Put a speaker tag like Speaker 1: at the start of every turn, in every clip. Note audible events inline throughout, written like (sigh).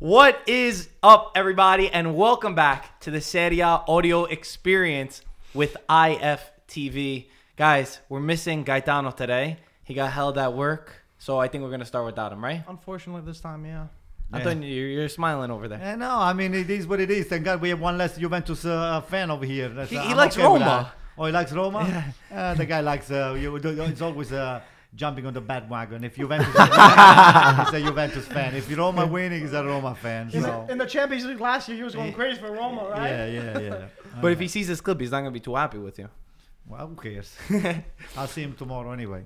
Speaker 1: What is up, everybody, and welcome back to the Serie A audio experience with IFTV. Guys, we're missing Gaetano today. He got held at work, so I think we're going to start without him, right?
Speaker 2: Unfortunately, this time, yeah.
Speaker 1: I thought you're, you're smiling over there.
Speaker 2: Eh, no, I mean it is what it is. Thank God we have one less Juventus uh, fan over here. That's,
Speaker 1: He-
Speaker 2: uh,
Speaker 1: he
Speaker 2: I'm
Speaker 1: likes
Speaker 2: okay with
Speaker 1: Roma.
Speaker 2: that. Oh, he likes Roma. Uh, the guy likes. Uh, you, it's always uh, jumping on the bandwagon.
Speaker 1: (laughs)
Speaker 2: If Juventus, he's a Juventus fan. If Roma winning, he's a Roma fan.
Speaker 3: In,
Speaker 2: So.
Speaker 3: the, in the Champions League last year, he was going crazy for Roma, right?
Speaker 2: Yeah, yeah, yeah. Uh,
Speaker 1: But if he sees this clip, he's not going to be too happy with you. (laughs)
Speaker 2: Well, who cares? I'll see him tomorrow anyway.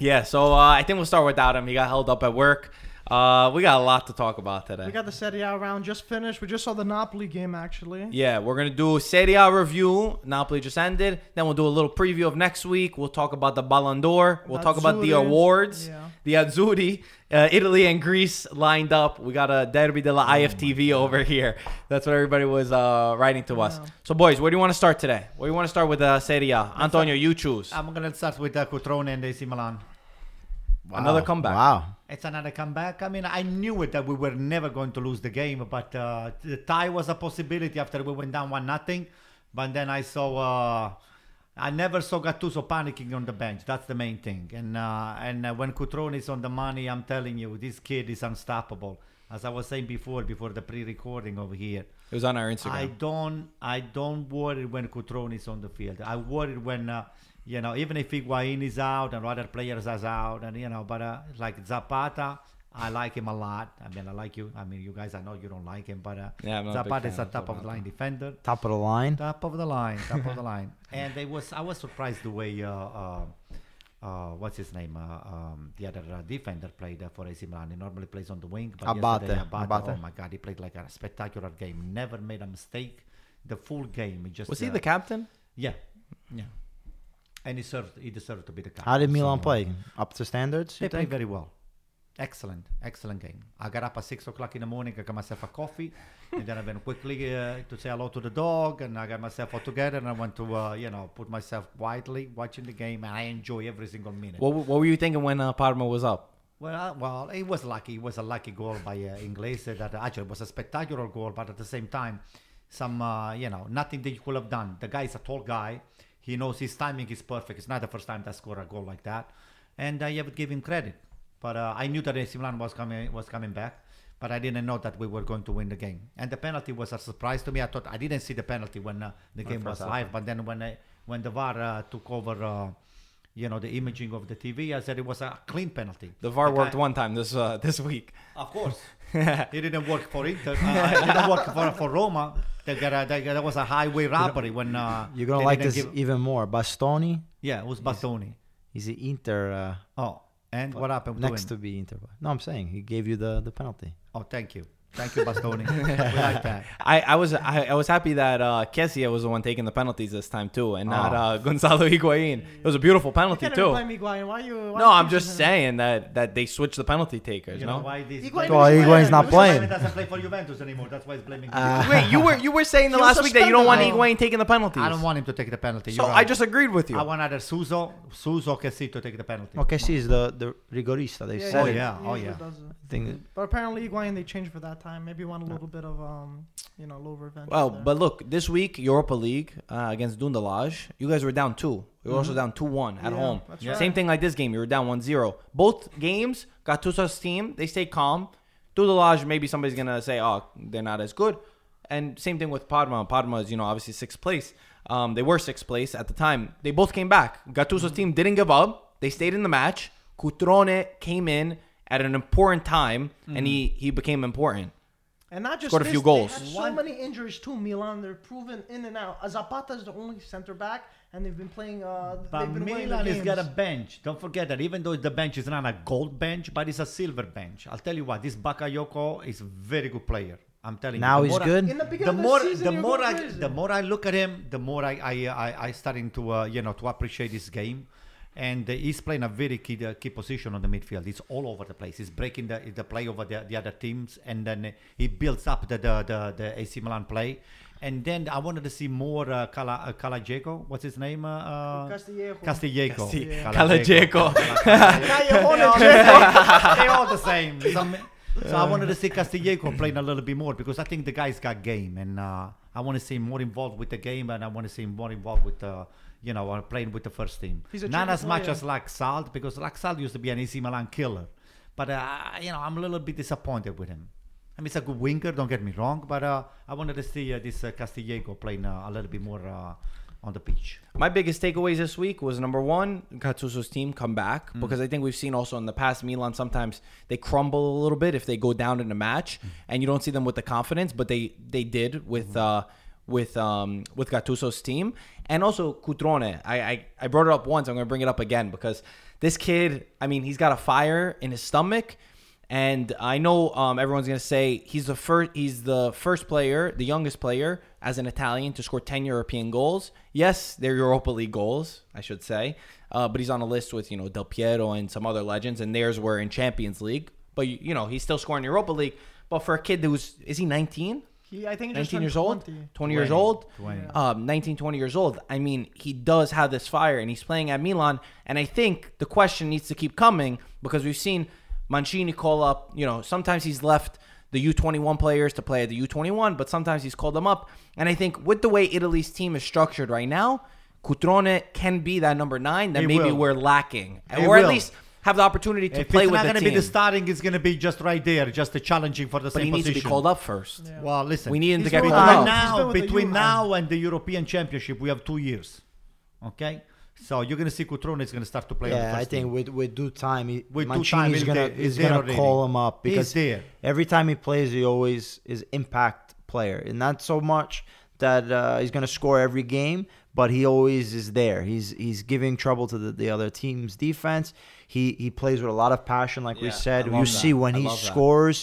Speaker 1: Yeah, so uh, I think we'll start without him. He got held up at work. Uh, we got a lot to talk about today.
Speaker 3: We got the Serie A round just finished. We just saw the Napoli game, actually.
Speaker 1: Yeah, we're gonna do Serie A review. Napoli just ended. Then we'll do a little preview of next week. We'll talk about the Ballon d'Or. We'll talk about the
Speaker 3: Azzurri.
Speaker 1: awards.
Speaker 3: Yeah.
Speaker 1: The Azzurri, uh, Italy and Greece lined up. We got a Derby della IFTV over here. That's what everybody was uh, writing to us.
Speaker 3: Yeah.
Speaker 1: So, boys, where do you want to start today? Where do you want to start with uh, Serie A? Antonio, you choose.
Speaker 2: I'm gonna start with uh, Cotrone and AC Milan.
Speaker 1: Another comeback.
Speaker 4: Wow.
Speaker 2: It's another comeback. I mean, I knew it that we were never going to lose the game, but uh, the tie was a possibility after we went down one nothing. But then I saw, uh, I never saw Gattuso panicking on the bench. That's the main thing. And uh, and uh, when Cutrone is on the money, I'm telling you, this kid is unstoppable. As I was saying before, before the pre-recording over here,
Speaker 1: It was on our Instagram.
Speaker 2: I don't, I don't worry when Cutrone is on the field. I worry when, uh, you know, even if Higuain is out and other players are out, and you know, but uh, like Zapata, I like him a lot. I mean, I like you. I mean, you guys, I know you don't like him, but uh,
Speaker 1: Yeah, I'm not a big
Speaker 2: Zapata is
Speaker 1: fan
Speaker 2: a
Speaker 1: of
Speaker 2: top of the line defender,
Speaker 4: Top of the line.
Speaker 2: top of the line, top of the line. (laughs) And they was, I was surprised the way. Uh, uh, uh, what's his name? Uh, um, the other uh, defender played uh, for AC Milan. He normally plays on the wing, but
Speaker 4: Abate,
Speaker 2: yesterday Abate,
Speaker 4: Abate.
Speaker 2: oh my god, he played like a spectacular game. Never made a mistake. The full game, he just
Speaker 1: was he
Speaker 2: uh,
Speaker 1: the captain?
Speaker 2: yeah, yeah. And he served. He deserved to be the captain.
Speaker 4: How did Milan
Speaker 2: so-
Speaker 4: play? Up to standards?
Speaker 2: They played very well. Excellent, excellent game. I got up at six o'clock in the morning. I got myself a coffee, (laughs) and then I went quickly uh, to say hello to the dog, and I got myself all together, and I went to uh, you know put myself quietly watching the game, and I enjoy every single minute.
Speaker 1: What, what were you thinking when uh, Parma was up?
Speaker 2: Well, uh, well, it was lucky. It was a lucky goal by uh, Inglese. That actually was a spectacular goal, but at the same time, some uh, you know nothing that you could have done. The guy is a tall guy. He knows his timing is perfect. It's not the first time that scored a goal like that, and uh, I would give him credit. But uh, I knew that AC Milan was coming was coming back, but I didn't know that we were going to win the game. And the penalty was a surprise to me. I thought I didn't see the penalty when uh, the game was live, but then when I, when the VAR uh, took over. Uh, you know the imaging of the TV. I said it was a clean penalty.
Speaker 1: The VAR
Speaker 2: Like,
Speaker 1: worked
Speaker 2: I-
Speaker 1: one time this uh, this week. (laughs)
Speaker 2: Of course, it didn't work for Inter. Uh, it didn't work for, for Roma. They got a, they got, there was a highway robbery when uh,
Speaker 4: You're going
Speaker 2: they
Speaker 4: to like
Speaker 2: didn't
Speaker 4: this e-
Speaker 2: give-
Speaker 4: even more. Bastoni,
Speaker 2: yeah, it was Bastoni.
Speaker 4: he's an Inter. Uh,
Speaker 2: Oh, and what happened
Speaker 4: next
Speaker 2: to
Speaker 4: to
Speaker 2: him?
Speaker 4: be Inter. No, I'm saying he gave you the, the penalty.
Speaker 2: Oh, thank you, thank you, Bastoni.
Speaker 4: (laughs)
Speaker 2: we like that.
Speaker 1: I, I was I, I was happy that uh, Kessie was the one taking the penalties this time too, and
Speaker 2: Oh.
Speaker 1: not uh, (laughs) Gonzalo Higuain. It was a beautiful
Speaker 3: You
Speaker 1: penalty
Speaker 3: can't
Speaker 1: too.
Speaker 3: even blame Higuain. Why you? Why
Speaker 1: No, I'm
Speaker 3: you
Speaker 1: just
Speaker 3: choosing him?
Speaker 1: saying that that they switched the penalty takers.
Speaker 2: You know
Speaker 1: No,
Speaker 2: why this?
Speaker 3: Higuain
Speaker 4: Well,
Speaker 3: is
Speaker 4: Higuain's not
Speaker 3: Higuain.
Speaker 4: playing. Uh,
Speaker 2: doesn't play for Juventus anymore. That's why he's blaming.
Speaker 1: wait, you were you were saying the
Speaker 3: He was
Speaker 1: last week that you don't want
Speaker 3: suspended, though.
Speaker 1: Higuain taking the penalties.
Speaker 2: I don't want him to take the penalty.
Speaker 1: So
Speaker 2: You're
Speaker 1: I
Speaker 2: right.
Speaker 1: just agreed with you.
Speaker 2: I want either Suso, Suso, Kessie to take the penalty.
Speaker 4: Okay, see, is the, the rigorista. They
Speaker 3: Yeah,
Speaker 4: said
Speaker 2: Oh,
Speaker 4: it.
Speaker 2: yeah,
Speaker 3: he
Speaker 2: oh,
Speaker 3: usually
Speaker 2: yeah.
Speaker 3: does it.
Speaker 4: I think
Speaker 3: But apparently Higuain they changed for that time. Maybe want a little bit of um, you know, a little revenge.
Speaker 1: Well,
Speaker 3: there.
Speaker 1: but look, this week Europa League uh, against Dundalaj, you guys were down two. You were also down two one at
Speaker 3: Mm-hmm. Yeah,
Speaker 1: home.
Speaker 3: that's right.
Speaker 1: Same thing like this game. You were down 1-0. Both games, Gattuso's team, they stay calm. Dundalaj, maybe somebody's gonna say, oh, they're not as good. And same thing with Parma. Parma is, you know, obviously sixth place. Um, they were sixth place at the time. They both came back. Gattuso's
Speaker 3: Mm-hmm.
Speaker 1: team didn't give up. They stayed in the match. Cutrone came in at an important time, and he
Speaker 3: Mm-hmm.
Speaker 1: he became important.
Speaker 3: and not just
Speaker 1: scored a
Speaker 3: this,
Speaker 1: few
Speaker 3: they
Speaker 1: goals.
Speaker 3: had so
Speaker 2: One-
Speaker 3: many injuries too. Milan, they're proven in and out. Zapata is the only center back, and they've been playing. Uh,
Speaker 2: But
Speaker 3: they've been winning their
Speaker 2: Milan has got a
Speaker 3: games.
Speaker 2: bench. Don't forget that. Even though the bench is not a gold bench, but it's a silver bench. I'll tell you what. This Bakayoko is a very good player. I'm telling
Speaker 4: Now
Speaker 2: you. The
Speaker 4: he's
Speaker 2: more I-
Speaker 4: good?
Speaker 3: In the beginning
Speaker 2: the
Speaker 3: of the
Speaker 2: more,
Speaker 3: season,
Speaker 2: the
Speaker 3: you're
Speaker 2: more,
Speaker 3: going
Speaker 2: I,
Speaker 3: crazy.
Speaker 2: the more I look at him, the more I, I, I, I starting to, uh, you know, to appreciate his game. And uh, he's playing a very key, uh, key position on the midfield. He's all over the place. He's breaking the, the play over the, the other teams, and then he builds up the the, the, the AC Milan play. And then I wanted to see more uh, Kala, uh, Kalajeko. What's his name? Uh, uh,
Speaker 3: Castillejo.
Speaker 2: Castillejo.
Speaker 1: Casti-
Speaker 2: (laughs) Castillejo.
Speaker 1: Callejeco.
Speaker 2: They all the same. They all the same. It's, ama- So I wanted to see Castillejo playing a little bit more because I think the guy's got game, and uh, I want to see him more involved with the game, and I want to see him more involved with uh, you know uh, playing with the first team.
Speaker 3: He's a
Speaker 2: Not
Speaker 3: tricky
Speaker 2: as much
Speaker 3: player.
Speaker 2: as Laxalt because Laxalt used to be an AC Milan killer, but uh, you know I'm a little bit disappointed with him. I mean, it's a good winger, don't get me wrong, but uh, I wanted to see uh, this uh, Castillejo playing uh, a little bit more uh, on the pitch.
Speaker 1: My biggest takeaways this week was number one, Gattuso's team come back because I think we've seen also in the past Milan sometimes they crumble a little bit if they go down in a match and you don't see them with the confidence, but they they did with uh, with um, with Gattuso's team and also Cutrone. I, I I brought it up once. I'm going to bring it up again because this kid, I mean, he's got a fire in his stomach. And I know um, everyone's gonna say he's the first. He's the first player, the youngest player as an Italian to score ten European goals. Yes, they're Europa League goals, I should say. Uh, but he's on a list with you know Del Piero and some other legends, and theirs were in Champions League. But you, you know he's still scoring Europa League. But for a kid who's is he nineteen?
Speaker 3: He, I think he just
Speaker 1: 19
Speaker 3: turned
Speaker 1: years old
Speaker 3: 20.
Speaker 1: 20, years old
Speaker 2: 20.
Speaker 1: um, 19 20 years old i mean he does have this fire and he's playing at milan and i think the question needs to keep coming because we've seen mancini call up you know sometimes he's left the u21 players to play at the u21 but sometimes he's called them up and i think with the way italy's team is structured right now cutrone can be that number nine that
Speaker 2: He
Speaker 1: maybe
Speaker 2: will.
Speaker 1: we're lacking
Speaker 2: He
Speaker 1: or at
Speaker 2: will.
Speaker 1: least have the opportunity to
Speaker 2: if
Speaker 1: play
Speaker 2: it's
Speaker 1: with
Speaker 2: not
Speaker 1: the
Speaker 2: going
Speaker 1: team
Speaker 2: to be the starting, it's going to be just right there, just uh, challenging for the
Speaker 1: but
Speaker 2: same
Speaker 1: he needs
Speaker 2: position.
Speaker 1: to be called up first
Speaker 3: Yeah.
Speaker 2: Well, listen.
Speaker 1: we need him to
Speaker 3: He's
Speaker 1: get
Speaker 3: been
Speaker 1: called up
Speaker 2: between now,
Speaker 3: with the Milan. He's been with
Speaker 2: between
Speaker 3: the
Speaker 2: now and the European Championship, we have two years. Okay, so you're gonna see Cutrone is gonna start to play. on the
Speaker 4: Yeah, I
Speaker 2: first
Speaker 4: think
Speaker 2: team.
Speaker 4: with with due time, he,
Speaker 2: With due time,
Speaker 4: Mancini is
Speaker 2: he'll
Speaker 4: gonna
Speaker 2: get- he's
Speaker 4: is
Speaker 2: there
Speaker 4: gonna
Speaker 2: already.
Speaker 4: call him up
Speaker 2: He's
Speaker 4: because
Speaker 2: there.
Speaker 4: every time he plays, he always is impact player, and not so much that uh, he's gonna score every game, but he always is there. He's he's giving trouble to the, the other team's defense. He he plays with a lot of passion, like we
Speaker 1: Yeah, I
Speaker 4: said. You
Speaker 1: love that.
Speaker 4: see when
Speaker 1: I
Speaker 4: he
Speaker 1: love that.
Speaker 4: scores.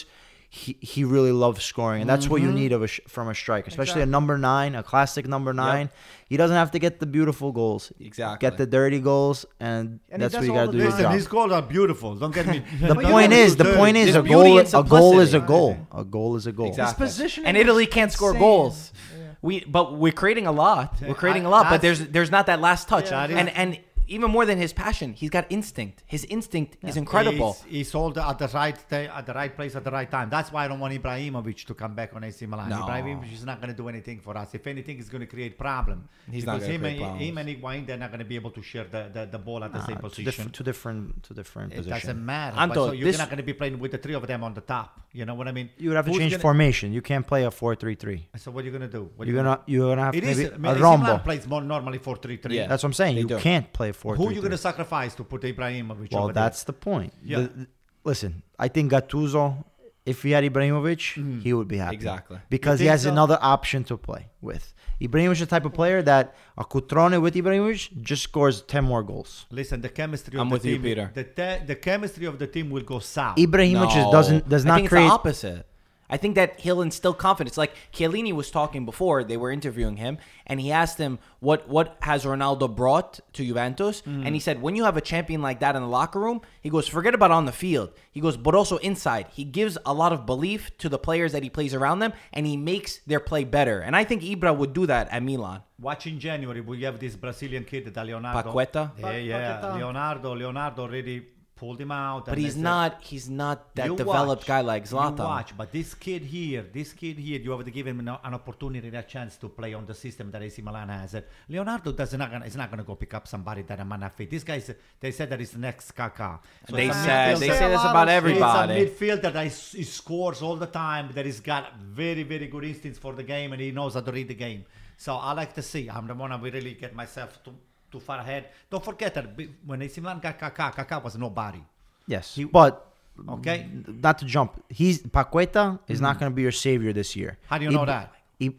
Speaker 4: He, he really loves scoring, and that's what
Speaker 2: Mm-hmm.
Speaker 4: you need of a sh- from a striker, especially a
Speaker 3: Exactly.
Speaker 4: number nine, a classic number nine. He doesn't have to get the beautiful goals.
Speaker 1: Exactly.
Speaker 4: Get the dirty goals, and
Speaker 3: And he
Speaker 4: that's
Speaker 3: does
Speaker 4: what you
Speaker 3: all
Speaker 4: gotta
Speaker 3: the
Speaker 4: do.
Speaker 3: dirty
Speaker 4: your
Speaker 2: Listen,
Speaker 4: job.
Speaker 2: his goals are beautiful. Don't
Speaker 1: (laughs)
Speaker 2: get me. (laughs)
Speaker 4: The
Speaker 3: But you
Speaker 4: point
Speaker 3: don't
Speaker 4: is, the point is,
Speaker 1: There's
Speaker 4: a
Speaker 1: beauty
Speaker 4: goal,
Speaker 1: in
Speaker 4: a goal is a
Speaker 1: simplicity.
Speaker 4: goal. A goal is a goal.
Speaker 1: Exactly.
Speaker 3: positioning
Speaker 1: and Italy
Speaker 3: is
Speaker 1: can't score
Speaker 3: insane.
Speaker 1: goals.
Speaker 3: Yeah.
Speaker 1: We but we're creating a lot. We're creating a
Speaker 2: I-
Speaker 1: lot, but
Speaker 2: that's-
Speaker 1: there's there's not that last touch.
Speaker 2: Yeah, that is-
Speaker 1: and and even more than his passion, he's got instinct. His instinct is incredible.
Speaker 2: He's, he's all the, at the right ta- at the right place at the right time. That's why I don't want Ibrahimovic to come back on AC Milan.
Speaker 1: No.
Speaker 2: Ibrahimovic is not going to do anything for us. If anything, he's going to create problem.
Speaker 1: He's not
Speaker 2: Because
Speaker 1: gonna
Speaker 2: him,
Speaker 1: create
Speaker 2: and, him
Speaker 1: problems.
Speaker 2: and Higuain, they're not going to be able to share the, the, the ball at the
Speaker 4: Nah,
Speaker 2: same
Speaker 4: two
Speaker 2: position.
Speaker 4: different- Two different, two different
Speaker 2: It doesn't
Speaker 4: positions.
Speaker 2: matter. but
Speaker 1: Anto,
Speaker 2: so you're
Speaker 1: this-
Speaker 2: not going to be playing with the three of them on the top. You know what I mean?
Speaker 4: You would have to
Speaker 2: Who's
Speaker 4: change
Speaker 2: gonna-
Speaker 4: formation. You can't play a four-three-three.
Speaker 2: So what are you going to do? What
Speaker 4: You're gonna, you're gonna have
Speaker 2: It
Speaker 4: maybe
Speaker 2: is. I mean,
Speaker 4: a
Speaker 2: AC Milan
Speaker 4: rombo.
Speaker 2: plays more normally four three three.
Speaker 1: Yeah.
Speaker 4: That's what I'm saying.
Speaker 1: They
Speaker 4: You
Speaker 1: do.
Speaker 4: can't play four-three-three.
Speaker 2: Who are you going to sacrifice to put Ibrahimovic?
Speaker 4: Well,
Speaker 2: over there?
Speaker 4: that's the point.
Speaker 2: Yeah.
Speaker 4: The- th- listen, I think Gattuso, if he had Ibrahimovic, he would be happy.
Speaker 1: Exactly.
Speaker 4: Because he
Speaker 2: think
Speaker 4: has
Speaker 2: so?
Speaker 4: another option to play with. Ibrahimovic is the type of player that a Cutrone with Ibrahimovic just scores 10 more goals.
Speaker 2: Listen, the chemistry.
Speaker 1: I'm
Speaker 2: of the
Speaker 1: with you,
Speaker 2: team,
Speaker 1: Peter.
Speaker 2: The, te- the chemistry of the team will go south.
Speaker 4: Ibrahimovic just doesn't does
Speaker 1: I
Speaker 4: not
Speaker 1: think
Speaker 4: create
Speaker 1: it's the opposite. I think that he'll instill confidence. Like Chiellini was talking before they were interviewing him, and he asked him what what has Ronaldo brought to Juventus, and he said when you have a champion like that in the locker room, he goes forget about on the field. He goes but also inside. He gives a lot of belief to the players that he plays around them, and he makes their play better. And I think Ibra would do that at Milan.
Speaker 2: Watch in January, we have this Brazilian kid, that Leonardo.
Speaker 1: Paqueta?
Speaker 2: Yeah, yeah.
Speaker 3: Paqueta.
Speaker 2: Leonardo, Leonardo already pulled him out.
Speaker 1: But
Speaker 2: and
Speaker 1: he's
Speaker 2: they said-
Speaker 1: not he's not that
Speaker 2: You
Speaker 1: developed
Speaker 2: watch.
Speaker 1: guy like Zlatan.
Speaker 2: You watch, but this kid here, this kid here, you have to give him an, an opportunity and a chance to play on the system that AC Milan has. And Leonardo does not gonna, is not going to go pick up somebody that a man not fit. This guy's they said that he's the next Kaká. So
Speaker 1: They
Speaker 2: it's a
Speaker 1: said
Speaker 2: midfielder.
Speaker 1: they
Speaker 3: Say
Speaker 1: say
Speaker 3: a
Speaker 1: this
Speaker 3: lot
Speaker 1: about
Speaker 3: of shit. It's a
Speaker 1: everybody.
Speaker 2: It's a midfielder that is, he scores all the time, that he's got very, very good instincts for the game, and he knows how to read the game. So I like to see. I'm the one I really get myself too, too far ahead. Don't forget that b- when AC Milan got Kaká, Kaká was nobody.
Speaker 4: Yes,
Speaker 2: He-
Speaker 4: but
Speaker 2: Okay.
Speaker 4: not to jump. He's Paqueta is not going to be your savior this year.
Speaker 2: Hmm. How do you know that?
Speaker 4: He-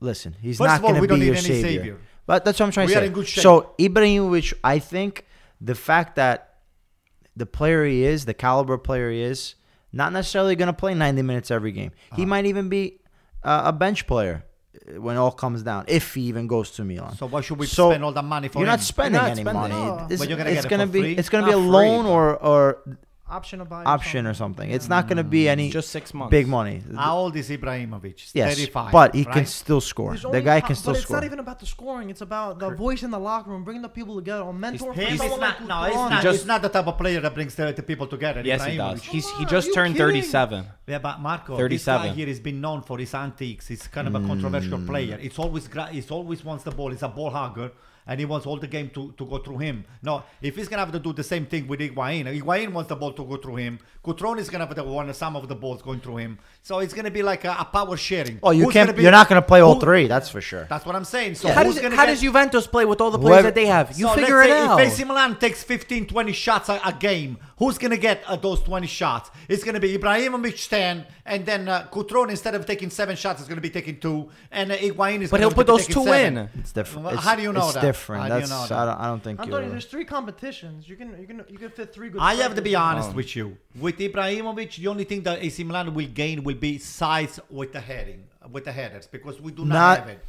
Speaker 4: listen, he's
Speaker 2: First
Speaker 4: not
Speaker 2: of all,
Speaker 4: going
Speaker 2: we
Speaker 4: to
Speaker 2: don't
Speaker 4: be
Speaker 2: need
Speaker 4: your
Speaker 2: any
Speaker 4: savior.
Speaker 2: savior.
Speaker 4: But that's what I'm trying
Speaker 2: We
Speaker 4: to
Speaker 2: are
Speaker 4: say.
Speaker 2: in good shape.
Speaker 4: So Ibrahimovic, I think the fact that the player he is, the caliber player he is, not necessarily going to play 90 minutes every game.
Speaker 2: Uh-huh.
Speaker 4: He might even be uh, a bench player uh, when all comes down, if he even goes to Milan.
Speaker 2: So why should we
Speaker 4: So-
Speaker 2: spend all the money for
Speaker 4: You're
Speaker 2: him?
Speaker 4: not spending
Speaker 1: not
Speaker 4: any
Speaker 1: spending.
Speaker 4: money.
Speaker 3: No.
Speaker 4: It's,
Speaker 2: But you're gonna
Speaker 4: it's
Speaker 2: get it
Speaker 4: gonna
Speaker 2: for
Speaker 4: be
Speaker 2: free?
Speaker 4: it's gonna be a
Speaker 1: Not free,
Speaker 4: loan
Speaker 1: but-
Speaker 4: or or
Speaker 3: option to buy.
Speaker 4: option or something. It's not going to be any
Speaker 1: Just six months.
Speaker 4: big money.
Speaker 2: How old is Ibrahimovic?
Speaker 4: Yes,
Speaker 2: 35.
Speaker 4: but he can
Speaker 2: right?
Speaker 4: still score.
Speaker 3: There's
Speaker 4: The
Speaker 3: only
Speaker 4: guy
Speaker 3: po-
Speaker 4: can still
Speaker 3: But it's
Speaker 4: score.
Speaker 3: not even about the scoring. It's about the voice in the locker room, bringing the people together, or
Speaker 1: he's-
Speaker 3: mentor. for
Speaker 2: He's,
Speaker 1: He's
Speaker 2: not,
Speaker 3: someone
Speaker 2: no,
Speaker 3: like
Speaker 2: he's
Speaker 3: Gutierrez.
Speaker 2: not,
Speaker 1: Just-
Speaker 2: he's not the type of player that brings the, the people together.
Speaker 1: Yes, he
Speaker 2: Ibrahimovic.
Speaker 1: does. He's he
Speaker 3: on,
Speaker 1: just
Speaker 3: you
Speaker 1: turned
Speaker 3: kidding?
Speaker 1: 37.
Speaker 2: Yeah, but Marco, this
Speaker 1: 37.
Speaker 2: guy here has been known for his antics. He's kind of a controversial
Speaker 4: Mm.
Speaker 2: player. It's always gra- he's always wants the ball. He's a ball hugger, and he wants all the game to, to go through him. No, if he's gonna have to do the same thing with Higuain, Higuain wants the ball to go through him. Cutrone is gonna have to want some of the balls going through him. So it's gonna be like a, a power sharing.
Speaker 4: Oh, you
Speaker 2: Who's
Speaker 4: can't.
Speaker 2: gonna be-
Speaker 4: you're not going to play all
Speaker 2: who-
Speaker 4: three. That's for sure.
Speaker 2: That's what I'm saying. So
Speaker 1: How,
Speaker 2: who's
Speaker 1: does,
Speaker 2: gonna
Speaker 1: how
Speaker 2: get-
Speaker 1: does Juventus play with all the players
Speaker 4: Whoever-
Speaker 1: that they have? You
Speaker 2: so
Speaker 1: figure
Speaker 2: let's
Speaker 1: it
Speaker 2: say
Speaker 1: out.
Speaker 2: If AC Milan takes 15, 20 shots a, a game, who's going to get uh, those 20 shots? It's going to be Ibrahimovic 10, and then uh, Cutrone, instead of taking seven shots, is going to be taking two, and uh, Higuain is
Speaker 1: But
Speaker 2: gonna
Speaker 1: he'll put
Speaker 2: be
Speaker 1: those
Speaker 2: taking
Speaker 1: two
Speaker 2: seven.
Speaker 1: in.
Speaker 4: It's different.
Speaker 2: Well,
Speaker 4: It's,
Speaker 2: how do you know
Speaker 4: it's
Speaker 2: that?
Speaker 4: different.
Speaker 2: How do you
Speaker 4: That's.
Speaker 2: know that?
Speaker 4: I, don't, I don't think.
Speaker 3: Antonio,
Speaker 4: You're,
Speaker 3: there's three competitions. You can you can you can fit three good.
Speaker 2: I have to be
Speaker 3: players.
Speaker 2: honest with you. With Ibrahimovic, the only thing that AC Milan will gain will be size with the heading, with the headers, because we do not,
Speaker 4: Not-
Speaker 2: have it.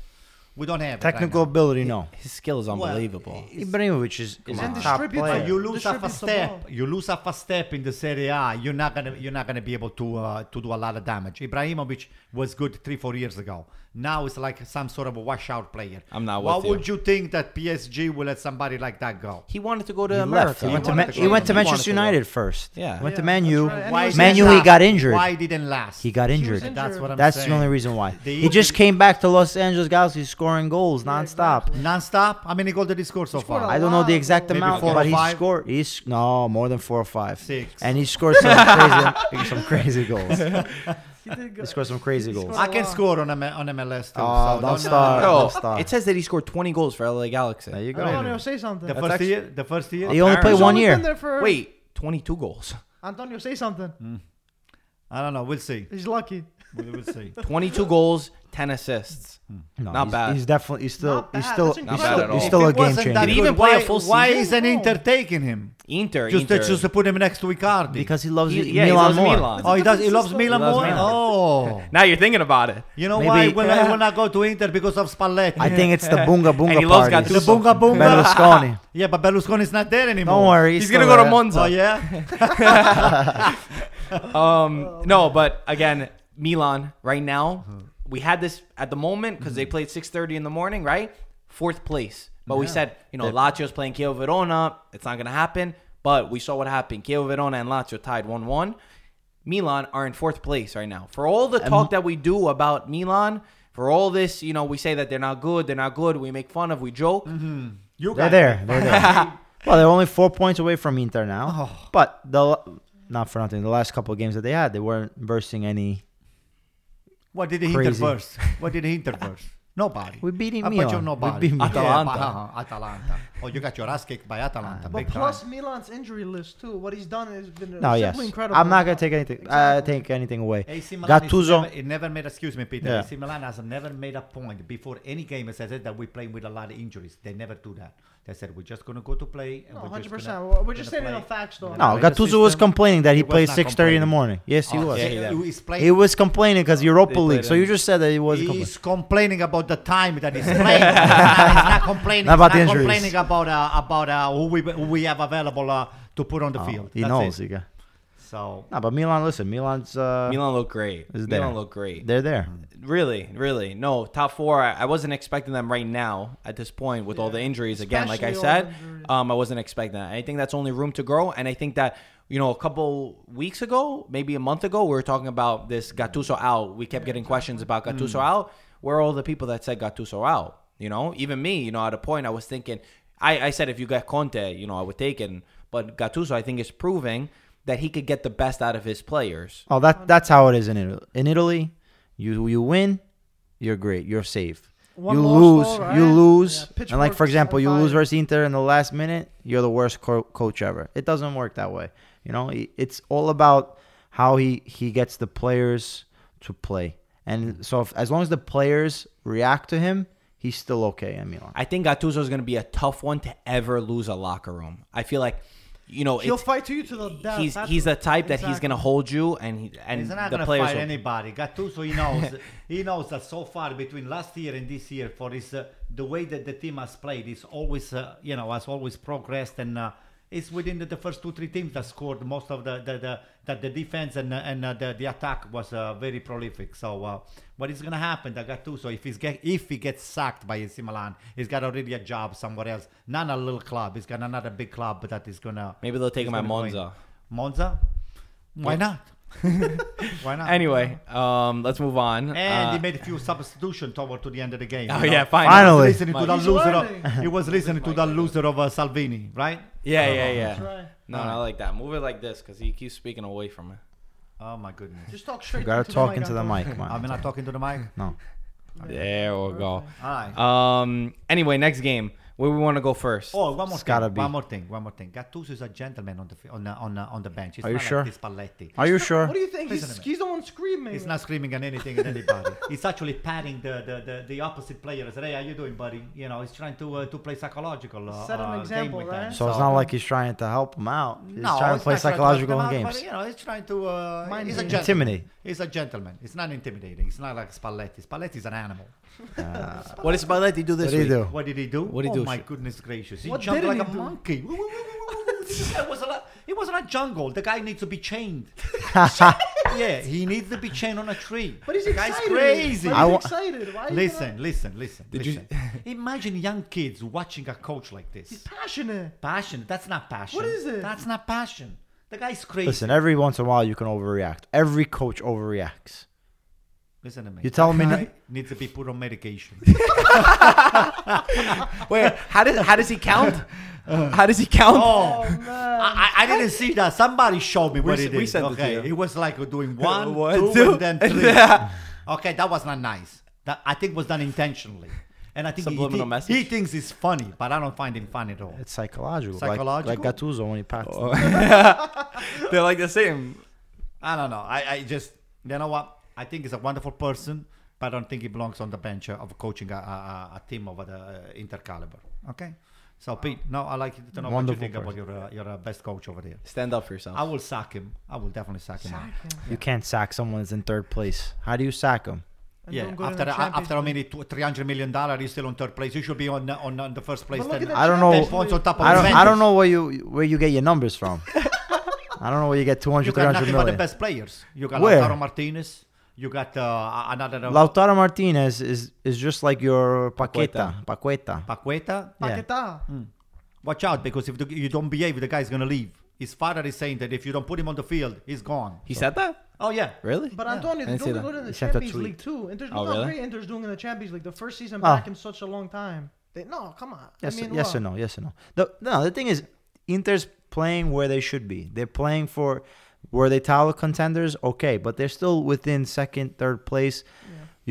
Speaker 2: We don't have it right
Speaker 4: technical
Speaker 2: now.
Speaker 4: ability, no.
Speaker 1: His skill is
Speaker 2: Well,
Speaker 1: unbelievable.
Speaker 2: it's-
Speaker 4: Ibrahimovic is, is a
Speaker 3: on.
Speaker 4: top
Speaker 3: Distributes
Speaker 4: player.
Speaker 3: Yeah.
Speaker 2: You lose half a
Speaker 3: Distributes the
Speaker 2: step.
Speaker 3: ball.
Speaker 2: You lose half a step in the Serie A. You're not gonna you're not gonna be able to uh, to do a lot of damage. Ibrahimovic was good three four years ago. Now it's like some sort of a washout player.
Speaker 1: I'm not
Speaker 2: What
Speaker 1: with you.
Speaker 2: would you think that PSG will let somebody like that go?
Speaker 1: he wanted to go to
Speaker 4: He left.
Speaker 1: America.
Speaker 4: He went to,
Speaker 2: wanted
Speaker 4: Man-
Speaker 2: to go
Speaker 4: he went
Speaker 2: to
Speaker 4: to
Speaker 2: America.
Speaker 4: Manchester
Speaker 2: He wanted to go.
Speaker 4: United first.
Speaker 1: Yeah.
Speaker 4: went to
Speaker 3: Yeah,
Speaker 4: Man
Speaker 3: that's
Speaker 4: U.
Speaker 3: right. And he
Speaker 2: Why
Speaker 3: was
Speaker 4: Man
Speaker 2: didn't
Speaker 4: U, he
Speaker 2: last?
Speaker 4: got injured.
Speaker 2: Why didn't last?
Speaker 4: He got
Speaker 3: was
Speaker 4: injured.
Speaker 3: injured.
Speaker 2: That's what I'm
Speaker 4: That's
Speaker 2: saying.
Speaker 4: the only reason why.
Speaker 2: The
Speaker 4: He just
Speaker 2: injury-
Speaker 4: came back to Los Angeles Galaxy scoring goals nonstop.
Speaker 3: exactly.
Speaker 2: Non-stop. How many goals did he score so
Speaker 3: scored
Speaker 2: far?
Speaker 3: a
Speaker 4: I don't know the
Speaker 3: Wow.
Speaker 4: exact
Speaker 2: Maybe
Speaker 4: amount,
Speaker 2: four or
Speaker 4: but he
Speaker 2: five?
Speaker 4: scored. He's no more than four or five.
Speaker 2: Six.
Speaker 4: And he scored
Speaker 2: (laughs)
Speaker 4: some crazy, some crazy goals.
Speaker 3: He did
Speaker 4: He
Speaker 3: good.
Speaker 4: scored some crazy
Speaker 3: He
Speaker 4: goals.
Speaker 3: scored-
Speaker 2: I can score on M- on MLS too.
Speaker 4: Oh,
Speaker 2: so
Speaker 4: don't
Speaker 2: uh,
Speaker 4: start.
Speaker 1: Bro,
Speaker 4: Star.
Speaker 1: it says that he scored 20 goals for LA Galaxy.
Speaker 4: There you go.
Speaker 3: (laughs) Antonio, say something.
Speaker 2: The
Speaker 3: He's
Speaker 2: first
Speaker 1: actu-
Speaker 2: year. The first year.
Speaker 4: He only played
Speaker 1: Apparently.
Speaker 4: one
Speaker 3: only been
Speaker 4: year.
Speaker 3: there for-
Speaker 1: Wait, 22 goals.
Speaker 3: Antonio, say something.
Speaker 4: Hmm?
Speaker 2: I don't know. We'll see.
Speaker 3: He's lucky.
Speaker 2: We will
Speaker 4: (laughs)
Speaker 2: see.
Speaker 1: 22 goals, 10 assists.
Speaker 4: No,
Speaker 1: Not
Speaker 4: he's,
Speaker 1: bad.
Speaker 4: He's definitely. He's still.
Speaker 3: Not
Speaker 4: He's
Speaker 3: bad.
Speaker 4: still.
Speaker 3: That's
Speaker 4: He's
Speaker 1: Not
Speaker 4: still,
Speaker 1: bad at
Speaker 4: he's
Speaker 1: all.
Speaker 4: still
Speaker 2: If
Speaker 4: a
Speaker 2: it
Speaker 4: game
Speaker 2: wasn't that
Speaker 1: Did he
Speaker 4: changer
Speaker 2: good,
Speaker 1: even play a
Speaker 2: why-
Speaker 1: full
Speaker 2: Why
Speaker 1: season?
Speaker 2: isn't
Speaker 3: No.
Speaker 2: Inter taking him?
Speaker 1: Inter,
Speaker 2: Just
Speaker 1: Inter.
Speaker 2: to, just to put him next to Icardi.
Speaker 4: because he loves
Speaker 1: He- yeah, he
Speaker 4: Milan
Speaker 1: loves
Speaker 4: more.
Speaker 1: Milan.
Speaker 2: oh, he does. He loves
Speaker 3: He
Speaker 2: Milan
Speaker 1: loves
Speaker 2: more.
Speaker 1: Milan.
Speaker 2: Oh,
Speaker 1: now you're thinking about it.
Speaker 2: you know
Speaker 4: Maybe-
Speaker 2: why? Will I
Speaker 4: (laughs)
Speaker 2: will not go to Inter because of Spalletti.
Speaker 4: I think
Speaker 2: (laughs)
Speaker 4: it's the bunga bunga
Speaker 1: he loves
Speaker 4: parties.
Speaker 2: the
Speaker 1: Gattuso.
Speaker 2: Bunga Bunga.
Speaker 4: Berlusconi.
Speaker 2: (laughs) Yeah, but Berlusconi is not there anymore.
Speaker 4: Don't worry.
Speaker 1: He's
Speaker 4: still
Speaker 1: gonna go to
Speaker 4: there.
Speaker 1: Monza.
Speaker 2: Oh
Speaker 4: (laughs)
Speaker 2: yeah.
Speaker 1: Um, no, but again, Milan right now, we had this at the moment because they played 6:30 in the morning, right? Fourth place, but we said you know Lazio's playing Chievo Verona, it's not gonna happen. But we saw what happened. Chievo Verona and Lazio tied one-one. Milan are in fourth place right now. For all the talk that we do about Milan, for all this, you know, we say that they're not good, they're not good. We make fun of, we joke.
Speaker 2: You
Speaker 4: They're
Speaker 2: guys-
Speaker 4: there. They're there. well, they're only four points away from Inter now.
Speaker 2: Oh.
Speaker 4: But the not for nothing. The last couple of games that they had, they weren't versing any.
Speaker 2: (laughs) What did the
Speaker 4: Crazy.
Speaker 2: Inter verse? What did the Inter verse? Nobody.
Speaker 4: We beat
Speaker 2: A
Speaker 4: Milan.
Speaker 2: bunch of
Speaker 4: We
Speaker 2: nobody.
Speaker 4: beat Milan.
Speaker 1: Atalanta.
Speaker 2: Yeah, uh-huh, Atalanta. Oh, you got your ass kicked by Atalanta.
Speaker 3: But
Speaker 2: big
Speaker 3: plus
Speaker 2: time.
Speaker 3: Milan's injury list too. What he's done has been
Speaker 4: No,
Speaker 3: simply
Speaker 4: yes.
Speaker 3: incredible.
Speaker 4: I'm not gonna take anything. Uh,
Speaker 3: Exactly.
Speaker 4: take anything away.
Speaker 2: AC Milan is
Speaker 4: Gattuso.
Speaker 2: Never, it never made. Excuse me, Peter.
Speaker 4: Yeah.
Speaker 2: AC Milan has never made a point before any game. As I said, that we play with a lot of injuries. They never do that. They said we're just gonna go to play. And
Speaker 3: No,
Speaker 2: we're
Speaker 3: 100.
Speaker 2: Just gonna,
Speaker 3: percent We're just
Speaker 2: gonna
Speaker 3: stating the
Speaker 2: play.
Speaker 3: facts, though.
Speaker 4: No,
Speaker 2: Right, the
Speaker 4: Gattuso was
Speaker 2: system-
Speaker 4: complaining that he,
Speaker 2: he was
Speaker 4: played
Speaker 2: not
Speaker 4: six thirty in the
Speaker 2: complaining.
Speaker 4: morning. Yes, he
Speaker 2: Oh,
Speaker 4: was.
Speaker 2: yeah,
Speaker 1: Yeah,
Speaker 2: he- he's playing. Oh,
Speaker 4: He was complaining because Europa
Speaker 1: They played
Speaker 4: League. So you
Speaker 1: him.
Speaker 4: just said that he wasn't complaining.
Speaker 2: He's complaining about the time that
Speaker 4: (laughs)
Speaker 2: he's playing. he's not complaining.
Speaker 4: Not about
Speaker 2: he's
Speaker 4: the injuries.
Speaker 2: complaining about uh, about uh, who we who we have available uh, to put on the
Speaker 4: Oh,
Speaker 2: field.
Speaker 4: He
Speaker 2: That's
Speaker 4: knows.
Speaker 2: It.
Speaker 4: He got-
Speaker 2: So
Speaker 4: No, but Milan. Listen, Milan's. Uh,
Speaker 1: Milan look great.
Speaker 4: Is there.
Speaker 1: Milan look great.
Speaker 4: They're there.
Speaker 2: Mm.
Speaker 1: Really, really. No, top four. I, I wasn't expecting them right now at this point with all the injuries. Again, like I
Speaker 3: Especially all the
Speaker 1: said,
Speaker 3: injuries.
Speaker 1: um, I wasn't expecting that. I think that's only room to grow. And I think that, you know, a couple weeks ago, maybe a month ago, we were talking about this Gattuso out. We kept getting questions about Gattuso
Speaker 3: Mm.
Speaker 1: out. Where are all the people that said Gattuso out? You know, even me, you know, at a point I was thinking, I, I said if you got Conte, you know, I would take it. But Gattuso, I think, is proving that he could get the best out of his players.
Speaker 4: Oh, that that's how it is in Italy. In Italy, you you win, you're great, you're safe.
Speaker 3: One
Speaker 4: you lose,
Speaker 3: loss, though, right?
Speaker 4: you lose,
Speaker 3: Yeah,
Speaker 4: and like for
Speaker 3: pitchforks
Speaker 4: example,
Speaker 3: on
Speaker 4: you lose
Speaker 3: fire.
Speaker 4: versus Inter in the last minute. You're the worst co- coach ever. It doesn't work that way. You know, It- it's all about how he he gets the players to play, and so if, as long as the players react to him, he's still okay at Milan.
Speaker 1: I think Gattuso is going to be a tough one to ever lose a locker room. I feel like, you know,
Speaker 3: He'll
Speaker 1: it's,
Speaker 3: fight to you to the death.
Speaker 1: he's
Speaker 3: That's
Speaker 1: he's the
Speaker 3: what-
Speaker 1: type that he's going to
Speaker 3: Exactly.
Speaker 1: hold you and he, and
Speaker 2: he's not
Speaker 1: the
Speaker 2: gonna
Speaker 1: players.
Speaker 2: fight
Speaker 1: will-
Speaker 2: anybody. Gattuso, he knows. he knows that so far between last year and this year, for his uh, the way that the team has played, is always uh, you know has always progressed and. Uh, it's within the, the first two three teams that scored most of the the, the that the defense and uh, and uh, the, the attack was uh, very prolific. So uh, what is gonna happen? That Gattuso, if he's get if he gets sacked by AC Milan, he's got already a job somewhere else, not a little club. He's got another big club that is gonna
Speaker 1: Maybe they'll take
Speaker 2: is
Speaker 1: him at
Speaker 2: gonna go in.
Speaker 1: Monza.
Speaker 2: Monza, why not? (laughs) why not?
Speaker 1: (laughs) Anyway, um, let's move on.
Speaker 2: And he
Speaker 1: Uh,
Speaker 2: made a few substitutions toward to the end of the game.
Speaker 1: Oh,
Speaker 2: you know?
Speaker 1: yeah, finally.
Speaker 2: He was
Speaker 4: Finally.
Speaker 2: listening to the
Speaker 3: He's
Speaker 2: loser.
Speaker 3: learning.
Speaker 2: Of, he was listening to the loser of uh, Salvini, right?
Speaker 1: yeah, yeah,
Speaker 3: That's
Speaker 1: yeah.
Speaker 3: right.
Speaker 1: No, not like that. Move it like this because he keeps speaking away from it.
Speaker 2: Oh my goodness!
Speaker 3: Just talk straight.
Speaker 4: You gotta
Speaker 3: into
Speaker 4: talk
Speaker 3: mic,
Speaker 4: into the
Speaker 3: Antonio.
Speaker 4: mic, man.
Speaker 2: I'm not talking to the
Speaker 4: (laughs)
Speaker 2: mic.
Speaker 4: no.
Speaker 1: There we go.
Speaker 2: All right.
Speaker 1: Um. Anyway, next game. Where we want to go first?
Speaker 2: Oh, one more
Speaker 4: It's gotta
Speaker 2: thing.
Speaker 4: be.
Speaker 2: One more thing. One more thing. Gattuso is a gentleman on the fi- on the, on, the, on the bench. It's
Speaker 4: Are you
Speaker 2: not
Speaker 4: sure?
Speaker 2: Like this Paletti.
Speaker 4: Are you sure?
Speaker 3: What do you think?
Speaker 2: Listen
Speaker 3: He's,
Speaker 2: to me.
Speaker 3: he's the one screaming.
Speaker 2: He's not screaming at anything at
Speaker 4: (laughs)
Speaker 2: anybody. he's actually patting the, the, the, the opposite players. Hey, how you doing, buddy? You know, he's trying to uh, to play psychological. Uh,
Speaker 3: Set an
Speaker 2: uh, game
Speaker 3: example,
Speaker 2: with them.
Speaker 3: right?
Speaker 4: so it's not like he's trying to help him out. He's
Speaker 2: no,
Speaker 4: trying
Speaker 2: he's
Speaker 4: to play
Speaker 2: not trying
Speaker 4: psychological
Speaker 2: help them out,
Speaker 4: games.
Speaker 2: But, you know, he's trying to. Uh,
Speaker 3: Mind
Speaker 2: he's a
Speaker 3: games.
Speaker 2: gentleman.
Speaker 4: Intimidate.
Speaker 2: He's a gentleman. It's not intimidating. It's not like Spalletti. Spalletti's an animal.
Speaker 1: What does Spalletti do this
Speaker 4: What do you
Speaker 1: week?
Speaker 4: do?
Speaker 2: What did he do?
Speaker 1: What did
Speaker 2: oh
Speaker 1: he do?
Speaker 2: my goodness gracious! He
Speaker 3: What
Speaker 2: jumped
Speaker 3: didn't
Speaker 2: like a
Speaker 3: he do?
Speaker 2: monkey. Woo, woo, woo, woo, woo, woo. it was a lot. It was not a jungle. The guy needs to be
Speaker 3: (laughs)
Speaker 2: chained. yeah, he needs to be chained on a tree.
Speaker 3: but he's
Speaker 2: the guy's
Speaker 3: excited.
Speaker 2: crazy.
Speaker 3: But
Speaker 4: I
Speaker 3: he's
Speaker 4: wa-
Speaker 3: excited. Why? is he
Speaker 2: Listen,
Speaker 3: not-
Speaker 2: listen, listen,
Speaker 1: Did you-
Speaker 2: listen. Imagine young kids watching a coach like
Speaker 3: he's
Speaker 2: this.
Speaker 3: passionate.
Speaker 2: Passion? That's not passion.
Speaker 3: What is it?
Speaker 2: That's not passion. The guy's crazy.
Speaker 4: Listen, every once in a while you can overreact. Every coach overreacts.
Speaker 2: Listen to me.
Speaker 4: You telling me
Speaker 2: That
Speaker 4: no-
Speaker 2: guy needs to be put on medication. (laughs)
Speaker 1: Wait, how does how does he count?
Speaker 4: (laughs) Uh,
Speaker 1: How does he count?
Speaker 2: oh,
Speaker 3: Oh man.
Speaker 2: I, I I didn't see that. Somebody showed me what
Speaker 1: s-
Speaker 2: it is.
Speaker 1: we sent it to
Speaker 2: okay,
Speaker 1: you.
Speaker 2: it was like doing one,
Speaker 1: (laughs) One,
Speaker 2: two,
Speaker 1: two,
Speaker 2: and then
Speaker 1: and
Speaker 2: three.
Speaker 1: then-
Speaker 2: (laughs) okay, that was not nice. That I think was done intentionally, and I think he,
Speaker 1: Subliminal
Speaker 2: thi-
Speaker 1: message?
Speaker 2: he thinks it's funny, but I don't find him funny at all.
Speaker 4: It's psychological. Like,
Speaker 2: Psychological? Oh.
Speaker 4: like Gattuso when he pats.
Speaker 1: (laughs)
Speaker 2: (laughs)
Speaker 1: They're like the same.
Speaker 2: I don't know. I, I just you know what? I think he's a wonderful person, but I don't think he belongs on the bench uh, of coaching a, a, a- a team of the uh, Intercaliber. Okay. So Pete, no, I like to know
Speaker 4: Wonderful
Speaker 2: what you think about your uh, your uh, best coach over there.
Speaker 1: Stand up for yourself.
Speaker 2: I will sack him. I will definitely sack him. out.
Speaker 4: You can't sack someone that's in third place. How do you sack him?
Speaker 3: And
Speaker 2: Yeah,
Speaker 3: don't go to
Speaker 2: after
Speaker 3: the
Speaker 2: a- after a
Speaker 3: Champions
Speaker 2: minute, three hundred million dollar, he's still on third place. You should be on uh, on, on the first place.
Speaker 3: But look
Speaker 2: Then.
Speaker 3: at
Speaker 4: I don't
Speaker 2: Ten
Speaker 4: know.
Speaker 2: points on top of
Speaker 4: I don't. I
Speaker 2: Juventus.
Speaker 4: don't know where you where you get your numbers
Speaker 2: (laughs)
Speaker 4: from. I don't know where you get 200,
Speaker 2: You got nothing
Speaker 4: 300
Speaker 2: but the
Speaker 4: million.
Speaker 2: best players. You got
Speaker 4: Where?
Speaker 2: Lautaro Martinez. You got uh, another
Speaker 4: Lautaro Martinez is is just like your Paqueta. Paqueta.
Speaker 2: Paqueta.
Speaker 4: Yeah.
Speaker 3: League. Paquetá.
Speaker 2: Watch out because if the, you don't behave, the guy's gonna leave. His father is saying that if you don't put him on the field, he's gone.
Speaker 1: he said that?
Speaker 2: Oh yeah.
Speaker 1: Really?
Speaker 3: But Antonio,
Speaker 1: I didn't
Speaker 3: they're
Speaker 1: see
Speaker 3: doing
Speaker 1: that.
Speaker 3: good in the
Speaker 4: He sent a
Speaker 3: Champions
Speaker 4: tweet.
Speaker 3: League too. Inter's
Speaker 1: Oh,
Speaker 3: look how
Speaker 1: really?
Speaker 3: great Inter's doing in the Champions League. The first season
Speaker 4: Oh.
Speaker 3: back in such a long time. They, no, come on.
Speaker 4: Yes,
Speaker 3: I mean,
Speaker 4: yes
Speaker 3: look.
Speaker 4: or no? Yes or no? The, no, the thing is, Inter's playing where they should be. They're playing for were they title contenders? Okay, but they're still within second, third place.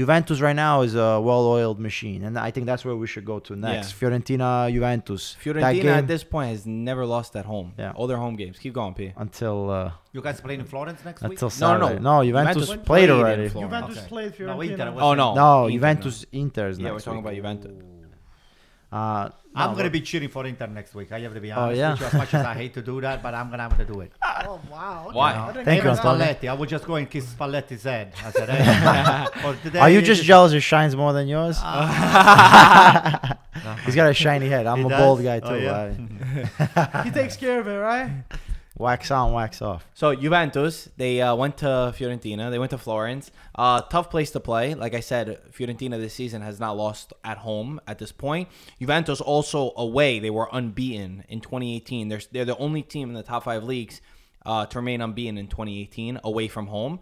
Speaker 4: Juventus right now is a well-oiled machine, and I think that's where we should go to next. Fiorentina, Juventus. That
Speaker 1: Fiorentina
Speaker 4: game
Speaker 1: at this point has never lost at home.
Speaker 4: Yeah.
Speaker 1: All their home games. Keep going, P.
Speaker 4: until uh,
Speaker 2: You guys playing in Florence next week?
Speaker 4: until
Speaker 1: No, no,
Speaker 4: Saturday.
Speaker 1: no.
Speaker 4: no. Juventus,
Speaker 1: Juventus
Speaker 4: played
Speaker 1: played in
Speaker 4: already.
Speaker 1: Florence.
Speaker 3: Juventus
Speaker 2: Okay.
Speaker 3: played
Speaker 2: No,
Speaker 3: Fiorentina.
Speaker 2: Inter was-
Speaker 1: Oh, no.
Speaker 4: No,
Speaker 1: Inter,
Speaker 4: Juventus, Inter is
Speaker 1: Yeah, we're
Speaker 4: next
Speaker 1: talking
Speaker 4: week.
Speaker 1: about Juventus.
Speaker 4: Uh,
Speaker 2: I'm
Speaker 4: no, Oh,
Speaker 2: gonna be cheering for Inter next week. I have to be honest.
Speaker 4: yeah.
Speaker 2: With you, as much
Speaker 4: (laughs)
Speaker 2: as I hate to do that, but I'm gonna have to do it.
Speaker 3: Oh, wow. okay.
Speaker 1: Why?
Speaker 3: I didn't
Speaker 4: Thank
Speaker 3: get
Speaker 4: you,
Speaker 3: that.
Speaker 4: Antonio.
Speaker 2: Spalletti. I would just go and kiss Spalletti's head. I
Speaker 1: (laughs)
Speaker 2: said, hey. or today
Speaker 4: Are you just
Speaker 2: is-
Speaker 4: jealous it shines more than yours? (laughs) He's got a shiny head. I'm
Speaker 2: He
Speaker 4: a
Speaker 2: does?
Speaker 4: bald guy too.
Speaker 2: Oh, yeah?
Speaker 4: I-
Speaker 3: He takes care of it, right?
Speaker 4: wax on, wax off.
Speaker 1: So Juventus, they uh, went to Fiorentina. They went to Florence. Uh, tough place to play. Like I said, Fiorentina this season has not lost at home at this point. Juventus also away. They were unbeaten in 2018. They're, they're the only team in the top five leagues uh, to remain unbeaten in 2018 away from home.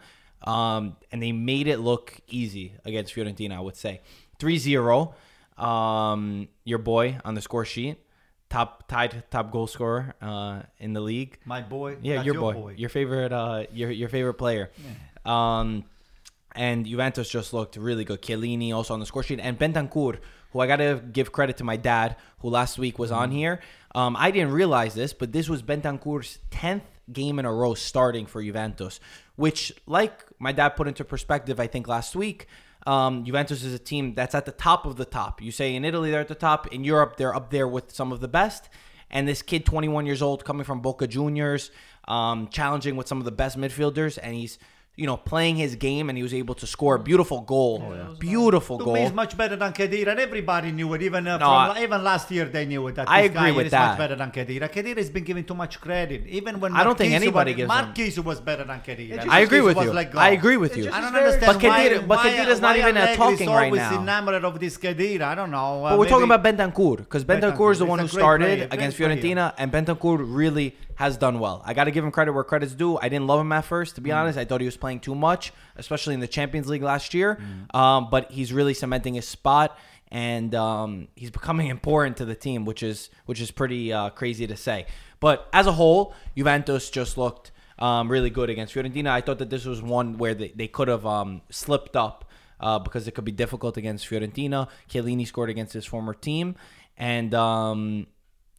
Speaker 1: Um, and they made it look easy against Fiorentina, I would say. 3 0. Um, your boy on the score sheet, top tied top goal scorer uh, in the league.
Speaker 2: My boy.
Speaker 1: Yeah,
Speaker 2: that's
Speaker 1: your, boy. Your favorite uh your your favorite player. Um and Juventus just looked really good. Chiellini also on the score sheet and Bentancur, who I got to give credit to my dad who last week was on here. Um I didn't realize this, but this was Bentancur's 10th game in a row starting for Juventus, which like my dad put into perspective I think last week um, Juventus is a team that's at the top of the top. You say in Italy they're at the top, in Europe they're up there with some of the best. And this kid, 21 years old, coming from Boca Juniors, um, challenging with some of the best midfielders, and he's you know, playing his game, and he was able to score a beautiful goal, beautiful
Speaker 2: To
Speaker 1: goal.
Speaker 2: me, is much better than Kedira, and everybody knew it. Even uh,
Speaker 1: No,
Speaker 2: from,
Speaker 1: I-
Speaker 2: even last year, they knew it. That
Speaker 1: I
Speaker 2: this
Speaker 1: agree
Speaker 2: guy
Speaker 1: with
Speaker 2: is
Speaker 1: that.
Speaker 2: Much better than Kedira. Kedira has been given too much credit. Even when
Speaker 1: I don't think
Speaker 2: Marquisio
Speaker 1: anybody
Speaker 2: was,
Speaker 1: gives him-
Speaker 2: Marquisio was better than Kedira.
Speaker 3: just-
Speaker 1: I agree
Speaker 2: Marquisio
Speaker 1: with
Speaker 2: was
Speaker 1: you.
Speaker 2: let go.
Speaker 1: I agree with
Speaker 3: It
Speaker 1: you.
Speaker 3: just
Speaker 2: I
Speaker 3: is
Speaker 2: don't
Speaker 3: very-
Speaker 2: understand
Speaker 1: But
Speaker 2: why,
Speaker 1: Khedira- but
Speaker 2: why,
Speaker 1: Khedira's not
Speaker 2: why
Speaker 1: even, uh,
Speaker 2: Allegri
Speaker 1: talking
Speaker 2: is
Speaker 1: right
Speaker 2: always
Speaker 1: now.
Speaker 2: enamored of this Khedira. I don't know. uh,
Speaker 1: But we're talking
Speaker 2: maybe-
Speaker 1: about Bentancur because Bentancur,
Speaker 2: Bentancur
Speaker 1: is the
Speaker 2: is
Speaker 1: one
Speaker 2: a
Speaker 1: who
Speaker 2: great
Speaker 1: started
Speaker 2: player,
Speaker 1: against
Speaker 2: great player.
Speaker 1: Fiorentina, and Bentancur really has done well. I got to give him credit where credit's due. I didn't love him at first, to be honest. I thought he was playing too much, especially in the Champions League last year. Um, but he's really cementing his spot, and um, he's becoming (laughs) important to the team, which is which is pretty uh, crazy to say. But as a whole, Juventus just looked um, really good against Fiorentina. I thought that this was one where they, they could have um, slipped up uh, because it could be difficult against Fiorentina. Chiellini scored against his former team, and um,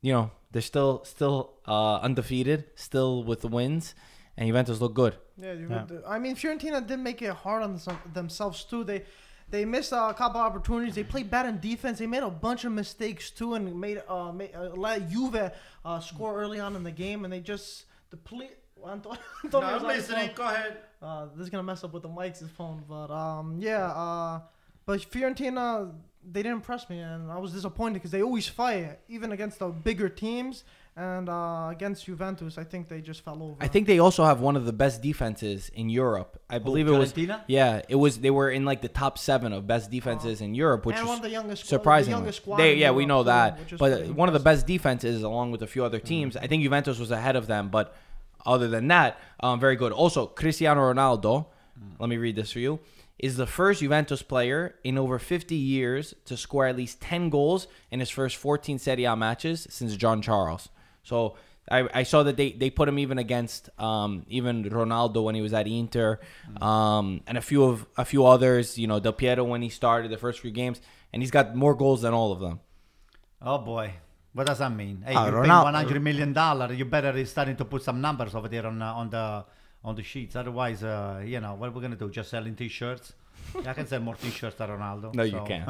Speaker 1: you know they're still still uh, undefeated, still with the wins, and Juventus look good.
Speaker 3: Yeah, you would uh, I mean, Fiorentina did make it hard on some, themselves too. They they missed uh, a couple opportunities. They played bad in defense. They made a bunch of mistakes too, and made uh, made, uh let Juve uh, score early on in the game, and they just (laughs) deplete. Antonio,
Speaker 2: No,
Speaker 3: Antonio's
Speaker 2: I'm
Speaker 3: on his
Speaker 2: listening.
Speaker 3: phone.
Speaker 2: Go ahead.
Speaker 3: Uh, this is gonna mess up with the mics, his phone, but um, yeah. Uh, but Fiorentina, they didn't impress me, and I was disappointed because they always fight, even against the bigger teams, and uh, against Juventus, I think they just fell over.
Speaker 1: I think they also have one of the best defenses in Europe. I believe it was
Speaker 2: Fiorentina?
Speaker 1: yeah, it was they were in like the top seven of best defenses in Europe, which
Speaker 3: Oh. and
Speaker 1: is
Speaker 3: one of the youngest squad- the
Speaker 1: surprising.
Speaker 3: youngest squad
Speaker 1: they,
Speaker 3: in
Speaker 1: yeah, we
Speaker 3: Europe,
Speaker 1: know
Speaker 3: too,
Speaker 1: that,
Speaker 3: which is
Speaker 1: but
Speaker 3: pretty
Speaker 1: one of the best defenses, along with a few other teams. I think Juventus was ahead of them, but other than that, um, very good. Also, Cristiano Ronaldo. Let me read this for you. Is the first Juventus player in over 50 years to score at least 10 goals in his first 14 Serie A matches since John Charles. So I, I saw that they, they put him even against um, even Ronaldo when he was at Inter, um, and a few of a few others. You know, Del Piero when he started the first few games, and he's got more goals than all of them.
Speaker 2: Oh boy. What does that mean? Hey,
Speaker 4: Ah,
Speaker 2: you're
Speaker 4: Ronal-
Speaker 2: paying 100 million dollar. You better is starting to put some numbers over there on uh, on the on the sheets. Otherwise, uh, you know what we're gonna do? Just selling T-shirts. I can sell more T-shirts than Ronaldo.
Speaker 1: No, you
Speaker 2: so- (laughs)
Speaker 1: can't.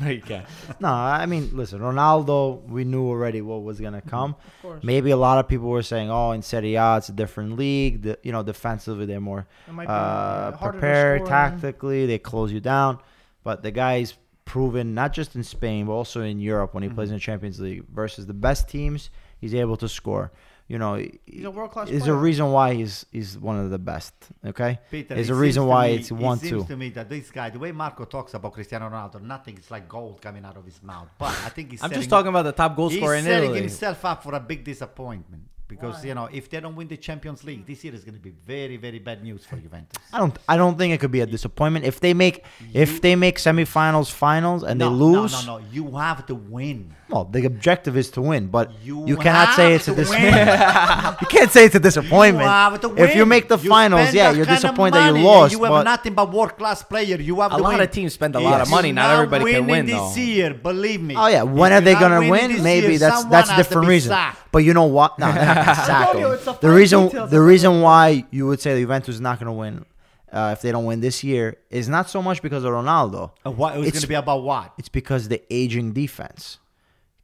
Speaker 1: no, you can't.
Speaker 4: No, I mean, listen, Ronaldo, we knew already what was going to come.
Speaker 3: course.
Speaker 4: Maybe a lot of people were saying, oh, in Serie A, it's a different league. The, you know, defensively, they're more
Speaker 3: It might be,
Speaker 4: uh,
Speaker 3: uh, harder to
Speaker 4: prepared
Speaker 3: score.
Speaker 4: tactically. They close you down. But the guy's proven, not just in Spain, but also in Europe when he plays in the Champions League versus the best teams, he's able to score. You know,
Speaker 3: He's a world-class
Speaker 4: There's a
Speaker 3: player.
Speaker 4: reason why he's he's one of the best. Okay,
Speaker 2: Peter,
Speaker 4: there's
Speaker 2: it
Speaker 4: a
Speaker 2: seems
Speaker 4: reason
Speaker 2: to
Speaker 4: why
Speaker 2: me-
Speaker 4: it's one
Speaker 2: It seems
Speaker 4: two.
Speaker 2: to me that this guy, the way Marco talks about Cristiano Ronaldo, nothing is like gold coming out of his mouth. But I think he's.
Speaker 1: I'm just
Speaker 2: setting-
Speaker 1: talking about the top goal
Speaker 2: He's
Speaker 1: scorer in
Speaker 2: setting
Speaker 1: Italy.
Speaker 2: himself up for a big disappointment because
Speaker 3: Why?
Speaker 2: you know if they don't win the Champions League this year is going to be very very bad news for Juventus.
Speaker 4: I don't. I don't think it could be a disappointment if they make if they make semifinals, finals, and
Speaker 2: no,
Speaker 4: they lose.
Speaker 2: No, no, no. You have to win.
Speaker 4: Well, the objective is to win, but
Speaker 2: You
Speaker 4: you, cannot
Speaker 2: have
Speaker 4: say it's a
Speaker 2: to win.
Speaker 4: disappointment. (laughs) you can't say it's a disappointment.
Speaker 2: You have to
Speaker 4: If you
Speaker 2: win.
Speaker 4: make the finals,
Speaker 2: spend
Speaker 4: yeah,
Speaker 2: that
Speaker 4: you're
Speaker 2: kind of
Speaker 4: disappointed that
Speaker 2: money
Speaker 4: you
Speaker 2: and
Speaker 4: lost.
Speaker 2: You have
Speaker 4: but
Speaker 2: nothing but world class player. You have
Speaker 1: A
Speaker 2: to
Speaker 1: lot
Speaker 2: win.
Speaker 1: of teams spend a lot of
Speaker 4: Yes.
Speaker 1: money. Not
Speaker 2: You're
Speaker 1: everybody can
Speaker 2: winning
Speaker 1: win though.
Speaker 2: this year. Believe me.
Speaker 4: oh yeah, when
Speaker 2: If
Speaker 4: are they
Speaker 2: you're not
Speaker 4: gonna
Speaker 2: winning
Speaker 4: win?
Speaker 2: this
Speaker 4: Maybe
Speaker 2: year,
Speaker 4: that's
Speaker 2: someone
Speaker 4: that's a
Speaker 2: has to
Speaker 4: different
Speaker 2: be
Speaker 4: reason.
Speaker 2: sacked.
Speaker 4: But you know what?
Speaker 2: (laughs)
Speaker 4: No, (laughs) they're not gonna sack
Speaker 3: Antonio,
Speaker 4: him.
Speaker 3: it's the
Speaker 4: The
Speaker 3: fine
Speaker 4: reason
Speaker 3: details
Speaker 4: the
Speaker 3: that
Speaker 4: reason why you would say the Juventus is not gonna win uh, if they don't win this year is not so much because of Ronaldo.
Speaker 2: Uh, What it's
Speaker 4: It's-
Speaker 2: going to be about what?
Speaker 4: It's because the aging defense.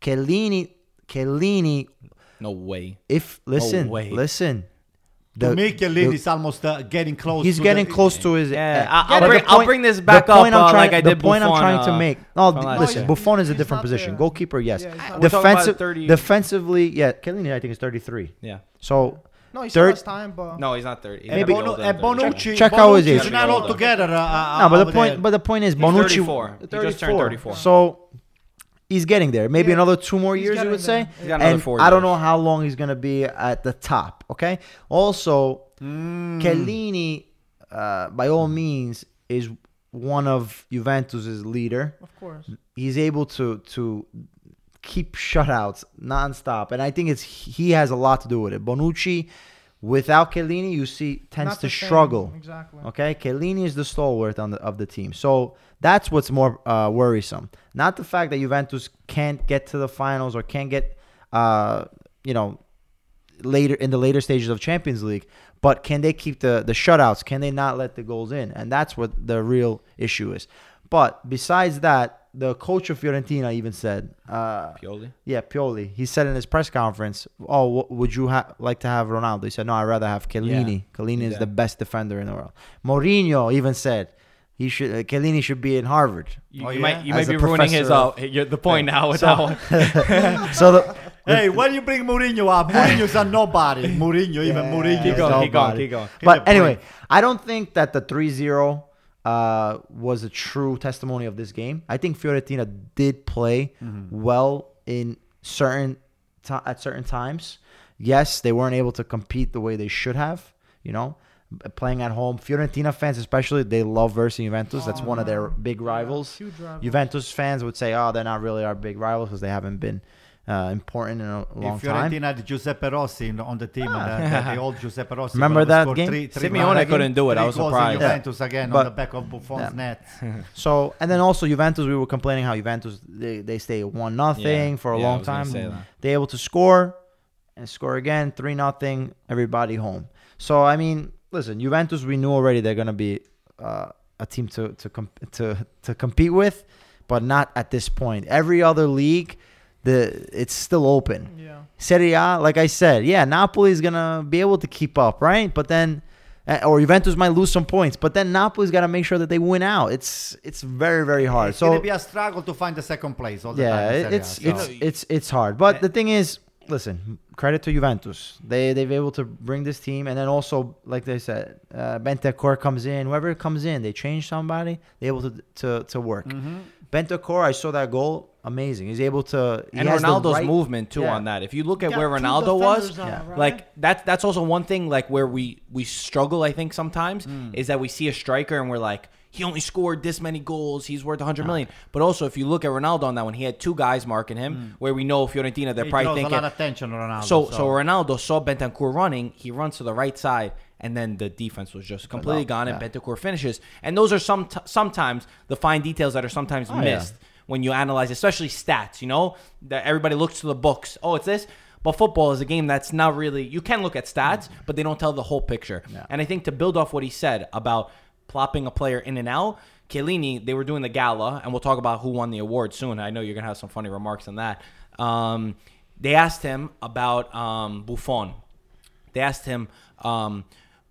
Speaker 4: Kellini, Kellini.
Speaker 1: No way.
Speaker 4: If listen,
Speaker 1: way.
Speaker 4: listen.
Speaker 2: To
Speaker 4: The-
Speaker 2: me, Chiellini
Speaker 4: the-
Speaker 2: is almost uh, getting close.
Speaker 4: He's
Speaker 2: to
Speaker 4: getting
Speaker 2: the,
Speaker 4: close to his.
Speaker 1: Yeah,
Speaker 4: uh,
Speaker 1: I- I'll
Speaker 4: but the
Speaker 1: bring- I'll bring this back
Speaker 4: the point
Speaker 1: up,
Speaker 4: I'm
Speaker 1: uh,
Speaker 4: trying,
Speaker 1: like I
Speaker 4: the
Speaker 1: did
Speaker 4: point I'm
Speaker 1: Buffon,
Speaker 4: trying
Speaker 1: uh,
Speaker 4: to make. No,
Speaker 1: from
Speaker 4: th-
Speaker 1: last
Speaker 4: listen,
Speaker 1: year.
Speaker 4: Buffon is a
Speaker 3: He's
Speaker 4: different
Speaker 3: not
Speaker 4: position.
Speaker 3: there.
Speaker 4: Goalkeeper, yes.
Speaker 3: Yeah, he's not-
Speaker 1: We're talking about
Speaker 4: Defensive,
Speaker 1: 30
Speaker 4: defensively, yeah. Kellini, I think is 33.
Speaker 1: Yeah.
Speaker 4: So
Speaker 3: No, he's
Speaker 4: Third-
Speaker 3: last time, but
Speaker 1: No, he's not thirty. He's
Speaker 2: Maybe
Speaker 1: gotta be
Speaker 2: Bonucci.
Speaker 1: older
Speaker 2: Uh,
Speaker 1: than 30.
Speaker 2: Bonucci.
Speaker 4: Check how is he.
Speaker 2: Bonucci is not all together. Uh, uh,
Speaker 4: no, but
Speaker 2: over
Speaker 4: the point,
Speaker 2: there.
Speaker 4: but the point is
Speaker 1: He's
Speaker 4: Bonucci.
Speaker 1: 34. He just turned 34.
Speaker 4: So he's getting there. Maybe
Speaker 3: Yeah.
Speaker 4: another two more
Speaker 3: He's
Speaker 4: years, you
Speaker 3: getting
Speaker 4: would
Speaker 3: there.
Speaker 4: say.
Speaker 1: He's got another
Speaker 4: and
Speaker 1: four
Speaker 4: I don't
Speaker 1: years.
Speaker 4: know how long he's gonna be at the top. Okay. Also, mm. uh, by all means, is one of Juventus's leader.
Speaker 3: of course.
Speaker 4: He's able to to keep shutouts nonstop, and I think it's he has a lot to do with it. Bonucci, without Chiellini, you see tends
Speaker 3: Not
Speaker 4: to
Speaker 3: the same,
Speaker 4: struggle.
Speaker 3: Exactly.
Speaker 4: Okay, Chiellini is the stalwart on the, of the team, so that's what's more uh, worrisome. Not the fact that Juventus can't get to the finals or can't get, uh, you know, later in the later stages of Champions League, but can they keep the the shutouts? Can they not let the goals in? And that's what the real issue is. But besides that, the coach of Fiorentina even said, uh,
Speaker 1: Pioli.
Speaker 4: yeah, Pioli. He said in his press conference, "Oh, w- would you ha- like to have Ronaldo?" He said, "No, I'd rather have Chiellini. Chiellini is
Speaker 1: exactly.
Speaker 4: the best defender in the world." Mourinho even said, "He should uh, Chiellini should be in Harvard."
Speaker 1: You,
Speaker 2: Oh,
Speaker 1: you
Speaker 2: yeah?
Speaker 1: might you
Speaker 4: As
Speaker 1: might
Speaker 4: a
Speaker 1: be ruining his uh,
Speaker 4: professor
Speaker 1: your, the point now with
Speaker 4: So-
Speaker 1: that one.
Speaker 4: so the,
Speaker 2: Hey, why do you bring Mourinho
Speaker 4: (laughs)
Speaker 2: up? Mourinho's a nobody. Mourinho, even
Speaker 4: Yeah,
Speaker 2: Mourinho.
Speaker 1: Keep
Speaker 4: it's
Speaker 1: going, keep going,
Speaker 4: nobody.
Speaker 1: keep going.
Speaker 2: Give me a
Speaker 4: But
Speaker 2: break.
Speaker 4: anyway, I don't think that the 3-0 uh, was a true testimony of this game. I think Fiorentina did play
Speaker 1: Mm-hmm.
Speaker 4: well in certain ti at certain times. Yes, they weren't able to compete the way they should have, you know, b- playing at home. Fiorentina fans especially, they love versus Juventus. That's
Speaker 3: Oh,
Speaker 4: one of their
Speaker 3: man.
Speaker 4: big rivals.
Speaker 3: Huge rival.
Speaker 4: Juventus fans would say, "Oh, they're not really our big rivals because they haven't been uh, important in a long
Speaker 2: if
Speaker 4: time."
Speaker 2: Fiorentina had Giuseppe Rossi in- on the team,
Speaker 4: Ah.
Speaker 2: and,
Speaker 1: (laughs)
Speaker 2: uh, that they all Giuseppe Rossi.
Speaker 4: Remember
Speaker 2: would have
Speaker 4: that
Speaker 2: scored
Speaker 4: game?
Speaker 2: Three, three
Speaker 1: Simeone
Speaker 2: goals.
Speaker 1: couldn't do it. I
Speaker 2: Three
Speaker 1: was
Speaker 2: goals in
Speaker 1: surprised.
Speaker 4: Yeah.
Speaker 2: Juventus again
Speaker 4: But-
Speaker 2: on the back of Buffon's
Speaker 4: Yeah.
Speaker 2: net.
Speaker 4: So and then also Juventus, we were complaining how Juventus they, they stay one nothing
Speaker 1: Yeah.
Speaker 4: for a
Speaker 1: Yeah, I
Speaker 4: long
Speaker 1: was gonna
Speaker 4: time.
Speaker 1: say that.
Speaker 4: They able to score and score again, three nothing. Everybody home. So I mean, listen, Juventus, we knew already they're gonna be uh, a team to to comp- to to compete with, but not at this point. Every other league, the it's still open.
Speaker 3: Yeah.
Speaker 4: Serie A, like I said, yeah, Napoli's gonna be able to keep up, right? But then, uh, or Juventus might lose some points. But then Napoli's gotta make sure that they win out. It's it's very very hard.
Speaker 2: It's
Speaker 4: so
Speaker 2: gonna be a struggle to find the second place all the
Speaker 4: yeah,
Speaker 2: time. in
Speaker 4: it-
Speaker 2: Serie A,
Speaker 4: it's
Speaker 2: so-
Speaker 4: it's it's it's hard. But the thing is, listen, credit to Juventus. They they've able to bring this team, and then also like they said, uh, Bentancur comes in. Whoever comes in, they change somebody. They able to to to work. Bentancur, I saw that goal, amazing. He's able to he
Speaker 1: and
Speaker 4: has the
Speaker 1: Ronaldo's
Speaker 4: right-
Speaker 1: movement too
Speaker 4: Yeah.
Speaker 1: on that. If you look at
Speaker 3: Got
Speaker 1: where
Speaker 3: two
Speaker 1: Ronaldo was,
Speaker 3: defenders on it, right?
Speaker 1: like that's that's also one thing like where we we struggle. I think sometimes is that we see a striker and we're like, he only scored this many goals. He's worth 100 million. But also, if you look at Ronaldo on that one, he had two guys marking him. Where we know Fiorentina, they're
Speaker 2: He
Speaker 1: probably
Speaker 2: draws
Speaker 1: thinking.
Speaker 2: a lot of attention on Ronaldo.
Speaker 1: so so Ronaldo saw Bentancur running. He runs to the right side. And then the defense was just completely gone, and Bentancur finishes. And those are some sometimes the fine details that are sometimes
Speaker 4: Oh, yeah.
Speaker 1: missed when you analyze, especially stats. You know, that everybody looks to the books. Oh, it's this. But football is a game that's not really. You can look at stats, but they don't tell the whole picture. And I think to build off what he said about plopping a player in and out, Chiellini, they were doing the gala, and we'll talk about who won the award soon. I know you're gonna have some funny remarks on that. Um, they asked him about um, Buffon. They asked him, um,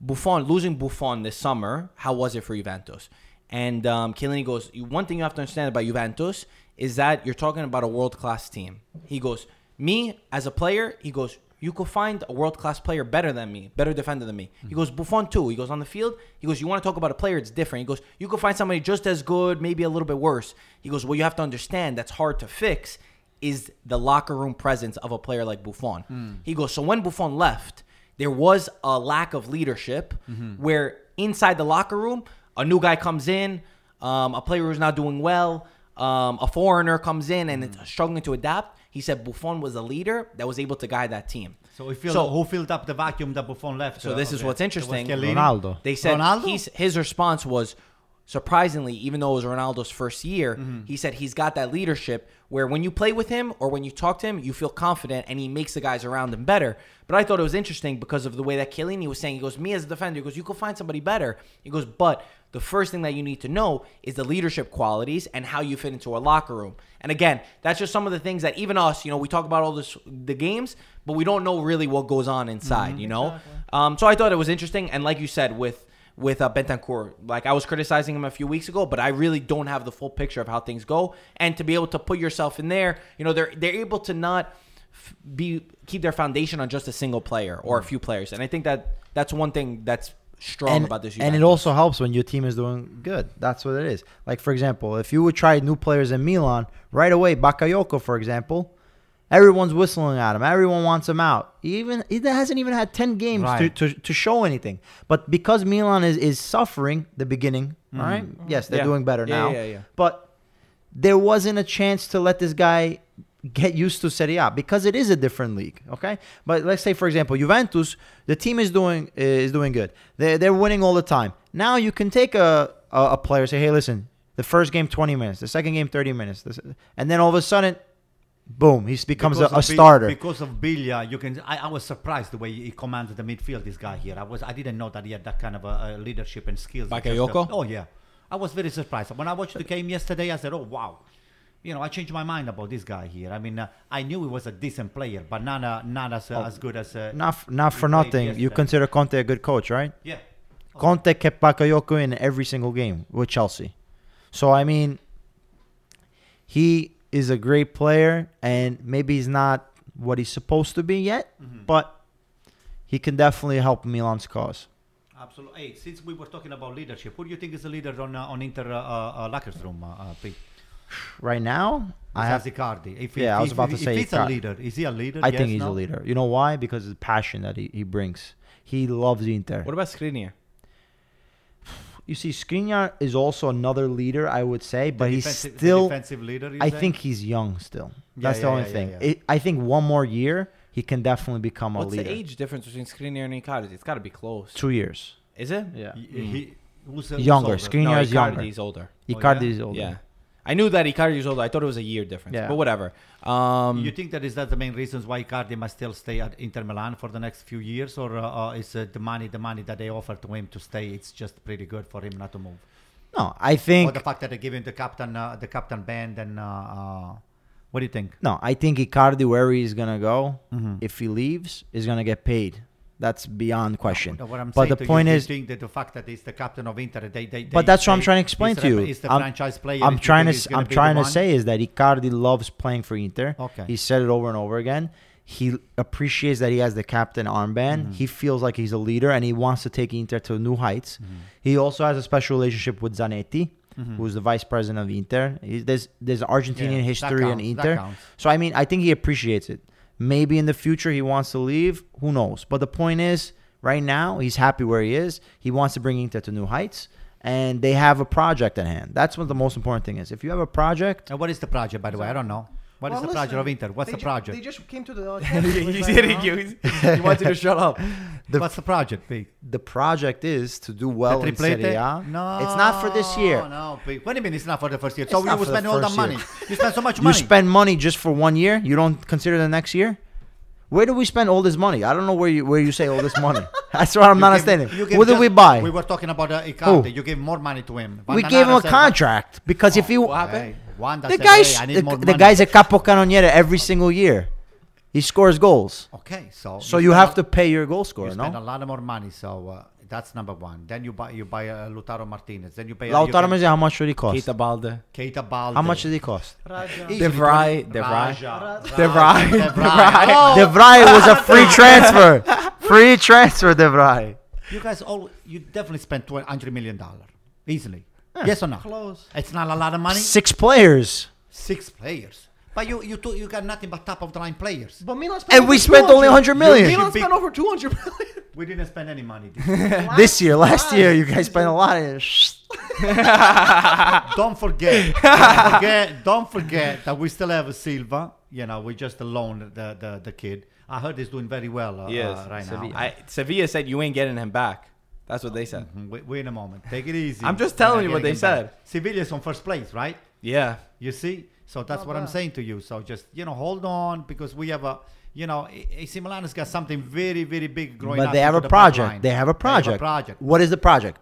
Speaker 1: Buffon losing Buffon this summer, how was it for Juventus? And um, Chiellini goes, "You- one thing you have to understand about Juventus is that you're talking about a world class team. He goes, me as a player, he goes, you could find a world class player better than me, better defender than me. He goes, Buffon too. He goes on the field. He goes, you want to talk about a player? It's different. He goes, you could find somebody just as good, maybe a little bit worse. He goes, well, you have to understand that's hard to fix is the locker room presence of a player like Buffon. He goes, so when Buffon left, there was a lack of leadership where inside the locker room, a new guy comes in, um, a player who's not doing well, um, a foreigner comes in and it's struggling to adapt. He said Buffon was a leader that was able to guide that team.
Speaker 2: So, we filled,
Speaker 1: So-
Speaker 2: who filled up the vacuum that Buffon left?
Speaker 1: So this
Speaker 2: uh,
Speaker 1: is
Speaker 2: okay.
Speaker 1: what's
Speaker 2: It was
Speaker 1: interesting.
Speaker 2: Chiellini.
Speaker 4: Ronaldo.
Speaker 1: They said
Speaker 2: Ronaldo?
Speaker 1: he's his response was surprisingly, even though it was Ronaldo's first year, he said he's got that leadership where when you play with him or when you talk to him, you feel confident and he makes the guys around him better. But I thought it was interesting because of the way that Chiellini was saying. He goes, "Me as a defender, he goes, you could find somebody better." He goes, "But the first thing that you need to know is the leadership qualities and how you fit into a locker room." And again, that's just some of the things that even us, you know, we talk about all this the games, but we don't know really what goes on inside, you know. Um, so I thought it was interesting, and like you said, with with uh, Bentancur. Like I was criticizing him a few weeks ago, but I really don't have the full picture of how things go. And to be able to put yourself in there, you know, they're they're able to not f- be keep their foundation on just a single player or a few players. And I think that that's one thing that's strong
Speaker 4: Mm. and,
Speaker 1: about this.
Speaker 4: and it
Speaker 1: Juventus.
Speaker 4: also helps when your team is doing good. That's what it is. Like for example, if you would try new players in Milan right away, Bakayoko, for example, everyone's whistling at him. Everyone wants him out. Even he hasn't even had ten games
Speaker 2: Right.
Speaker 4: to, to, to show anything. But because Milan is, is suffering the beginning, all right? Yes, they're
Speaker 1: Mm-hmm. Yeah.
Speaker 4: doing better
Speaker 1: Yeah,
Speaker 4: now.
Speaker 1: yeah, yeah.
Speaker 4: But there wasn't a chance to let this guy get used to Serie A because it is a different league. Okay, but let's say for example Juventus, the team is doing is doing good. They they're winning all the time. Now you can take a a, a player say, hey, listen, the first game twenty minutes, the second game thirty minutes, this- and then all of a sudden, boom, he becomes a,
Speaker 2: Because
Speaker 4: a
Speaker 2: of Bi-
Speaker 4: starter.
Speaker 2: because of Bilya. You can. I, I was surprised the way he commanded the midfield. This guy here. I was. I didn't know that he had that kind of uh, uh, leadership and skills. It's just a-
Speaker 1: Bakayoko?
Speaker 2: Oh yeah. I was very surprised when I watched the game yesterday. I said, "Oh wow." you know, I changed my mind about this guy here. I mean, uh, I knew he was a decent player, but not uh, not as uh,
Speaker 4: Oh,
Speaker 2: as good as uh,
Speaker 4: Not, f- not for
Speaker 2: played
Speaker 4: nothing. You
Speaker 2: yesterday.
Speaker 4: consider Conte a good coach, right?
Speaker 2: yeah.
Speaker 4: Conte kept Bakayoko in every single game with Chelsea. So I mean, he is a great player, and maybe he's not what he's supposed to be yet,
Speaker 2: Hmm. Mm-hmm.
Speaker 4: but he can definitely help Milan's cause.
Speaker 2: Absolutely. Hey, since we were talking about leadership, who do you think is the leader on uh, on Inter uh, uh, lockers room, uh, uh, Pete?
Speaker 4: Right now, I have.
Speaker 2: Besides Icardi. If,
Speaker 4: Yeah, I was about to
Speaker 2: if,
Speaker 4: say
Speaker 2: If he's a
Speaker 4: Icardi.
Speaker 2: leader, is he a leader?
Speaker 4: I
Speaker 2: Yes,
Speaker 4: think he's
Speaker 2: no?
Speaker 4: a leader. You know why? Because of the passion that he, he brings. He loves Inter.
Speaker 1: What about Skriniar?
Speaker 4: You see, Skriniar is also another leader, I would say, but he's
Speaker 2: Defensive- the
Speaker 4: still.
Speaker 2: defensive leader. you
Speaker 4: I
Speaker 2: say?
Speaker 4: think he's young still.
Speaker 2: Yeah,
Speaker 4: That's the
Speaker 2: yeah,
Speaker 4: only
Speaker 2: yeah,
Speaker 4: thing.
Speaker 2: yeah, yeah.
Speaker 4: It, I think one more year he can definitely become
Speaker 1: What's
Speaker 4: a leader.
Speaker 1: the age difference between Skriniar and Icardi? It's got to be close.
Speaker 4: Two years.
Speaker 1: Is it?
Speaker 4: Yeah.
Speaker 2: He- he- who's, uh, who's
Speaker 4: Younger.
Speaker 2: older?
Speaker 4: Skriniar
Speaker 1: no,
Speaker 4: is younger.
Speaker 1: Icardi's older.
Speaker 2: oh, yeah?
Speaker 4: Icardi is older.
Speaker 1: Yeah. I knew that Icardi was older. I thought it was a year difference.
Speaker 4: Yeah.
Speaker 1: But whatever. Um,
Speaker 2: you think that is that the main reasons why Icardi must still stay at Inter Milan for the next few years, or uh, uh, is uh, the money the money that they offer to him to stay? It's just pretty good for him not to move.
Speaker 4: No, I
Speaker 2: or
Speaker 4: think
Speaker 2: the fact that they give him the captain uh, the captain band and uh, uh, what do you think?
Speaker 4: no, I think Icardi where he's gonna go
Speaker 2: Mm-hmm.
Speaker 4: if he leaves is gonna get paid. That's beyond question.
Speaker 2: No, what I'm
Speaker 4: but
Speaker 2: saying
Speaker 4: the
Speaker 2: to you
Speaker 4: point
Speaker 2: you
Speaker 4: is,
Speaker 2: think that the fact that he's the captain of Inter, they, they,
Speaker 4: but
Speaker 2: they-
Speaker 4: that's what I'm
Speaker 2: they-
Speaker 4: trying to explain
Speaker 2: he's
Speaker 4: to
Speaker 2: the-
Speaker 4: you.
Speaker 2: He's the
Speaker 4: I'm,
Speaker 2: franchise player.
Speaker 4: I'm
Speaker 2: if you
Speaker 4: trying to
Speaker 2: think
Speaker 4: s-
Speaker 2: he's gonna
Speaker 4: I'm
Speaker 2: be the
Speaker 4: trying to
Speaker 2: one,
Speaker 4: say is that Icardi loves playing for Inter.
Speaker 2: Okay.
Speaker 4: He said it over and over again. He appreciates that he has the captain
Speaker 2: Mm-hmm.
Speaker 4: armband. He feels like he's a leader and he wants to take Inter to new heights.
Speaker 2: Mm-hmm.
Speaker 4: He also has a special relationship with Zanetti, who's the vice president of Inter. He, there's there's Argentinian
Speaker 2: that
Speaker 4: history
Speaker 2: counts,
Speaker 4: in
Speaker 2: that
Speaker 4: Inter.
Speaker 2: counts.
Speaker 4: So I mean, I think he appreciates it. Maybe in the future he wants to leave. Who knows? But the point is, right now he's happy where he is. He wants to bring Inter to new heights, and they have a project at hand. That's what the most important thing is. If you have a project,
Speaker 2: And what is the project, by the way? I don't know. What is
Speaker 3: Well,
Speaker 2: the project
Speaker 3: listen,
Speaker 2: of Inter? What's
Speaker 3: they
Speaker 2: the
Speaker 3: ju-
Speaker 2: project?
Speaker 3: They just came to the.
Speaker 4: (laughs)
Speaker 3: Uh, (laughs) Champions
Speaker 1: he's
Speaker 3: League
Speaker 1: hitting
Speaker 3: right
Speaker 1: you.
Speaker 3: now.
Speaker 1: He's, he wants you to shut
Speaker 2: (laughs)
Speaker 1: up.
Speaker 4: the-
Speaker 2: What's the project, Pete?
Speaker 4: the project is to do well in
Speaker 2: Triplete?
Speaker 4: Serie A.
Speaker 2: No,
Speaker 4: it's not for this year.
Speaker 2: No, Pete. Wait a minute, it's not for the first year.
Speaker 4: It's
Speaker 2: So
Speaker 4: not
Speaker 2: you
Speaker 4: for the
Speaker 2: spend all the
Speaker 4: first year.
Speaker 2: money. You spend so much
Speaker 4: (laughs) You
Speaker 2: money.
Speaker 4: spend money just for one year. You don't consider the next year. Where do we spend all this money? I don't know where you where you say all this money. (laughs) That's what I'm
Speaker 2: You give-
Speaker 4: not understanding.
Speaker 2: you give
Speaker 4: What do
Speaker 2: just-
Speaker 4: we buy?
Speaker 2: We were talking about uh, Icardi.
Speaker 4: Who?
Speaker 2: You gave more money to him.
Speaker 4: we
Speaker 2: Vandana
Speaker 4: gave him a
Speaker 2: said-
Speaker 4: contract because if he
Speaker 2: What happened? Wanda
Speaker 4: the
Speaker 2: said,
Speaker 4: guy's
Speaker 2: "Hey, I need
Speaker 4: the,
Speaker 2: more
Speaker 4: the
Speaker 2: money."
Speaker 4: guy's a capo canoniere every single year. He scores goals,
Speaker 2: Okay, so
Speaker 4: so you
Speaker 2: spend
Speaker 4: have
Speaker 2: a-
Speaker 4: to pay your goal
Speaker 2: you
Speaker 4: scorer.
Speaker 2: spend a
Speaker 4: No,
Speaker 2: lot of more money. So uh, that's number one. Then you buy you buy uh, Lautaro Martinez. Then you pay uh, you
Speaker 4: Lautaro
Speaker 2: pay
Speaker 4: Martinez, how much should he cost?
Speaker 1: Keita Balde.
Speaker 2: Keita Balde.
Speaker 4: How much did he cost?
Speaker 3: Raja.
Speaker 2: Easily
Speaker 1: De Vrij,
Speaker 2: 20
Speaker 1: De Vrij.
Speaker 2: Raja,
Speaker 4: (laughs)
Speaker 3: De
Speaker 2: Raja,
Speaker 1: Vrij,
Speaker 2: De
Speaker 1: De
Speaker 2: Vrij. Oh,
Speaker 4: De Vrij was a
Speaker 2: (laughs)
Speaker 4: free transfer. Free transfer, De Vrij.
Speaker 2: You guys all you definitely spent tw- hundred million dollar easily. Yes or no?
Speaker 3: Close.
Speaker 2: It's not a lot of money.
Speaker 4: Six players,
Speaker 2: Six players. But you you two, you got nothing but top of the line players.
Speaker 3: But Milan spent
Speaker 4: and
Speaker 3: over
Speaker 4: we spent only 100 million
Speaker 3: Milan spent over 200 million.
Speaker 2: We didn't spend any money. this year.
Speaker 4: this year. Last
Speaker 3: Last
Speaker 4: year, you guys
Speaker 3: season.
Speaker 4: spent a lot. Of shh.
Speaker 2: (laughs) don't forget, don't forget, don't forget that we still have Silva. You know, we just loaned the, the the kid. I heard he's doing very well uh, uh, right now.
Speaker 1: I, Sevilla said you ain't getting him back. That's what they said.
Speaker 2: We- We're in Mm-hmm. a moment. Take it easy.
Speaker 1: I'm just telling
Speaker 2: We're
Speaker 1: you
Speaker 2: not
Speaker 1: what they
Speaker 2: getting him
Speaker 1: said.
Speaker 2: back. Sevilla's on first place, right?
Speaker 1: Yeah.
Speaker 2: You see? So that's
Speaker 3: Not
Speaker 2: what I'm
Speaker 3: bad.
Speaker 2: saying to you. So just, you know, hold on because we have a, you know, A- AC Milan's got something very, very big growing
Speaker 4: But
Speaker 2: up
Speaker 4: they have,
Speaker 2: into the
Speaker 4: a project.
Speaker 2: pipeline.
Speaker 4: They have a project.
Speaker 2: project.
Speaker 4: What is the project?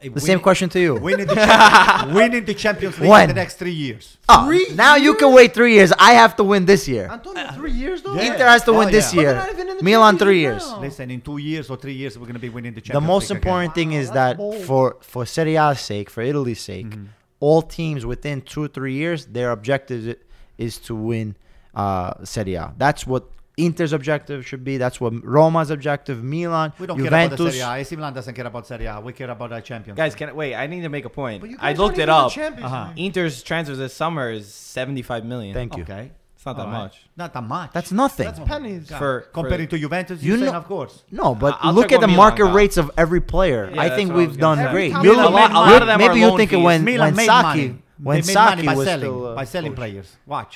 Speaker 2: The
Speaker 4: The same question to you.
Speaker 2: We
Speaker 4: (laughs)
Speaker 2: need the, champ- we need the Champions League in
Speaker 4: When?
Speaker 2: the next three years.
Speaker 4: Oh,
Speaker 3: Three
Speaker 4: now you can wait three years. I have to win this year.
Speaker 3: Antonio, three years though.
Speaker 2: Yeah.
Speaker 4: Inter has to
Speaker 2: Hell
Speaker 4: win this
Speaker 2: yeah.
Speaker 3: But
Speaker 4: year.
Speaker 3: they're not even in the
Speaker 4: Milan
Speaker 3: Champions
Speaker 4: three
Speaker 3: League
Speaker 4: years.
Speaker 3: now.
Speaker 2: Listen, in two years or three years, we're going to be winning the
Speaker 4: The
Speaker 2: Champions
Speaker 4: most
Speaker 2: League again.
Speaker 4: important thing is
Speaker 3: Wow,
Speaker 4: that
Speaker 3: that's bold.
Speaker 4: for for Serie A's sake, for Italy's sake,
Speaker 2: Mm-hmm.
Speaker 4: all teams within two three years, their objective i- is to win uh, Serie A. That's what Inter's objective should be. That's what Roma's objective. Milan,
Speaker 2: We don't care about the
Speaker 4: Juventus.
Speaker 2: Serie A. AC Milan doesn't care about Serie A. We care about our Champions
Speaker 1: Guys, can I, wait, I need to make a point.
Speaker 3: But you
Speaker 1: I
Speaker 3: guys
Speaker 1: looked
Speaker 3: aren't
Speaker 1: it
Speaker 3: even in the
Speaker 1: up.
Speaker 3: Champions
Speaker 2: Uh-huh.
Speaker 3: League.
Speaker 1: Inter's transfers this summer is 75 million.
Speaker 4: Thank you.
Speaker 2: Okay.
Speaker 1: It's not that
Speaker 2: All right.
Speaker 1: much.
Speaker 2: Not that much.
Speaker 4: That's nothing.
Speaker 3: That's pennies.
Speaker 1: For,
Speaker 2: comparing
Speaker 1: for,
Speaker 2: to Juventus, you,
Speaker 4: You
Speaker 2: saying,
Speaker 4: know-
Speaker 2: of course.
Speaker 4: no, but
Speaker 1: I'll
Speaker 4: look
Speaker 1: check
Speaker 4: at the
Speaker 1: what Milan
Speaker 4: market
Speaker 1: got.
Speaker 4: rates of every player.
Speaker 1: Yeah,
Speaker 4: I
Speaker 1: that's
Speaker 4: think
Speaker 1: what I was
Speaker 4: we've
Speaker 1: gonna
Speaker 4: done
Speaker 1: say.
Speaker 4: great.
Speaker 3: Milan
Speaker 4: Maybe-
Speaker 3: made
Speaker 1: money. A lot of them
Speaker 4: maybe
Speaker 1: are
Speaker 4: you
Speaker 1: loan
Speaker 4: think
Speaker 1: fees.
Speaker 4: it when
Speaker 2: Milan
Speaker 4: when
Speaker 2: made
Speaker 4: Saki
Speaker 2: money.
Speaker 4: when
Speaker 2: they made money
Speaker 4: Saki
Speaker 2: by
Speaker 4: was
Speaker 2: selling,
Speaker 4: still uh,
Speaker 2: by selling
Speaker 4: coach.
Speaker 2: players. Watch.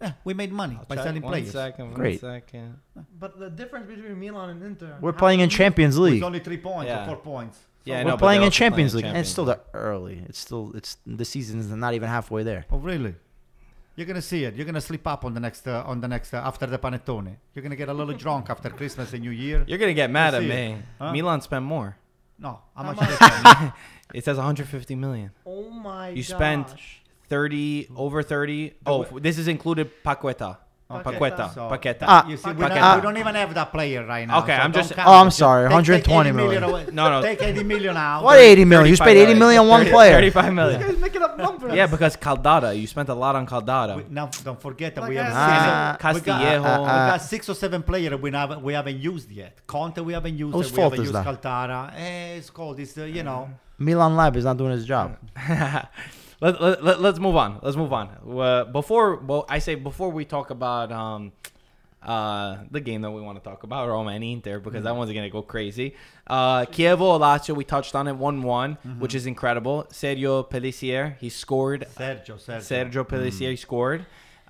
Speaker 2: Yeah, we made money by
Speaker 1: Check,
Speaker 2: selling
Speaker 1: one
Speaker 2: players.
Speaker 1: second, one
Speaker 4: Great.
Speaker 1: second.
Speaker 3: But the difference between Milan and Inter.
Speaker 4: We're playing in Champions League.
Speaker 2: It's only three points
Speaker 1: Yeah.
Speaker 2: or four points. Oh,
Speaker 1: Yeah, I
Speaker 4: We're
Speaker 1: know, but
Speaker 4: playing
Speaker 1: they're
Speaker 4: in
Speaker 1: also playing
Speaker 4: Champions
Speaker 1: in
Speaker 4: League, and it's still
Speaker 1: Champions
Speaker 4: the early. It's still it's the season is not even halfway there.
Speaker 2: Oh really? You're gonna see it. You're gonna sleep up on the next uh, on the next uh, after the panettone. You're gonna get a little drunk after Christmas and New Year.
Speaker 1: You're going to get mad
Speaker 2: You
Speaker 1: at
Speaker 2: see
Speaker 1: me.
Speaker 2: it, huh?
Speaker 1: Milan spent more. (laughs)
Speaker 2: No, how
Speaker 3: How
Speaker 2: much? did they spend?
Speaker 1: It says 150 million.
Speaker 3: Oh my
Speaker 1: You spent
Speaker 3: gosh.
Speaker 1: thirty over thirty. Oh, this is included Paqueta. Oh, Paqueta.
Speaker 3: Paqueta.
Speaker 2: So- uh,
Speaker 1: Paqueta.
Speaker 4: Ah.
Speaker 2: you see, we don't,
Speaker 1: Paqueta.
Speaker 2: we don't even have that player right now.
Speaker 1: Okay,
Speaker 2: so
Speaker 1: I'm
Speaker 2: don't
Speaker 1: just-
Speaker 2: count
Speaker 4: Oh, I'm
Speaker 2: it. Just
Speaker 4: sorry,
Speaker 2: take-
Speaker 4: 120
Speaker 2: take 80
Speaker 4: million.
Speaker 2: away.
Speaker 1: No, no.
Speaker 2: Take 80 million out.
Speaker 4: What 80 million? You spent 80 million on one
Speaker 1: 30
Speaker 4: player.
Speaker 1: Thirty-five million.
Speaker 3: guys making up numbers.
Speaker 1: Yeah, because Caldada. You spent a lot on Caldada.
Speaker 2: We- Now, don't forget that we
Speaker 3: Like
Speaker 2: have
Speaker 3: I
Speaker 2: six,
Speaker 4: said.
Speaker 2: we got-
Speaker 1: Castillejo.
Speaker 2: we
Speaker 4: Ah.
Speaker 2: got six or seven players we haven't we haven't used yet. Conte we haven't used.
Speaker 4: Whose
Speaker 2: it, we
Speaker 4: fault
Speaker 2: haven't
Speaker 4: is
Speaker 2: used
Speaker 4: that?
Speaker 2: Caltara. Eh, it's called. It's uh, you know.
Speaker 4: Milan Lab is not doing his job.
Speaker 1: (laughs) let, let, let, let's move on. Let's move on. Uh, before, well, I say before we talk about um, uh, the game that we want to talk about, Roma and Inter, because
Speaker 4: Mm-hmm.
Speaker 1: that one's gonna go crazy. Uh, Chievo Lazio, we touched on it, one-one,
Speaker 4: Mm-hmm.
Speaker 1: which is incredible. Sergio Pellissier, he scored.
Speaker 2: Sergio, Sergio.
Speaker 1: Sergio Pellissier scored.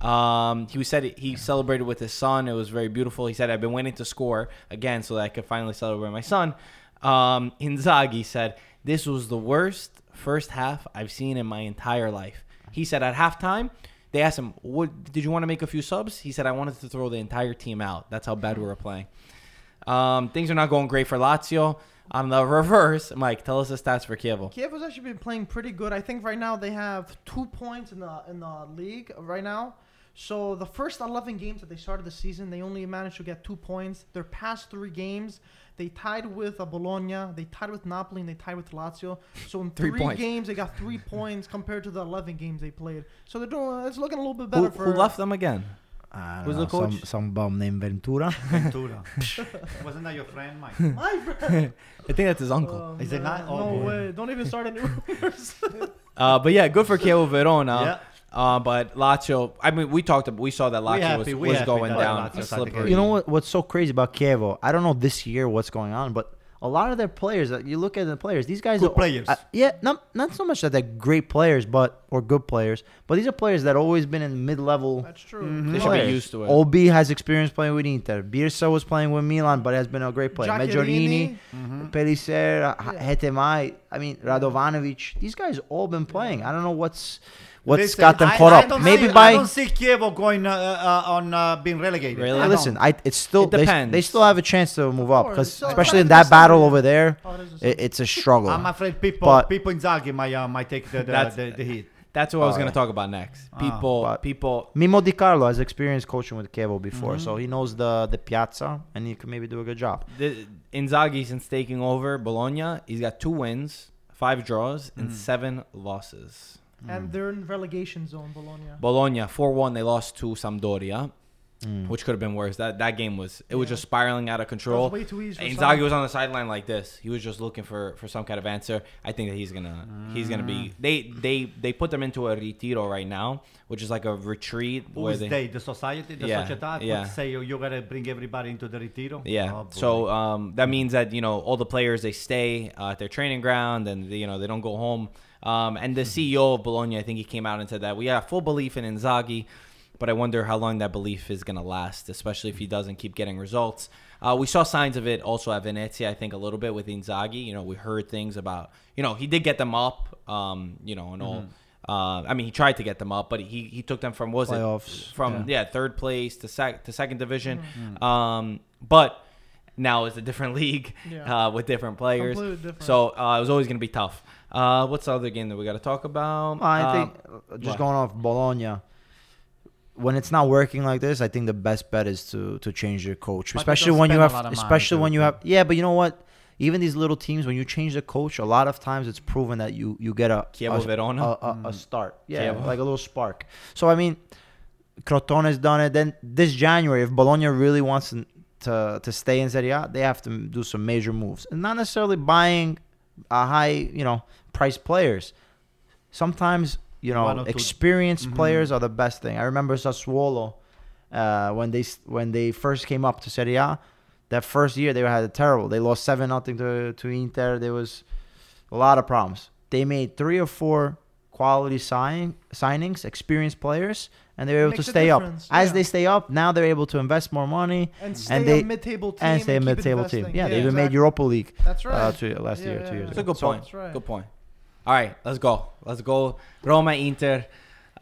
Speaker 1: Um, he said it- he celebrated with his son. It was very beautiful. He said, "I've been waiting to score again so that I could finally celebrate with my son." Um, Inzaghi said, "This was the worst first half I've seen in my entire life." He said at halftime, they asked him, "What did you want to make a few subs?" He said, "I wanted to throw the entire team out. That's how bad we were playing." Um, things are not going great for Lazio. On the (laughs) reverse, Mike, tell us the stats for Kievo.
Speaker 3: Kiev has actually been playing pretty good. I think right now they have two points in the in the league right now. So the first eleven games that they started the season, they only managed to get two points. Their past three games, they tied with uh, Bologna, they tied with Napoli, and they tied with Lazio. So in
Speaker 1: Three
Speaker 3: three,
Speaker 1: points.
Speaker 3: games, they
Speaker 1: (laughs)
Speaker 3: got three points compared to the eleven games they played. So they're doing. uh, It's looking a little bit
Speaker 1: Who,
Speaker 3: better for.
Speaker 1: who left them again?
Speaker 4: I don't
Speaker 1: Who's
Speaker 4: know,
Speaker 1: the coach?
Speaker 4: Some, some bum
Speaker 1: (laughs)
Speaker 4: named Ventura. (laughs)
Speaker 2: Ventura. (laughs) Wasn't that your friend, Mike?
Speaker 3: My friend.
Speaker 1: I think that's his uncle.
Speaker 3: Oh,
Speaker 2: Is it
Speaker 3: man.
Speaker 2: not? Oh,
Speaker 3: no
Speaker 2: boy.
Speaker 3: way! Don't even start any (laughs) rumors.
Speaker 1: Uh, but yeah, good for Chievo Verona.
Speaker 2: Yeah.
Speaker 1: Uh, but Lazio, I mean, we talked, we saw that Lazio
Speaker 2: happy-
Speaker 1: was,
Speaker 2: we
Speaker 1: was
Speaker 2: happy
Speaker 1: going
Speaker 2: that
Speaker 1: down.
Speaker 2: Lazio's out the
Speaker 1: slippery.
Speaker 2: gate.
Speaker 4: you know what? What's so crazy about Kievo? I don't know this year what's going on, but a lot of their players. that You look at the players; these guys
Speaker 2: Good
Speaker 4: are
Speaker 2: players.
Speaker 4: uh, yeah, not not so much that they're great players, but or good players, but these are players that always been in mid-level.
Speaker 3: That's true.
Speaker 1: They should
Speaker 4: players.
Speaker 1: be used to it.
Speaker 4: Ob has experience playing with Inter. Birsa was playing with Milan, but has been a great player. Majorini,
Speaker 3: Giaccherini.
Speaker 4: Pellicer, H-
Speaker 3: Yeah.
Speaker 4: Hetemai, I mean Radovanovic. These guys all been playing. I don't know what's what's
Speaker 2: Listen,
Speaker 4: got them
Speaker 2: I-
Speaker 4: caught
Speaker 2: I
Speaker 4: up.
Speaker 2: don't
Speaker 4: Maybe
Speaker 2: see-
Speaker 4: by
Speaker 2: I don't see Kievo going uh, uh, on uh, being relegated.
Speaker 1: Really?
Speaker 2: I don't.
Speaker 4: listen, I it's still
Speaker 1: It
Speaker 4: they,
Speaker 1: depends.
Speaker 4: they still have a chance to move up
Speaker 3: course,
Speaker 4: because
Speaker 3: so-
Speaker 4: especially in
Speaker 3: It's not
Speaker 4: that battle
Speaker 3: gonna
Speaker 4: over there,
Speaker 3: Oh, it is a-
Speaker 4: it, it's a struggle.
Speaker 2: I'm afraid people,
Speaker 4: But-
Speaker 2: people in Zaghi might, uh, might take the, the,
Speaker 1: That's-
Speaker 2: the, the hit.
Speaker 1: That's what I was going
Speaker 4: Alright.
Speaker 1: to talk about next. People,
Speaker 4: Ah, but-
Speaker 1: people.
Speaker 4: Mimo Di Carlo has experience coaching with Kevo before, so he knows the the piazza and he can maybe do a good job.
Speaker 1: The, Inzaghi since taking over Bologna, he's got two wins, five draws,
Speaker 2: Mm.
Speaker 1: and seven losses.
Speaker 3: and they're in relegation zone, Bologna.
Speaker 1: Bologna four one. They lost to Sampdoria,
Speaker 2: Mm.
Speaker 1: which could have been worse. That that game was it was
Speaker 3: Yeah.
Speaker 1: just spiraling out of control.
Speaker 3: way too easy for
Speaker 1: Inzaghi
Speaker 3: Sampdoria.
Speaker 1: was on the sideline like this. He was just looking for for some kind of answer. I think that he's gonna he's gonna
Speaker 2: Mm.
Speaker 1: be they they they put them into a retiro right now, which is like a retreat
Speaker 2: Who
Speaker 1: where
Speaker 2: is they? The society? The
Speaker 1: Yeah,
Speaker 2: società?
Speaker 1: yeah.
Speaker 2: Yeah. Say oh, you, you gotta bring everybody into the retiro?
Speaker 1: Yeah.
Speaker 2: Oh, boy.
Speaker 1: so um, that means that you know all the players they stay uh, at their training ground and you know they don't go home. Um, and the CEO of Bologna, I think he came out and said that we have full belief in Inzaghi, but I wonder how long that belief is going to last, especially if he doesn't keep getting results. Uh, we saw signs of it also at Venezia, I think a little bit with Inzaghi. You know, we heard things about you know he did get them up. Um, you know, and all. Uh, I mean, he tried to get them up, but he, he took them from what was
Speaker 4: Playoffs.
Speaker 1: it from yeah. third place to sec to second division.
Speaker 3: Mm.
Speaker 4: Mm.
Speaker 1: Um, but now it's a different (laughs) league
Speaker 3: Yeah.
Speaker 1: uh, with different players.
Speaker 3: Completely different.
Speaker 1: So uh, it was always going to be tough. Uh, what's the other game that we got to talk about?
Speaker 4: Well, I
Speaker 1: Um,
Speaker 4: think uh, just
Speaker 1: what?
Speaker 4: going off Bologna. When it's not working like this, I think the best bet is to to change your coach,
Speaker 2: But they
Speaker 4: especially
Speaker 2: don't
Speaker 4: when you
Speaker 2: spend a
Speaker 4: have,
Speaker 2: lot of money,
Speaker 4: especially when
Speaker 2: too.
Speaker 4: you have. Yeah, but you know what? Even these little teams, when you change the coach, a lot of times it's proven that you you get a
Speaker 1: Chievo
Speaker 4: a,
Speaker 1: Verona?
Speaker 4: a, a,
Speaker 2: Mm.
Speaker 4: a start, yeah,
Speaker 1: Chievo.
Speaker 4: like a little spark. So I mean, Crotone's done it. Then this January, if Bologna really wants to to, to stay in Serie A, they have to m- do some major moves, and not necessarily buying a high you know price players. Sometimes you
Speaker 2: One
Speaker 4: know
Speaker 2: or two. Mm-hmm.
Speaker 4: experienced players are the best thing. I remember Sassuolo uh, when they s- when they first came up to Serie A. That first year they had a terrible. They lost seven nothing to to Inter. There was a lot of problems. They made three or four quality sign signings, experienced players, and they were able
Speaker 3: Makes
Speaker 4: to
Speaker 3: a
Speaker 4: stay up.
Speaker 3: difference,
Speaker 4: As
Speaker 3: yeah.
Speaker 4: they stay up, now they're able to invest more money
Speaker 3: and stay
Speaker 4: they-
Speaker 3: a mid-table team
Speaker 4: and stay a
Speaker 3: keep
Speaker 4: mid-table team.
Speaker 3: investing.
Speaker 4: Yeah, they even made
Speaker 3: exactly.
Speaker 4: Europa League
Speaker 3: That's right.
Speaker 4: uh, two, last
Speaker 3: Yeah,
Speaker 4: year,
Speaker 3: yeah,
Speaker 4: two
Speaker 3: yeah.
Speaker 4: years
Speaker 1: That's
Speaker 4: ago.
Speaker 1: a good
Speaker 4: So-
Speaker 1: point.
Speaker 3: That's right.
Speaker 1: Good point. All right, let's go. Let's go. Roma Inter.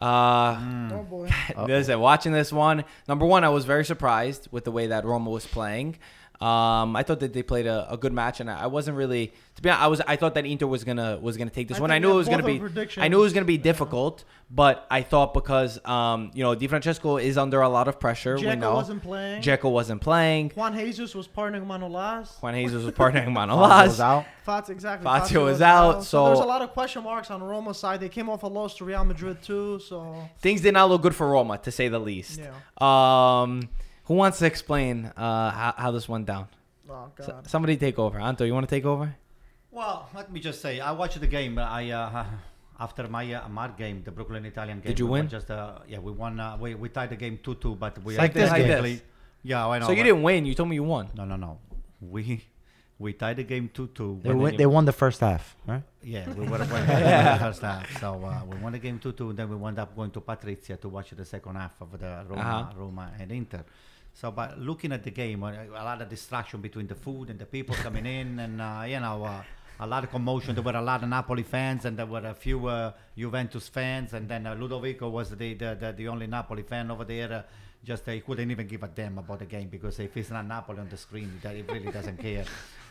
Speaker 1: Uh,
Speaker 4: Mm.
Speaker 1: (laughs)
Speaker 3: Oh boy.
Speaker 1: Listen, watching this one, number one, I was very surprised with the way that Roma was playing. Um, I thought that they played a, a good match, and I I wasn't really to be honest. I was I thought that Inter was gonna was gonna take this
Speaker 3: I
Speaker 1: one.
Speaker 3: think
Speaker 1: I
Speaker 3: we
Speaker 1: knew it
Speaker 3: have
Speaker 1: was gonna
Speaker 3: both our
Speaker 1: be I
Speaker 3: predictions.
Speaker 1: knew it was gonna be difficult, but I thought because um, you know Di Francesco is under a lot of pressure. we
Speaker 3: Dzeko
Speaker 1: know
Speaker 3: wasn't playing.
Speaker 1: Dzeko wasn't playing.
Speaker 3: Juan Jesus was partnering Manolas.
Speaker 1: Juan Jesus was
Speaker 3: (laughs)
Speaker 1: partnering Manolas.
Speaker 4: Alonso's out.
Speaker 3: Fats exactly.
Speaker 1: Fazio
Speaker 3: Fazio
Speaker 1: is out, so-
Speaker 3: there's a lot of question marks on Roma's side. They came off a loss to Real Madrid too, so oh,
Speaker 1: Things did not look good for Roma, to say the least.
Speaker 3: Yeah.
Speaker 1: Um, who wants to explain uh, how, how this went down?
Speaker 3: oh
Speaker 1: S-
Speaker 3: god.
Speaker 1: somebody take over. Anto, you want to take over?
Speaker 2: Well, let me just say, I watched the game. but I uh, (laughs) after my uh, Mar game, the Brooklyn Italian game.
Speaker 1: Did you
Speaker 2: we
Speaker 1: win?
Speaker 2: were Just uh, yeah, we won. Uh, we, we tied the game two two, but we
Speaker 4: It's like this
Speaker 1: game.
Speaker 2: basically- Yeah, I know.
Speaker 1: so you
Speaker 2: but-
Speaker 1: didn't win. You told me you won.
Speaker 2: No, no, no. We we tied the game two two.
Speaker 4: They, win, they won the first half, right?
Speaker 2: Yeah, we were winning the first half. So uh, we won the game 2 2, and then we wound up going to Patrizia to watch the second half of the Roma,
Speaker 1: Uh-huh.
Speaker 2: Roma and Inter. So, but looking at the game, uh, a lot of distraction between the food and the people coming in, and uh, you know, uh, a lot of commotion. There were a lot of Napoli fans, and there were a few uh, Juventus fans, and then uh, Ludovico was the, the, the, the only Napoli fan over there. Uh, just uh, he couldn't even give a damn about the game because if it's not Napoli on the screen, that he really doesn't care.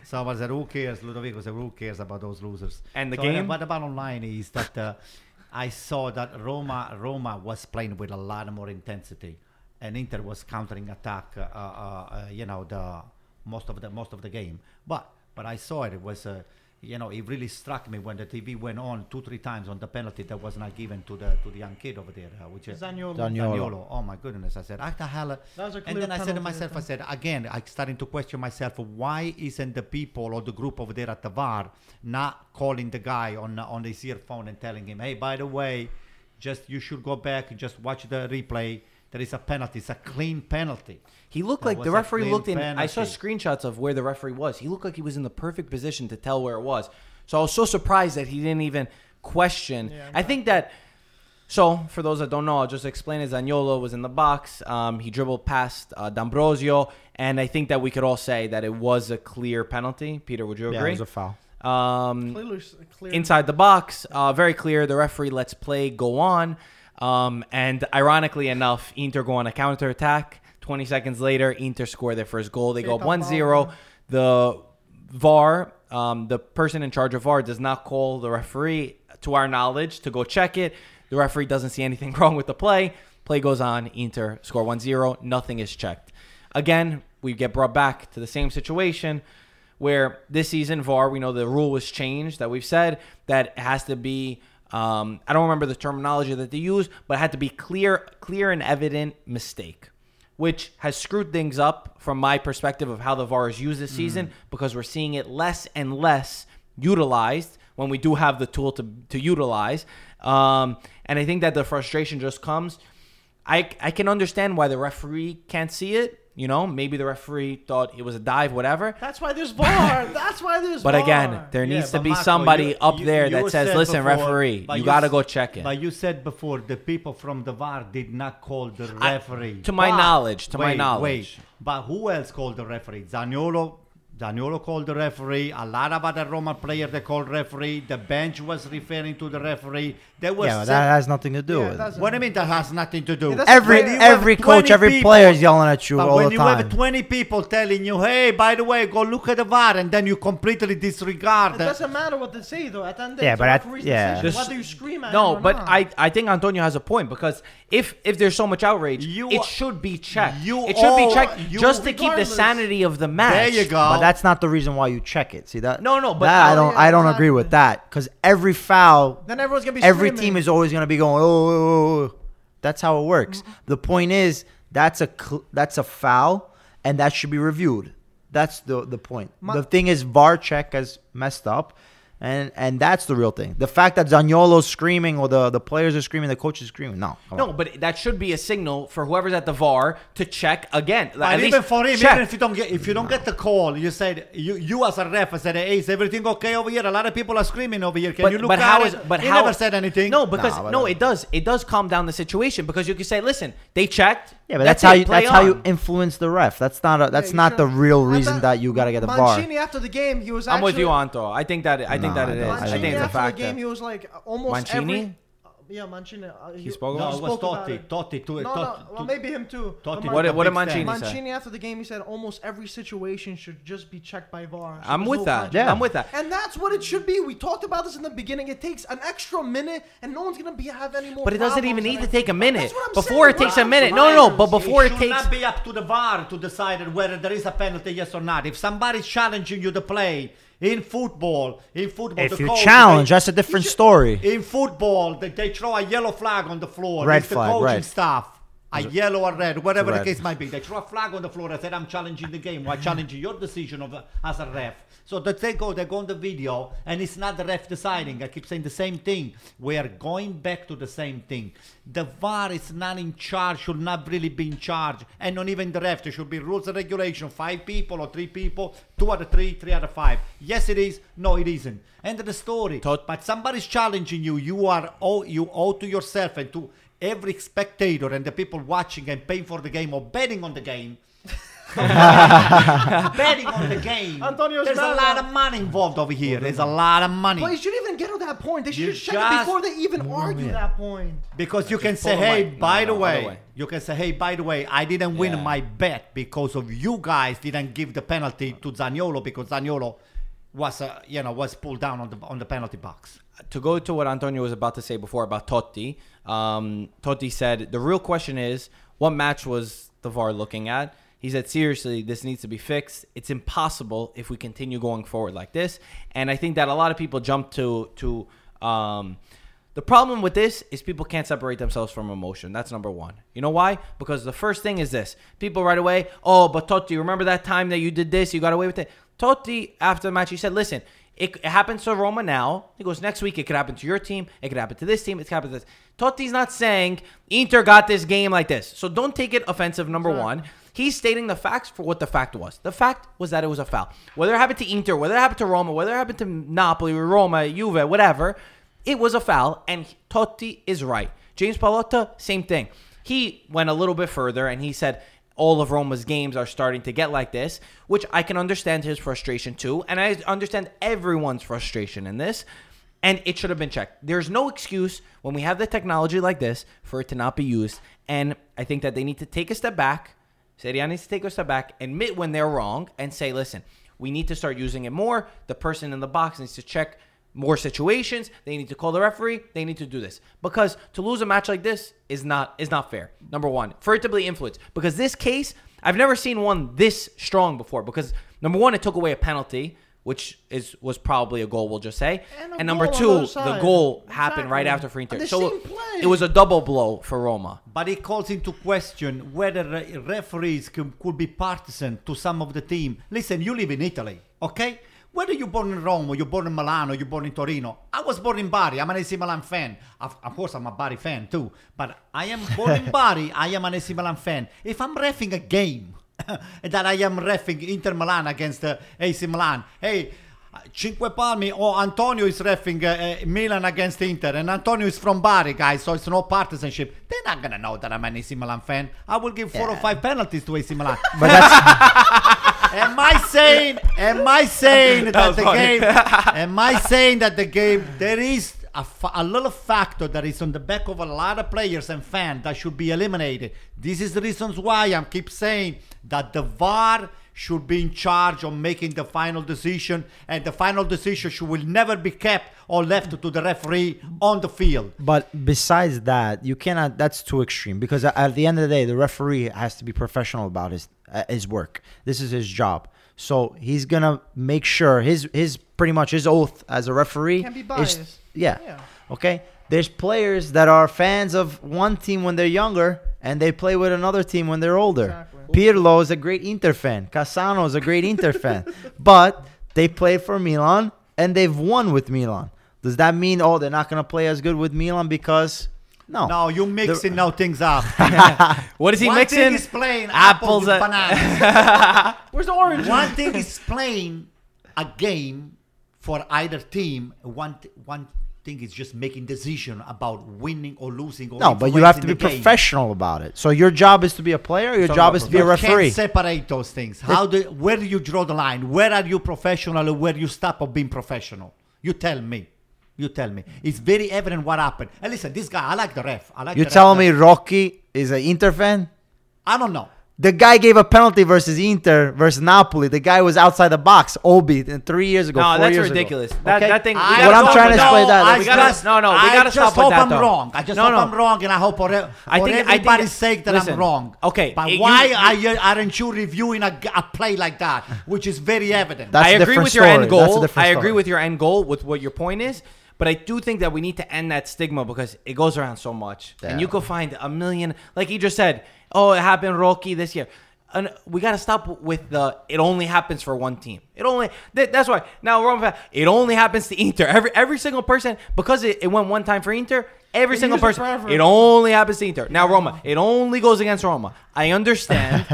Speaker 2: So I was like, who cares? Ludovico said, who cares about those losers?
Speaker 1: And the
Speaker 2: So, uh,
Speaker 1: game?
Speaker 2: But the bottom line is that uh, I saw that Roma Roma was playing with a lot more intensity, and Inter was countering attack. Uh, uh, uh, you know the most of the most of the game, but but I saw it. It was. Uh, you know, it really struck me when the TV went on two, three times on the penalty that was not given to the to the young kid over there, uh, which is
Speaker 3: Zaniolo.
Speaker 4: Zaniolo.
Speaker 2: Zaniolo. Oh my goodness! I said, "Ah, the hell!"
Speaker 3: That was a
Speaker 2: and
Speaker 3: clear
Speaker 2: then I said to
Speaker 3: penalty, I
Speaker 2: myself, "I said again, I starting to question myself. Why isn't the people or the group over there at the bar not calling the guy on on his earphone and telling him, hey, by the way, just you should go back, just watch the replay. There is a penalty. It's a clean penalty.
Speaker 1: He looked
Speaker 2: That
Speaker 1: like the
Speaker 2: was a
Speaker 1: referee
Speaker 2: clean
Speaker 1: looked in. I saw
Speaker 2: penalty.
Speaker 1: screenshots of where the referee was. He looked like he was in the perfect position to tell where it was. So I was so surprised that he didn't even question.
Speaker 3: Yeah,
Speaker 1: I think that. So for those that don't know, I'll just explain it. Zaniolo was in the box. Um, he dribbled past uh, D'Ambrosio, and I think that we could all say that it was a clear penalty. Peter, would you
Speaker 4: Yeah,
Speaker 1: agree?
Speaker 4: it was a foul.
Speaker 1: um,
Speaker 3: Clearly, clear.
Speaker 1: inside the box. Uh, very clear. The referee lets play go on. Um, and ironically enough, Inter go on a counterattack. 20 seconds later, Inter score their first goal. They go up
Speaker 3: Feta
Speaker 1: 1 0.
Speaker 3: Paolo.
Speaker 1: The VAR, um, the person in charge of VAR, does not call the referee, to our knowledge, to go check it. The referee doesn't see anything (laughs) wrong with the play. Play goes on. Inter score 1 0. Nothing is checked. Again, we get brought back to the same situation where this season VAR, we know the rule was changed that we've said that it has to be. Um, I don't remember the terminology that they use, but it had to be clear, clear and evident mistake, which has screwed things up from my perspective of how the VAR is
Speaker 2: Mm.
Speaker 1: used this season because we're seeing it less and less utilized when we do have the tool to to utilize. Um, and I think that the frustration just comes. I, I can understand why the referee can't see it. You know, maybe the referee thought it was a dive, whatever.
Speaker 3: That's why there's
Speaker 1: (laughs)
Speaker 3: VAR. That's why there's
Speaker 1: But
Speaker 3: VAR.
Speaker 1: again, there
Speaker 2: Yeah,
Speaker 1: needs to
Speaker 2: but
Speaker 1: be
Speaker 2: Marco,
Speaker 1: somebody
Speaker 2: you-
Speaker 1: up
Speaker 2: you-
Speaker 1: there
Speaker 2: you
Speaker 1: that says,
Speaker 2: said
Speaker 1: "Listen,
Speaker 2: before-
Speaker 1: referee,
Speaker 2: but
Speaker 1: you, got to
Speaker 2: s-
Speaker 1: go check it."
Speaker 2: But you said before the people from the VAR did not call the
Speaker 1: I-
Speaker 2: referee.
Speaker 1: to my
Speaker 2: But-
Speaker 1: knowledge, to my
Speaker 2: wait,
Speaker 1: knowledge.
Speaker 2: Wait, but who else called the referee? Zaniolo. Zaniolo called the referee. A lot of other Roman players they called referee. The bench was referring to the referee. There was.
Speaker 4: Yeah, but
Speaker 2: se-
Speaker 4: that has nothing to do
Speaker 3: Yeah,
Speaker 4: with
Speaker 3: that's-
Speaker 4: it.
Speaker 2: what do you mean that has nothing to do?
Speaker 3: Yeah, that's-
Speaker 4: Every
Speaker 3: When you have
Speaker 4: every
Speaker 2: 20
Speaker 4: coach, every
Speaker 2: people-
Speaker 4: player is yelling at you
Speaker 2: But
Speaker 4: all
Speaker 2: when
Speaker 4: the
Speaker 2: you
Speaker 4: time.
Speaker 2: have 20 people telling you, hey, by the way, go look at the VAR, and then you completely disregard
Speaker 3: It
Speaker 2: the-
Speaker 3: doesn't matter what they say though. At the end, of the day,
Speaker 4: Yeah,
Speaker 3: it's
Speaker 4: but
Speaker 3: a
Speaker 4: at-
Speaker 3: referee's
Speaker 4: yeah.
Speaker 3: decision.
Speaker 1: This-
Speaker 3: Whether you scream at
Speaker 1: no,
Speaker 3: him or
Speaker 1: but
Speaker 3: not.
Speaker 1: I, I think Antonio has a point because if if there's so much outrage,
Speaker 2: You-
Speaker 1: it should be checked.
Speaker 2: you
Speaker 1: it should
Speaker 2: all-
Speaker 1: be checked
Speaker 2: you-
Speaker 1: just to keep the
Speaker 3: regardless.
Speaker 1: sanity of the match.
Speaker 2: There you go.
Speaker 4: But that's not the reason why you check it. See that?
Speaker 1: No, no, but-
Speaker 4: That I
Speaker 1: Oh,
Speaker 4: don't.
Speaker 3: yeah,
Speaker 4: I don't
Speaker 3: exactly.
Speaker 4: agree with that because every foul,
Speaker 3: Then everyone's gonna be
Speaker 4: every
Speaker 3: screaming.
Speaker 4: team is always going to be going. Oh, oh, oh, oh." that's how it works. The point is that's a cl- that's a foul, and that should be reviewed. That's the the point.
Speaker 3: My-
Speaker 4: the thing is, VAR check has messed up. And and that's the real thing. The fact that Zaniolo's screaming or the, the players are screaming, the coach is screaming. No, come
Speaker 1: No,
Speaker 4: on.
Speaker 1: but that should be a signal for whoever's at the VAR to check again.
Speaker 2: But
Speaker 1: At
Speaker 2: even
Speaker 1: least
Speaker 2: for him,
Speaker 1: check.
Speaker 2: even if you don't get if you don't get the call, you said you you as a ref said, "Hey, is everything okay over here? A lot of people are screaming over here. Can you look at
Speaker 1: how
Speaker 2: it?"
Speaker 1: is- but
Speaker 2: he
Speaker 1: how,
Speaker 2: never said anything.
Speaker 1: No, because
Speaker 4: Nah, but-
Speaker 1: no, it does. It does calm down the situation because you can say, "Listen, they checked."
Speaker 4: yeah, but that's,
Speaker 1: it,
Speaker 4: how you
Speaker 1: play
Speaker 4: that's how you
Speaker 1: on."
Speaker 4: influence the ref. That's not a, that's
Speaker 3: Yeah, you
Speaker 4: not the
Speaker 3: should.
Speaker 4: real
Speaker 3: I
Speaker 4: reason
Speaker 3: thought
Speaker 4: that you got to get a VAR.
Speaker 3: Mancini after the game, he was.
Speaker 1: I'm with
Speaker 3: actually-
Speaker 1: you, Anto. I think that I think
Speaker 4: Nah,
Speaker 1: that it
Speaker 4: I
Speaker 1: is.
Speaker 4: don't-
Speaker 1: I think
Speaker 3: Mancini
Speaker 1: it's a
Speaker 3: after the
Speaker 1: fact.
Speaker 3: game,
Speaker 1: that-
Speaker 3: he was like almost
Speaker 1: Mancini?
Speaker 3: every. yeah, Mancini. Uh, he,
Speaker 1: spoke
Speaker 2: No,
Speaker 1: about
Speaker 2: it was
Speaker 3: about
Speaker 2: Totti.
Speaker 3: it.
Speaker 2: Totti too.
Speaker 3: No,
Speaker 2: Totti,
Speaker 3: no, well, maybe him too.
Speaker 2: Totti
Speaker 3: But
Speaker 2: to
Speaker 3: Mon-
Speaker 1: What
Speaker 2: a
Speaker 1: did- what did
Speaker 2: big extent.
Speaker 1: Mancini say?
Speaker 3: Mancini after the game, he said almost every situation should just be checked by VAR. So
Speaker 1: I'm
Speaker 3: there's
Speaker 1: with
Speaker 3: no
Speaker 1: that.
Speaker 3: contact.
Speaker 4: Yeah.
Speaker 1: I'm with that.
Speaker 3: And that's what it should be. We talked about this in the beginning. It takes an extra minute, and no one's gonna be have any more.
Speaker 1: But it doesn't
Speaker 3: problems
Speaker 1: even need to
Speaker 3: than I-
Speaker 1: take a
Speaker 3: But
Speaker 1: minute.
Speaker 3: that's what I'm
Speaker 1: Before
Speaker 3: saying.
Speaker 1: it takes
Speaker 3: We're
Speaker 1: a
Speaker 3: not
Speaker 1: minute. No, no, no. But
Speaker 3: survivors.
Speaker 1: before it
Speaker 2: should
Speaker 1: takes,
Speaker 2: not be up to the VAR to decide whether there is a penalty, yes or not. If somebody's challenging you to play in football, in football,
Speaker 4: If
Speaker 2: the
Speaker 4: you
Speaker 2: coach,
Speaker 4: challenge,
Speaker 2: they-
Speaker 4: that's a different story.
Speaker 2: in football, they, they throw a yellow flag on the floor.
Speaker 4: Red
Speaker 2: it's
Speaker 4: flag,
Speaker 2: the coaching
Speaker 4: right.
Speaker 2: staff. A yellow or red, whatever
Speaker 4: Red.
Speaker 2: the case might be. They throw a flag on the floor. I said, I'm challenging the game. Why challenging your decision of as a ref? So that they go, they go on the video, and it's not the ref deciding. I keep saying the same thing. We are going back to the same thing. The VAR is not in charge, should not really be in charge, and not even the ref. There should be rules and regulation. Five people or three people, two out of three, three out of five. Yes, it is. No, it isn't. End of the story.
Speaker 1: Tot-
Speaker 2: But somebody's challenging you. You are owe, you owe to yourself and to every spectator and the people watching and paying for the game or betting on the game.
Speaker 1: (laughs)
Speaker 2: betting on the game.
Speaker 3: Antonio's
Speaker 2: There's a
Speaker 3: mad
Speaker 2: lot
Speaker 3: now.
Speaker 2: of money involved over here. There's a lot of
Speaker 3: But you
Speaker 2: money.
Speaker 3: shouldn't even get to that point. They should
Speaker 2: You
Speaker 3: just check it before
Speaker 2: just-
Speaker 3: they even argue that point.
Speaker 2: Because you can
Speaker 1: just
Speaker 2: say,
Speaker 1: follow
Speaker 2: hey,
Speaker 1: my- no,
Speaker 2: by
Speaker 1: no,
Speaker 2: the
Speaker 1: other
Speaker 2: way,
Speaker 1: way.
Speaker 2: you can say, hey, by the way, I didn't win
Speaker 1: Yeah.
Speaker 2: my bet because of you guys didn't give the penalty to Zaniolo because Zaniolo was, uh, you know, was pulled down on the on the penalty box.
Speaker 1: to go to what Antonio was about to say before about Totti, um, Totti said the real question is what match was the VAR looking at? He said seriously, this needs to be fixed. It's impossible if we continue going forward like this. And I think that a lot of people jump to to um, the problem with this is people can't separate themselves from emotion. That's number one. You know why? Because the first thing is this: people right away, oh, but Totti, remember that time that you did this, you got away with it. Totti after the match, he said, listen, it, it happens to Roma now. He goes, next week it could happen to your team. It could happen to this team. It could happen to this. Totti's not saying Inter got this game like this. So don't take it offensive, number one. He's stating the facts for what the fact was. The fact was that it was a foul. Whether it happened to Inter, whether it happened to Roma, whether it happened to Napoli, Roma, Juve, whatever, it was a foul, and Totti is right. James Palotta, same thing. He went a little bit further and he said all of Roma's games are starting to get like this, which I can understand his frustration too, and I understand everyone's frustration in this. And it should have been checked. There's no excuse when we have the technology like this for it to not be used. And I think that they need to take a step back. Serie A needs to take a step back, admit when they're wrong, and say, listen, we need to start using it more. The person in the box needs to check more situations. They need to call the referee. They need to do this because to lose a match like this is not is not fair. Number one, for it to be influenced because this case I've never seen one this strong before. Because number one, it took away a penalty, which is was probably a goal. We'll just say,
Speaker 3: And
Speaker 1: and,
Speaker 3: a
Speaker 1: number
Speaker 3: goal on
Speaker 1: two,
Speaker 3: the
Speaker 1: the,
Speaker 3: side.
Speaker 1: goal happened right
Speaker 3: Exactly.
Speaker 1: after free
Speaker 3: On
Speaker 1: inter.
Speaker 3: the
Speaker 1: So
Speaker 3: same play.
Speaker 1: it was a double blow for Roma.
Speaker 2: But it calls into question whether re- referees c- could be partisan to some of the team. Listen, you live in Italy, okay? Whether you're born in Rome, or you're born in Milan, or you're born in Torino. I was born in Bari. I'm an AC Milan fan. Of, of course, I'm a Bari fan too. But I am born in Bari. I am an AC Milan fan. If I'm refing a game (laughs) that I am refing Inter Milan against uh, AC Milan, hey, Cinque Palmi or Antonio is refing uh, uh, Milan against Inter and Antonio is from Bari guys so it's no partisanship they're not gonna know that I'm an AC Milan fan I will give four or five penalties to AC Milan
Speaker 4: But that's
Speaker 2: am I saying am I saying that,
Speaker 1: was
Speaker 2: the
Speaker 1: funny.
Speaker 2: game am I saying that the game there is a, fa- a little factor that is on the back of a lot of players and fans that should be eliminated this is the reasons why I'm keep saying that the VAR should be in charge of making the final decision and the final decision should will never be kept or left to the referee on the field
Speaker 4: but besides that, you cannot. That's too extreme because a- at the end of the day, the referee has to be professional about his uh, his work. This is his job. So he's gonna make sure his his pretty much his oath as a referee
Speaker 3: Can't be
Speaker 4: is-
Speaker 3: biased.
Speaker 4: yeah.
Speaker 3: Yeah.
Speaker 4: Okay. There's players that are fans of one team when they're younger and they play with another team when they're older.
Speaker 3: Exactly.
Speaker 4: Pirlo is a great Inter fan. Casano is a great Inter fan. But they play for Milan and they've won with Milan. Does that mean oh they're not going to play as good with Milan because no.
Speaker 2: now you're mixing now things up
Speaker 1: What (laughs) is he
Speaker 2: One
Speaker 1: mixing?
Speaker 2: thing is playing
Speaker 1: Apples
Speaker 2: apples, with
Speaker 1: and-
Speaker 2: bananas
Speaker 3: Where's the orange?
Speaker 2: one thing is playing a game for either team. One th- one thing is just making decision about winning or losing. Or
Speaker 4: No, but you have to be
Speaker 2: influencing the game.
Speaker 4: professional about it. So your job is to be a player, your
Speaker 1: Talking
Speaker 4: job
Speaker 1: about
Speaker 4: is to be a
Speaker 2: You
Speaker 4: referee.
Speaker 2: Can't separate those things. How do where do you draw the line? Where are you professional and where you stop of being professional? You tell me. You tell me. It's very evident what happened. And listen, this guy, I like the ref. I like.
Speaker 4: You're
Speaker 2: the
Speaker 4: telling
Speaker 2: ref.
Speaker 4: me Rocky is an Inter fan?
Speaker 2: I don't know.
Speaker 4: The guy gave a penalty versus Inter versus Napoli. The guy was outside the box. Obi th- three years ago.
Speaker 1: No,
Speaker 4: four
Speaker 1: that's
Speaker 4: years ago.
Speaker 1: ridiculous. That- that thing- we
Speaker 2: I
Speaker 4: what
Speaker 1: gotta
Speaker 4: I'm
Speaker 1: stop
Speaker 4: trying to
Speaker 1: with
Speaker 4: explain
Speaker 1: that.
Speaker 4: that.
Speaker 1: We
Speaker 4: is-
Speaker 1: gotta- no, no, we
Speaker 2: I
Speaker 1: gotta
Speaker 2: just
Speaker 1: stop with
Speaker 2: hope
Speaker 1: that,
Speaker 2: I'm
Speaker 1: though.
Speaker 2: wrong. I just
Speaker 1: No,
Speaker 2: hope
Speaker 1: no.
Speaker 2: I'm wrong, and I hope for, e- for
Speaker 1: I think- I think-
Speaker 2: everybody's sake that
Speaker 1: listen,
Speaker 2: I'm wrong.
Speaker 1: okay,
Speaker 2: but
Speaker 1: it-
Speaker 2: why
Speaker 1: you-
Speaker 2: are you, aren't you reviewing a, g- a play like that, which is very evident?
Speaker 4: That's
Speaker 1: I
Speaker 4: a
Speaker 1: agree
Speaker 4: different
Speaker 1: with your
Speaker 4: story.
Speaker 1: end
Speaker 4: That's a
Speaker 1: goal. I
Speaker 4: different
Speaker 1: agree
Speaker 4: story.
Speaker 1: with your end goal with what your point is, but I do think that we need to end that stigma because it goes around so much, and
Speaker 4: Yeah.
Speaker 1: you could find a million. Like he just said, oh, it happened Rocky this year. And we got to stop with the. It only happens for one team. It only. That, that's why now Rome fan. It only happens to Inter. Every every single person because it, it went one time for Inter. Every
Speaker 3: They
Speaker 1: single
Speaker 3: use it
Speaker 1: person.
Speaker 3: forever.
Speaker 1: It only happens to Inter. Now Roma. It only goes against Roma. I
Speaker 4: (laughs)
Speaker 1: understand.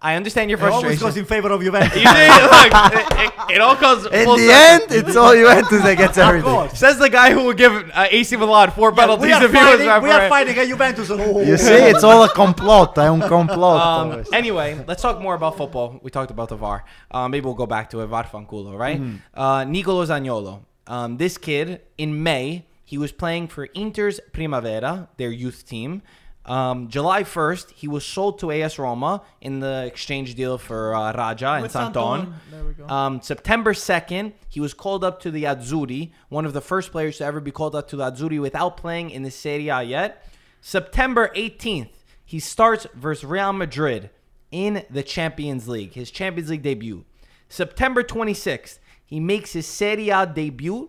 Speaker 1: I understand your
Speaker 2: it always
Speaker 1: frustration.
Speaker 2: goes in favor of Juventus.
Speaker 1: (laughs) You did.
Speaker 4: (laughs)
Speaker 1: Look, it, it, it all comes.
Speaker 4: In
Speaker 1: full
Speaker 4: the end,
Speaker 1: circle.
Speaker 4: it's all Juventus that gets everything.
Speaker 1: says the guy who will give uh, AC Milan four penalties
Speaker 2: we, are
Speaker 1: if he was
Speaker 2: fighting, we are
Speaker 1: referee.
Speaker 2: fighting a Juventus. Oh.
Speaker 4: You see, it's all a complot. I am complot.
Speaker 1: Um, anyway, let's talk more about football. We talked about the VAR. Uh, maybe we'll go back to it. VAR Fanculo, right?
Speaker 4: Mm-hmm.
Speaker 1: Uh, Nicolo Zaniolo. Um, this kid in May, he was playing for Inter's Primavera, their youth team. Um, July 1st, he was sold to AS Roma in the exchange deal for uh, Raja and
Speaker 3: With
Speaker 1: Santon.
Speaker 3: Santon. There we go.
Speaker 1: Um, September 2nd, he was called up to the Azzurri, one of the first players to ever be called up to the Azzurri without playing in the Serie A yet. September 18th, he starts versus Real Madrid in the Champions League, his Champions League debut. September 26th, he makes his Serie A debut,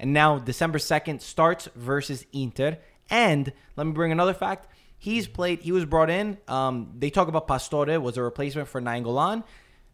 Speaker 1: and now December 2nd starts versus Inter. And let me bring another fact. He's played, he was brought in. Um, they talk about Pastore was a replacement for Nangolan.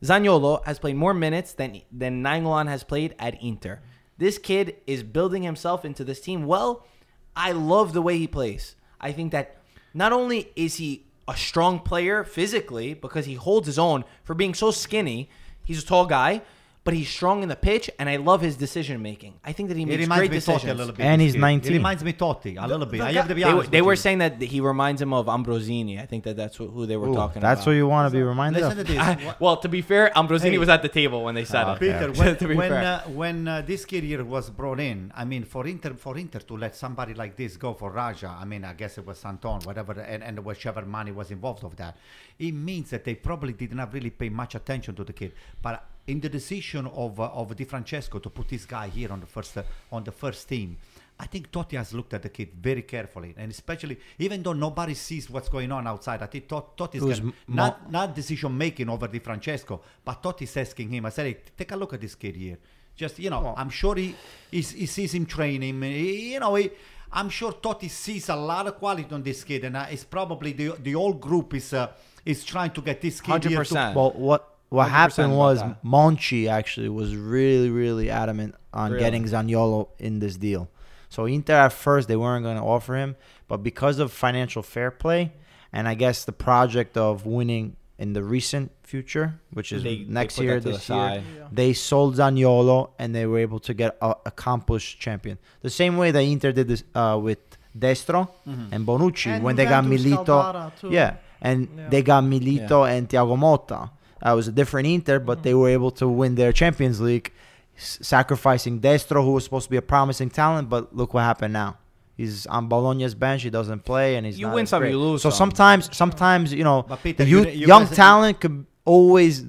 Speaker 1: Zaniolo has played more minutes than than Nangolan has played at Inter. This kid is building himself into this team. Well, I love the way he plays. I think that not only is he a strong player physically because he holds his own for being so skinny, he's a tall guy, but he's strong in the pitch, and I love his decision making. I think that he
Speaker 2: It
Speaker 1: makes
Speaker 2: reminds
Speaker 1: great
Speaker 2: me Totti a
Speaker 1: decisions.
Speaker 2: little bit.
Speaker 4: And
Speaker 2: this
Speaker 4: he's
Speaker 2: kid. It
Speaker 4: 19.
Speaker 2: reminds me Totti a little bit. I
Speaker 3: the
Speaker 2: have to be
Speaker 1: They,
Speaker 2: honest.
Speaker 1: were- they
Speaker 2: with
Speaker 1: were
Speaker 2: you.
Speaker 1: saying that he reminds him of Ambrosini. I think that that's who who they were
Speaker 4: Ooh,
Speaker 1: talking
Speaker 4: that's
Speaker 1: about.
Speaker 4: what you want to be reminded
Speaker 2: Listen to
Speaker 4: of.
Speaker 2: this.
Speaker 1: (laughs) I- well, to be fair, Ambrosini
Speaker 2: Hey. Ah,
Speaker 1: was at the table when they said it.
Speaker 2: Peter,
Speaker 1: (laughs) To
Speaker 2: when,
Speaker 1: be
Speaker 2: when,
Speaker 1: fair.
Speaker 2: uh, when uh, this career was brought in, I mean, for Inter, for Inter to let somebody like this go for Raja, I mean, I guess it was Santon, whatever, and, and whichever money was involved of that, it means that they probably did not really pay much attention to the kid. But in the decision of uh, of Di Francesco to put this guy here on the first uh, on the first team. I think Totti has looked at the kid very carefully, and especially even though nobody sees what's going on outside, I think Tot- Totti's
Speaker 4: Who's
Speaker 2: gonna-
Speaker 4: m- mo-
Speaker 2: not not decision making over Di Francesco, but Totti's asking him. I said, hey, take a look at this kid here. Just you know, I'm sure he, he he sees him training. He, you know, he, I'm sure Totti sees a lot of quality on this kid, and uh, it's probably the the whole group is uh, is trying to get this kid. Here to,
Speaker 1: 100%.
Speaker 4: Well, what what
Speaker 1: 100%
Speaker 4: happened
Speaker 1: about
Speaker 4: was
Speaker 1: that.
Speaker 4: Monchi actually was really really adamant on
Speaker 1: Really?
Speaker 4: getting Zaniolo in this deal. So Inter at first they weren't going to offer him, but because of financial fair play and I guess the project of winning in the recent future, which is
Speaker 1: They- they
Speaker 4: next
Speaker 1: put
Speaker 4: year,
Speaker 1: that to the
Speaker 4: this year,
Speaker 1: side.
Speaker 3: Yeah.
Speaker 4: they sold Zaniolo and they were able to get a accomplished champion. The same way that Inter did this uh, with Destro
Speaker 1: Mm-hmm.
Speaker 4: and Bonucci
Speaker 3: And
Speaker 4: when they got
Speaker 3: Juventus
Speaker 4: Milito.
Speaker 3: Caldara, too.
Speaker 4: Yeah, and
Speaker 3: Yeah.
Speaker 4: they got Milito and Thiago Motta. That was a different Inter, but
Speaker 1: Mm-hmm.
Speaker 4: they were able to win their Champions League, s- sacrificing Destro, who was supposed to be a promising talent. But look what happened now. He's on Bologna's bench. He doesn't play, and he's
Speaker 1: You
Speaker 4: not
Speaker 1: win
Speaker 4: as
Speaker 1: some,
Speaker 4: great.
Speaker 1: you lose
Speaker 4: So
Speaker 1: some.
Speaker 4: sometimes, sometimes you know,
Speaker 2: But Peter,
Speaker 4: the
Speaker 2: you
Speaker 4: youth-
Speaker 2: di- you
Speaker 4: young
Speaker 2: guys-
Speaker 4: talent could always,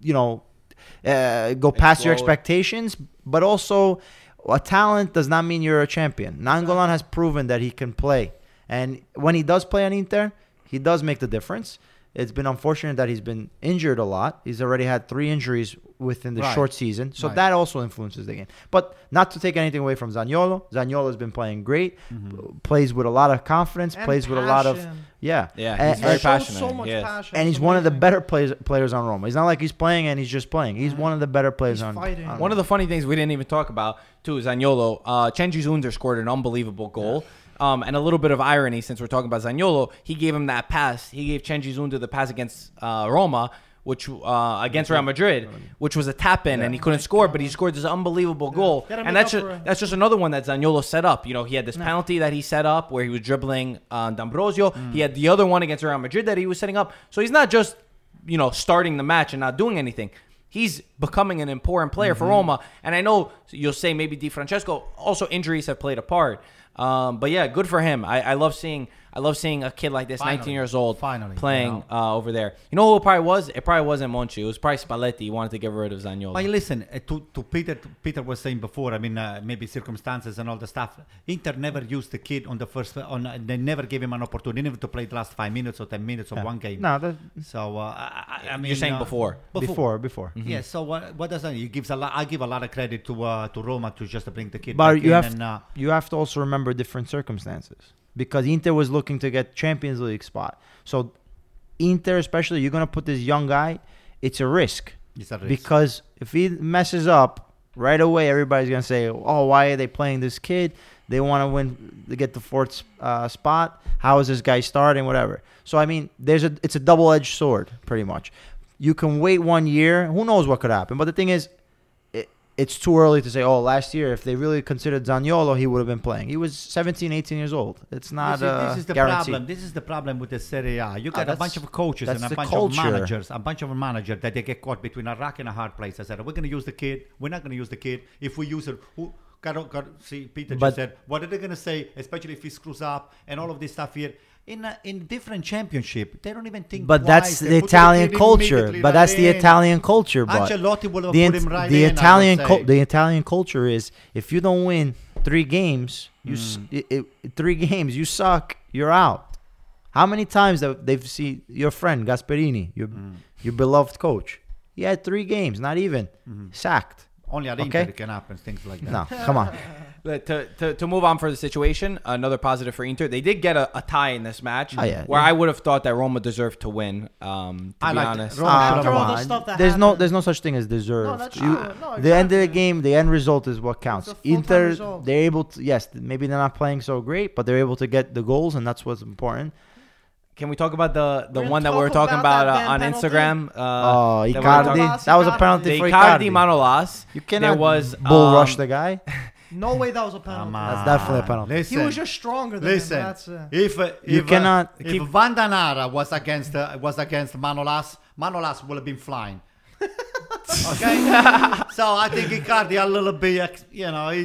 Speaker 4: you know, uh, go past your
Speaker 1: Explode.
Speaker 4: expectations. But also, a talent does not mean you're a champion. Nangolan has proven that he can play, and when he does play on Inter, he does make the difference. It's been unfortunate that he's been injured a lot. He's already had three injuries within the
Speaker 2: Right.
Speaker 4: short season, so
Speaker 2: Right.
Speaker 4: that also influences the game. But not to take anything away from Zaniolo, Zaniolo has been playing great,
Speaker 1: Mm-hmm.
Speaker 4: p- plays with a lot of confidence,
Speaker 3: And
Speaker 4: plays with a lot of
Speaker 3: passion.
Speaker 4: yeah,
Speaker 1: Yeah,
Speaker 4: and,
Speaker 1: he's very
Speaker 3: He shows
Speaker 1: passionate,
Speaker 3: So much
Speaker 1: yes.
Speaker 3: passion.
Speaker 4: and
Speaker 3: It's
Speaker 4: he's one of the
Speaker 3: amazing.
Speaker 4: better players players on Roma. He's not like he's playing and he's just playing. He's one of the better players
Speaker 3: He's
Speaker 4: on,
Speaker 3: fighting.
Speaker 4: on
Speaker 1: One of the funny things we didn't even talk about too is Zaniolo. Uh, Chenji Zunder scored an unbelievable goal. Um, and a little bit of irony since we're talking about Zaniolo, he gave him that pass. He gave Chenji Zunder the pass against uh, Roma, which uh, against Real Madrid, which was a tap in, and he couldn't score, but he scored this unbelievable goal.
Speaker 3: Gotta
Speaker 1: And
Speaker 3: make
Speaker 1: that's
Speaker 3: up
Speaker 1: just,
Speaker 3: for it.
Speaker 1: that's just another one that Zaniolo set up. You know, he had this penalty that he set up where he was dribbling uh, D'Ambrosio.
Speaker 2: Mm.
Speaker 1: He had the other one against Real Madrid that he was setting up. So he's not just you know starting the match and not doing anything. He's becoming an important player
Speaker 2: Mm-hmm.
Speaker 1: for Roma. And I know you'll say maybe Di Francesco. Also, injuries have played a part. Um, but yeah, good for him. I, I love seeing I love seeing a kid like this, 19
Speaker 2: Finally.
Speaker 1: years old,
Speaker 2: Finally,
Speaker 1: playing
Speaker 2: you know.
Speaker 1: uh, over there. You know who it probably was? It probably wasn't Monchi. It was probably Spalletti. He wanted to get rid of Zaniolo.
Speaker 2: But listen uh, to to Peter. Peter was saying before. I mean, uh, maybe circumstances and all the stuff. Inter never used the kid on the first. On uh, they never gave him an opportunity, even to play the last five minutes or ten minutes of one game.
Speaker 4: No, that,
Speaker 2: So uh, I, I- I mean,
Speaker 1: saying
Speaker 2: uh, Mm-hmm.
Speaker 1: before.
Speaker 4: before, before.
Speaker 2: Yeah, so what, what does that? He gives a lot. I give a lot of credit to uh, to Roma to just bring the kid
Speaker 4: But
Speaker 2: back
Speaker 4: you
Speaker 2: in
Speaker 4: have
Speaker 2: and uh,
Speaker 4: you have to also remember different circumstances because Inter was looking to get Champions League spot. So Inter, especially, you're gonna put this young guy. It's a risk
Speaker 2: it's a risk.
Speaker 4: because if he messes up right away, everybody's gonna say, "Oh, why are they playing this kid? They want to win, they get the fourth uh, spot. How is this guy starting? Whatever." So I mean, there's a it's a double edged sword, pretty much. You can wait one year. Who knows what could happen? But the thing is, it, it's too early to say, "Oh, last year, if they really considered Zaniolo, he would have been playing. He was 17, 18 years old. It's not
Speaker 2: this, is,
Speaker 4: uh,
Speaker 2: this is the
Speaker 4: guarantee. Ah,
Speaker 2: problem. This is the problem with the Serie A. You got a
Speaker 4: that's-
Speaker 2: bunch of coaches
Speaker 4: that's
Speaker 2: and
Speaker 4: the
Speaker 2: a bunch
Speaker 4: culture.
Speaker 2: of managers, a bunch of managers that they get caught between a rock and a hard place. I said, we're going to use the kid. We're not going to use the kid. If we use it, who? God, God, see, Peter
Speaker 4: But-
Speaker 2: just said, what are they going to say, especially if he screws up and all of this stuff here? In a, in different championship, they don't even think.
Speaker 4: But that's
Speaker 2: twice. They
Speaker 4: the
Speaker 2: put kid
Speaker 4: Italian
Speaker 2: in
Speaker 4: culture.
Speaker 2: immediately
Speaker 4: But
Speaker 2: right
Speaker 4: that's the
Speaker 2: in.
Speaker 4: Italian culture. But
Speaker 2: Ancelotti will have
Speaker 4: the,
Speaker 2: put
Speaker 4: in-
Speaker 2: him right in,
Speaker 4: the
Speaker 2: I would
Speaker 4: Italian cul-
Speaker 2: say.
Speaker 4: the Italian culture is if you don't win three games, you s-
Speaker 2: Hmm.
Speaker 4: i- i- three games you suck. You're out. How many times that they've seen your friend Gasperini, your
Speaker 2: Hmm.
Speaker 4: your beloved coach? He had three games, not even
Speaker 2: Hmm.
Speaker 4: sacked.
Speaker 2: Only at
Speaker 4: Okay.
Speaker 2: Inter it can happen things like that.
Speaker 4: No,
Speaker 2: (laughs)
Speaker 4: come on.
Speaker 1: But Uh, to, to, to move on for the situation, another positive for Inter, they did get a, a tie in this match,
Speaker 4: Oh, yeah.
Speaker 1: where I would have thought that Roma deserved to win. Um, to
Speaker 2: I
Speaker 1: be
Speaker 2: liked it.
Speaker 1: honest,
Speaker 2: Roma-
Speaker 4: Ah,
Speaker 2: After
Speaker 4: come
Speaker 3: all the
Speaker 4: on.
Speaker 3: stuff that
Speaker 4: there's no
Speaker 3: happened.
Speaker 4: there's no such thing as deserved.
Speaker 3: that's
Speaker 4: You-
Speaker 3: true. No,
Speaker 4: The end of the
Speaker 3: exactly.
Speaker 4: game, the end result is what counts.
Speaker 3: a full-time
Speaker 4: Inter,
Speaker 3: result.
Speaker 4: they're able to yes, maybe they're not playing so great, but they're able to get the goals, and that's what's important.
Speaker 1: can we talk about the the
Speaker 3: We'll
Speaker 1: one that we were
Speaker 3: talk
Speaker 1: talking
Speaker 3: about
Speaker 1: about,
Speaker 3: that
Speaker 1: uh, on
Speaker 3: Van penalty.
Speaker 1: Instagram? Uh,
Speaker 4: Oh,
Speaker 1: that we were
Speaker 4: Icardi,
Speaker 1: talking-
Speaker 4: that was a
Speaker 3: Icardi.
Speaker 4: penalty
Speaker 1: The
Speaker 4: for
Speaker 1: Icardi
Speaker 4: Icardi.
Speaker 1: Manolas.
Speaker 4: you cannot
Speaker 1: There was
Speaker 4: bull
Speaker 1: um,
Speaker 4: rush the guy.
Speaker 3: No way that was a penalty.
Speaker 2: Come
Speaker 4: That's
Speaker 2: on.
Speaker 4: definitely a penalty.
Speaker 3: He
Speaker 2: Listen,
Speaker 3: was just stronger than
Speaker 2: listen.
Speaker 3: him. That's, uh,
Speaker 2: if uh,
Speaker 4: You
Speaker 2: if,
Speaker 4: cannot
Speaker 2: uh, if
Speaker 1: keep-
Speaker 2: Vandanara was against uh, was against Manolas, Manolas would have been
Speaker 3: (laughs)
Speaker 2: flying. okay, so I think Icardi a little bit, ex- you know, he.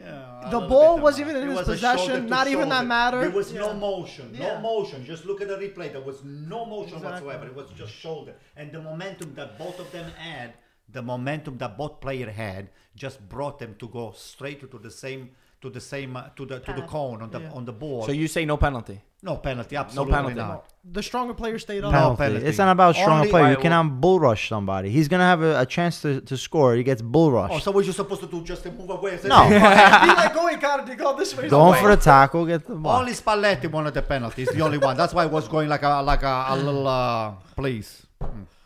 Speaker 2: you know, a
Speaker 3: The
Speaker 2: little
Speaker 3: ball
Speaker 2: bit,
Speaker 3: wasn't
Speaker 2: uh,
Speaker 3: even in
Speaker 2: it
Speaker 3: his
Speaker 2: was a
Speaker 3: possession,
Speaker 2: shoulder to
Speaker 3: not even that
Speaker 2: shoulder.
Speaker 3: matter.
Speaker 2: There was no
Speaker 3: Yeah.
Speaker 2: motion, no
Speaker 3: Yeah.
Speaker 2: motion. Just look at the replay. There was no motion
Speaker 3: Exactly.
Speaker 2: whatsoever. It was just shoulder, and the momentum that both of them had, the momentum that both player had, just brought them to go straight to the same, to the same, uh, to the to the
Speaker 3: Path.
Speaker 2: cone on the
Speaker 3: Yeah.
Speaker 2: on the board.
Speaker 1: So you say no penalty?
Speaker 2: No penalty, absolutely
Speaker 1: penalty.
Speaker 2: not.
Speaker 3: the stronger player stayed
Speaker 1: (laughs)
Speaker 3: up.
Speaker 4: penalty.
Speaker 2: penalty.
Speaker 4: It's not about strong
Speaker 2: Only-
Speaker 4: player. You
Speaker 2: Right,
Speaker 4: cannot bull rush somebody. He's gonna have a, a chance to, to score. He gets bull rushed.
Speaker 2: Oh, so we're just supposed to do just a move away? and say,
Speaker 4: No.
Speaker 2: "Hey,
Speaker 3: Be like, "Oh, go Icardi, go this way.
Speaker 4: Going
Speaker 3: Go
Speaker 4: for the tackle, get the ball.
Speaker 2: Only Spalletti wanted the penalty. It's the only one. That's why it was going like a like a, a little uh, please. Mm.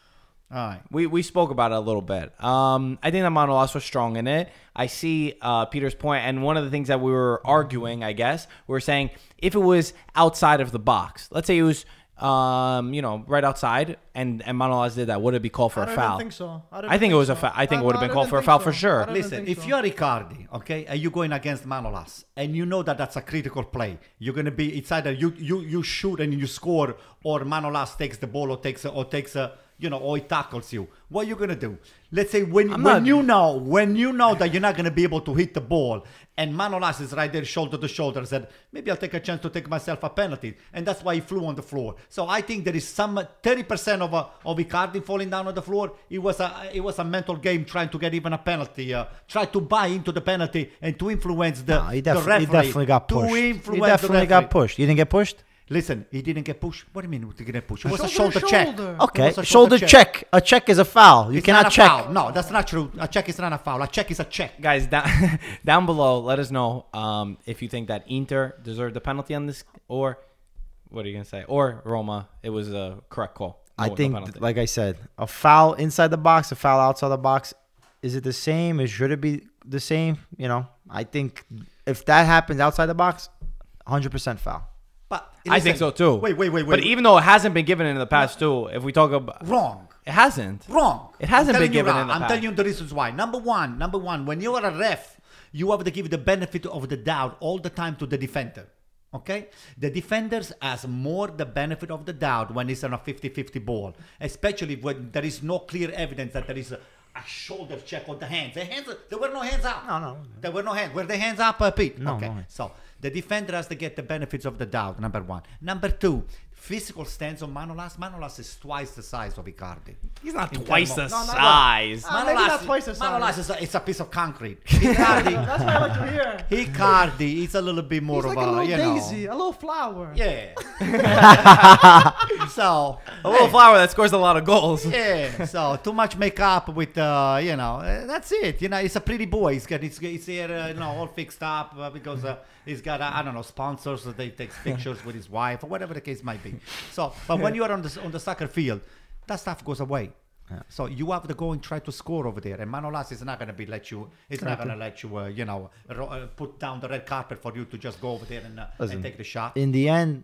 Speaker 2: All right.
Speaker 1: We, we spoke about it a little bit. Um, I think that Manolas was strong in it. I see uh, Peter's point, and one of the things that we were arguing, I guess, we were saying if it was outside of the box, let's say it was, um, you know, right outside, and and Manolas did that, would it be called for
Speaker 3: I
Speaker 1: a
Speaker 3: don't even
Speaker 1: foul?
Speaker 3: think so. I don't
Speaker 1: I think
Speaker 3: think
Speaker 1: it was a
Speaker 3: so.
Speaker 1: foul. I think
Speaker 3: I-
Speaker 1: it would
Speaker 3: I
Speaker 1: have been
Speaker 3: don't
Speaker 1: called for a
Speaker 3: think
Speaker 1: foul
Speaker 3: so.
Speaker 1: for
Speaker 3: I
Speaker 1: sure.
Speaker 3: don't-
Speaker 2: Listen,
Speaker 3: think
Speaker 2: if
Speaker 3: so.
Speaker 2: you're Icardi, okay, and you're going against Manolas, and you know that that's a critical play, you're gonna be. It's either you you you shoot and you score, or Manolas takes the ball or takes a- or takes a you know or he tackles you. What are you gonna do? Let's say when when
Speaker 1: not-
Speaker 2: you know when you know that you're not gonna be able to hit the ball, and Manolas is right there shoulder to shoulder, said maybe I'll take a chance to take myself a penalty, and that's why he flew on the floor. So I think there is some thirty percent of uh, of Icardi falling down on the floor. It was a it was a mental game trying to get even a penalty, uh, try to buy into the penalty and to influence the,
Speaker 4: No, he,
Speaker 2: the
Speaker 4: defi-
Speaker 2: referee.
Speaker 4: he definitely got
Speaker 2: to
Speaker 4: pushed. He
Speaker 2: influence the
Speaker 4: definitely got
Speaker 2: referee.
Speaker 4: pushed. You didn't get pushed.
Speaker 2: Listen, he didn't get pushed. What do you mean he didn't get pushed? It was
Speaker 3: Shoulder
Speaker 2: a shoulder
Speaker 3: to
Speaker 2: check.
Speaker 3: shoulder.
Speaker 2: It was
Speaker 4: Okay,
Speaker 2: a
Speaker 4: shoulder check. A check is a foul. You
Speaker 2: It's
Speaker 4: cannot
Speaker 2: not a
Speaker 4: check.
Speaker 2: foul. No, that's not true. A check is not a foul. A check is a
Speaker 1: (laughs)
Speaker 2: check.
Speaker 1: Guys, down, (laughs) down below, let us know um, if you think that Inter deserved the penalty on this, or what are you going to say? Or Roma, it was a correct call.
Speaker 4: I
Speaker 1: No- no
Speaker 4: think,
Speaker 1: penalty.
Speaker 4: like I said, a foul inside the box, a foul outside the box. Is it the same? Is should it be the same? You know, I think if that happens outside the box, 100% foul.
Speaker 2: But
Speaker 1: I think so
Speaker 2: listen,
Speaker 1: too.
Speaker 2: Wait, wait, wait, wait.
Speaker 1: But even though it hasn't been given in the past too, if we talk about
Speaker 2: wrong.
Speaker 1: it hasn't.
Speaker 2: Wrong.
Speaker 1: It hasn't
Speaker 2: I'm
Speaker 1: been
Speaker 2: telling you
Speaker 1: given
Speaker 2: wrong.
Speaker 1: in the
Speaker 2: I'm
Speaker 1: past.
Speaker 2: telling you the reasons why. Number one, number one, when you are a ref, you have to give the benefit of the doubt all the time to the defender. Okay? The defenders has more the benefit of the doubt when it's on a 50-50 ball, especially when there is no clear evidence that there is a, a shoulder check on the hands. The hands, there were no hands up.
Speaker 4: No, no.
Speaker 2: There were no hands. Were the hands up, uh, Pete?
Speaker 4: No,
Speaker 2: okay.
Speaker 4: no.
Speaker 2: So the defender has to get the benefits of the doubt, number one. Number two, physical stance on Manolas. Manolas is twice the size of Icardi.
Speaker 1: He's not
Speaker 2: In
Speaker 1: twice
Speaker 2: terms
Speaker 1: the
Speaker 2: of-
Speaker 3: No, not one.
Speaker 1: size.
Speaker 3: Ah, maybe not twice the size.
Speaker 2: Manolas is a, it's a piece of concrete.
Speaker 3: (laughs)
Speaker 2: Icardi,
Speaker 3: That's what I like to hear.
Speaker 2: Icardi is a little bit more
Speaker 3: He's
Speaker 2: of
Speaker 3: like a little
Speaker 2: you
Speaker 3: daisy,
Speaker 2: know.
Speaker 3: a little flower. (laughs)
Speaker 2: Yeah. (laughs) so
Speaker 1: A little flower that scores a lot of (laughs) goals.
Speaker 2: (laughs) yeah, so too much makeup with uh, you know uh, that's it. You know, it's a pretty boy. He's got he's, he's here, uh, you know, all fixed up uh, because uh, he's got uh, I don't know sponsors. So they takes pictures with his wife or whatever the case might be. So, but when you are on the on the soccer field, that stuff goes away. So you have to go and try to score over there, and Manolas is not going to be let you. It's not going to let you, uh, you know, ro- uh, put down the red carpet for you to just go over there and, uh, and
Speaker 4: Listen,
Speaker 2: take the shot.
Speaker 4: In the end,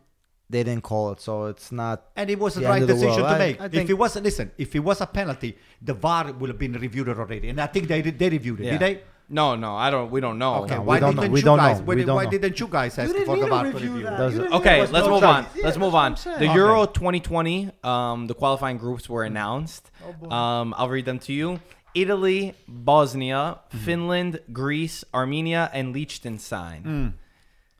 Speaker 4: they didn't call it, so it's not.
Speaker 2: And it was the,
Speaker 4: The end
Speaker 2: right
Speaker 4: of the
Speaker 2: decision
Speaker 4: world.
Speaker 2: to
Speaker 4: I-
Speaker 2: make.
Speaker 4: I
Speaker 2: if
Speaker 4: think-
Speaker 2: it was listen, if it was a penalty, the VAR would have been reviewed already. And I think they did- they reviewed it.
Speaker 1: Yeah.
Speaker 2: Did they?
Speaker 1: No, no, I don't. We don't know.
Speaker 2: Okay.
Speaker 4: we
Speaker 2: why
Speaker 4: don't know.
Speaker 2: didn't
Speaker 4: We
Speaker 2: you
Speaker 4: don't
Speaker 2: guys?
Speaker 4: know.
Speaker 2: Why,
Speaker 4: We
Speaker 2: did-
Speaker 4: don't
Speaker 2: why
Speaker 4: know.
Speaker 2: didn't you guys ask
Speaker 3: You didn't
Speaker 2: for
Speaker 3: need
Speaker 2: the VAR
Speaker 3: to
Speaker 2: to
Speaker 3: review
Speaker 2: review?
Speaker 3: that.
Speaker 4: Does
Speaker 3: You
Speaker 4: it-
Speaker 3: didn't
Speaker 1: Okay,
Speaker 3: need to-
Speaker 1: let's
Speaker 2: no
Speaker 1: move on.
Speaker 2: chance.
Speaker 1: Let's move on. The Euro 2020, um, the qualifying groups were announced.
Speaker 3: boy.
Speaker 1: um, I'll read them to you: Italy, Bosnia, Finland, Greece, Armenia, and Liechtenstein.